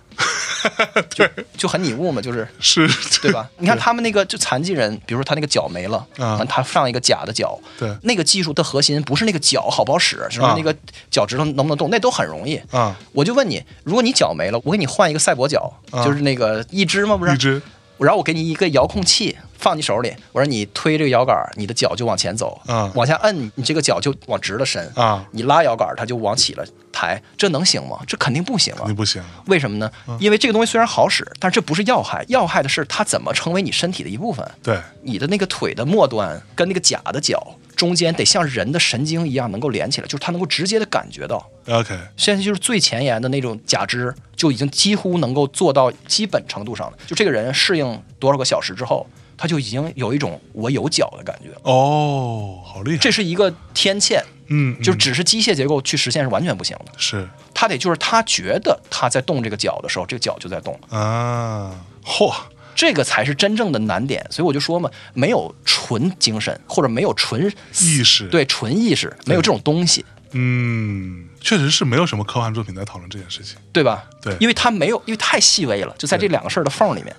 就就很拟物嘛，就是
是，
对吧？你看他们那个就残疾人，比如说他那个脚没了，
啊
完他上一个假的脚，
对
那个技术的核心不是那个脚好不好使，什么
啊
那个脚趾头能不能动，那都很容易
啊。
我就问你，如果你脚没了，我给你换一个赛博脚，
啊
就是那个一只吗？不是
一只，
然后我给你一个遥控器放你手里，我让你推这个摇杆，你的脚就往前走，
啊
往下摁，你这个脚就往直了伸，
啊
你拉摇杆，它就往起了抬，这能行吗？这肯定不行啊
你！不行，
为什么呢？因为这个东西虽然好使，但是这不是要害，要害的是它怎么成为你身体的一部分。
对，
你的那个腿的末端跟那个假的脚中间得像人的神经一样能够连起来，就是它能够直接的感觉到。
OK，
现在就是最前沿的那种假肢，就已经几乎能够做到基本程度上了。就这个人适应多少个小时之后，他就已经有一种我有脚的感觉了。
哦，好厉害，
这是一个天堑，
嗯，嗯
就只是机械结构去实现是完全不行的。
是
他得就是他觉得他在动这个脚的时候，这个脚就在动。
啊，嚯，
这个才是真正的难点。所以我就说嘛，没有纯精神或者没有纯
意识
对纯意识，没有这种东西，
嗯，确实是没有什么科幻作品在讨论这件事情。
对吧？
对
因为它没有，因为太细微了，就在这两个事儿的缝 里面。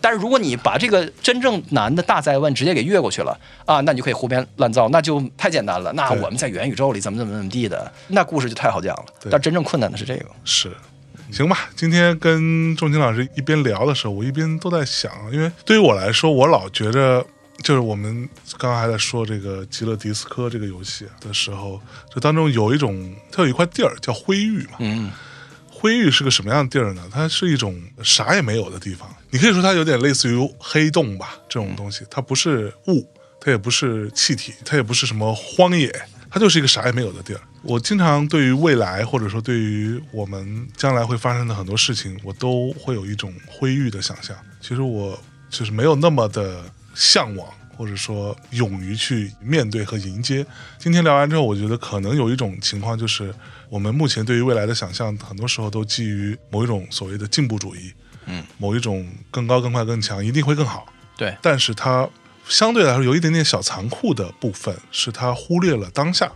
但是如果你把这个真正难的大灾问直接给越过去了啊，那你就可以胡编乱造，那就太简单了。那
对
我们在元宇宙里怎么怎么怎么地的，那故事就太好讲了
对。
但真正困难的是这个。
是，行吧。今天跟仲青老师一边聊的时候，我一边都在想，因为对于我来说，我老觉着。就是我们刚刚还在说这个《极乐迪斯科》这个游戏的时候，这当中有一种，它有一块地儿叫灰域嘛。
嗯，
灰域是个什么样的地儿呢？它是一种啥也没有的地方，你可以说它有点类似于黑洞吧，这种东西，它不是雾，它也不是气体，它也不是什么荒野，它就是一个啥也没有的地儿。我经常对于未来，或者说对于我们将来会发生的很多事情，我都会有一种灰域的想象。其实我就是没有那么的向往，或者说勇于去面对和迎接。今天聊完之后，我觉得可能有一种情况就是，我们目前对于未来的想象，很多时候都基于某一种所谓的进步主义，
嗯，
某一种更高、更快、更强，一定会更好。
对
但是它相对来说有一点点小残酷的部分，是它忽略了当下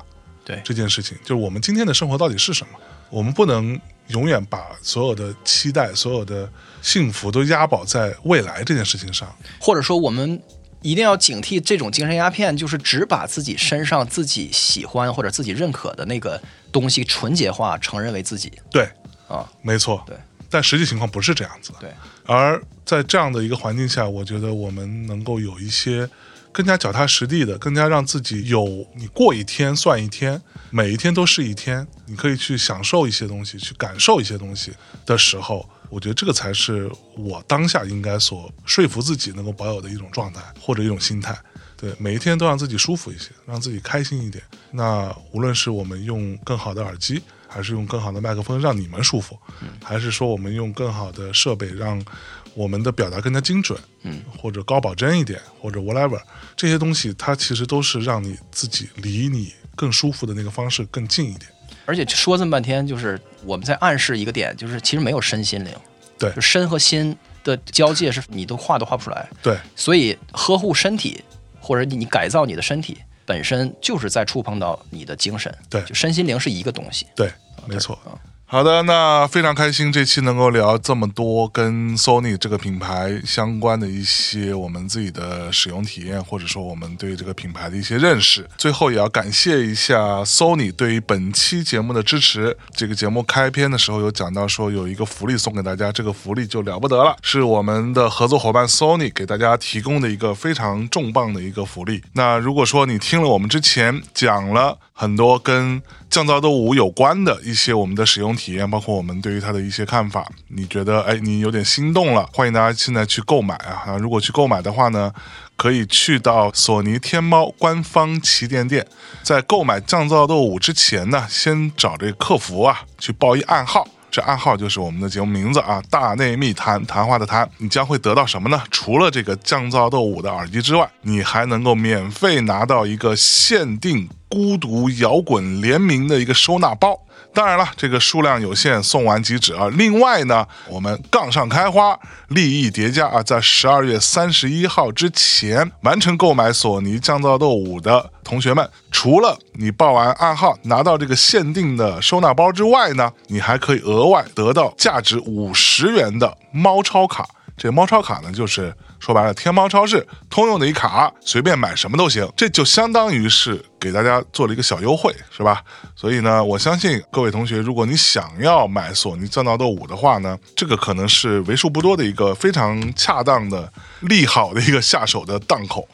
对
这件事情，就是我们今天的生活到底是什么？我们不能永远把所有的期待、所有的幸福都押宝在未来这件事情上。
或者说我们一定要警惕这种精神鸦片，就是只把自己身上自己喜欢或者自己认可的那个东西纯洁化，承认为自己
对，
啊。
没错，
对，
但实际情况不是这样子的。
对，
而在这样的一个环境下，我觉得我们能够有一些更加脚踏实地的，更加让自己有你过一天算一天，每一天都是一天，你可以去享受一些东西，去感受一些东西的时候，我觉得这个才是我当下应该所说服自己能够保有的一种状态或者一种心态。对，每一天都让自己舒服一些，让自己开心一点。那无论是我们用更好的耳机，还是用更好的麦克风让你们舒服，还是说我们用更好的设备让我们的表达更加精准，
嗯，
或者高保真一点，或者 whatever 这些东西，它其实都是让你自己离你更舒服的那个方式更近一点。
而且说这么半天，就是我们在暗示一个点，就是其实没有身心灵，
对
就身和心的交界是你都画都画不出来。
对，
所以呵护身体，或者你改造你的身体，本身就是在触碰到你的精神。
对
就身心灵是一个东西。
对，没错。
啊
好的，那非常开心这期能够聊这么多跟 Sony 这个品牌相关的一些我们自己的使用体验，或者说我们对这个品牌的一些认识。最后也要感谢一下 Sony 对于本期节目的支持。这个节目开篇的时候有讲到说有一个福利送给大家，这个福利就了不得了，是我们的合作伙伴 Sony 给大家提供的一个非常重磅的一个福利。那如果说你听了我们之前讲了很多跟降噪豆五有关的一些我们的使用体验，包括我们对于它的一些看法。你觉得哎，你有点心动了，欢迎大家现在去购买啊！啊，如果去购买的话呢，可以去到索尼天猫官方旗舰店，在购买降噪豆五之前呢，先找这个客服啊去报一暗号。这暗号就是我们的节目名字啊，大内密谈谈话的谈，你将会得到什么呢？除了这个降噪豆五的耳机之外，你还能够免费拿到一个限定孤独摇滚联名的一个收纳包。当然了，这个数量有限，送完即止啊。另外呢，我们杠上开花，利益叠加啊，在十二月三十一号之前完成购买索尼降噪豆五的同学们，除了你报完暗号拿到这个限定的收纳包之外呢，你还可以额外得到价值五十元的猫超卡。这猫超卡呢，就是说白了，天猫超市通用的一卡，随便买什么都行。这就相当于是给大家做了一个小优惠，是吧？所以呢，我相信各位同学，如果你想要买索尼降噪豆五的话呢，这个可能是为数不多的一个非常恰当的、利好的一个下手的档口，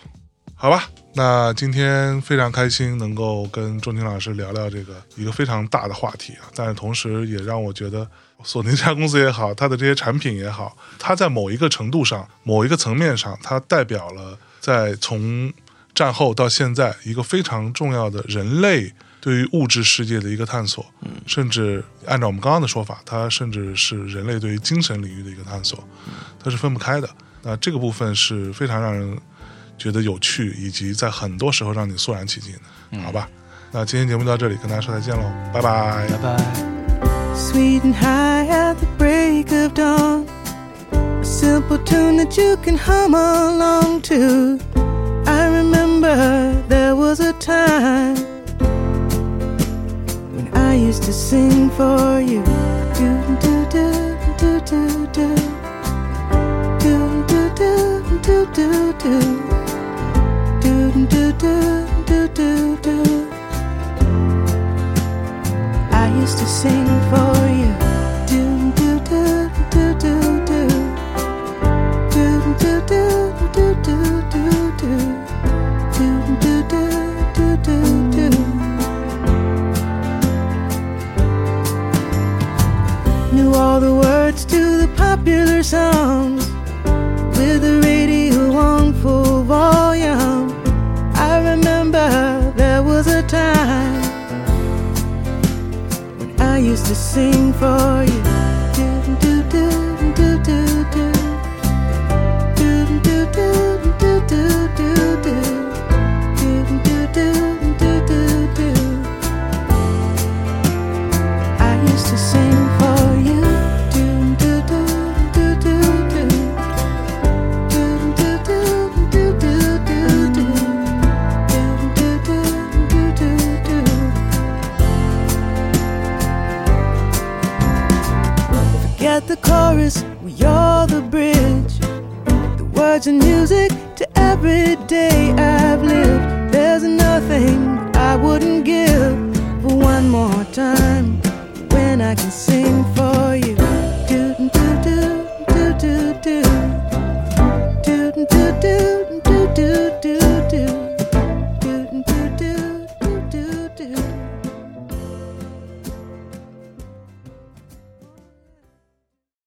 好吧？那今天非常开心能够跟钟情老师聊聊这个一个非常大的话题啊，但是同时也让我觉得哦索尼这家公司也好，它的这些产品也好，它在某一个程度上、某一个层面上，它代表了在从战后到现在一个非常重要的人类对于物质世界的一个探索，甚至按照我们刚刚的说法，它甚至是人类对于精神领域的一个探索，它是分不开的。那这个部分是非常让人觉得有趣，以及在很多时候让你肃然起敬的，好吧？那今天节目就到这里，跟大家说再见喽，拜拜。
拜拜。
sweet and high at the break of dawn. A simple tune that you can hum along to. I remember there was a time when I used to sing for you. Do do do do do do do do do do do do do do do do do do. I used to sing for you. Do do do do do do do do do do do do do do do do do do do. Knew all the words to the popular songs with the radio on full volume. I remember there was a time. I used to sing for you. Do do do do do do do do do do do do do do do do do do. I used to sing for you. Do do do do do do do do do do do do do. Forget the chorus, we are the bridge. The words and music to every day I've lived. There's nothing I wouldn't give for one more time when I can sing for you.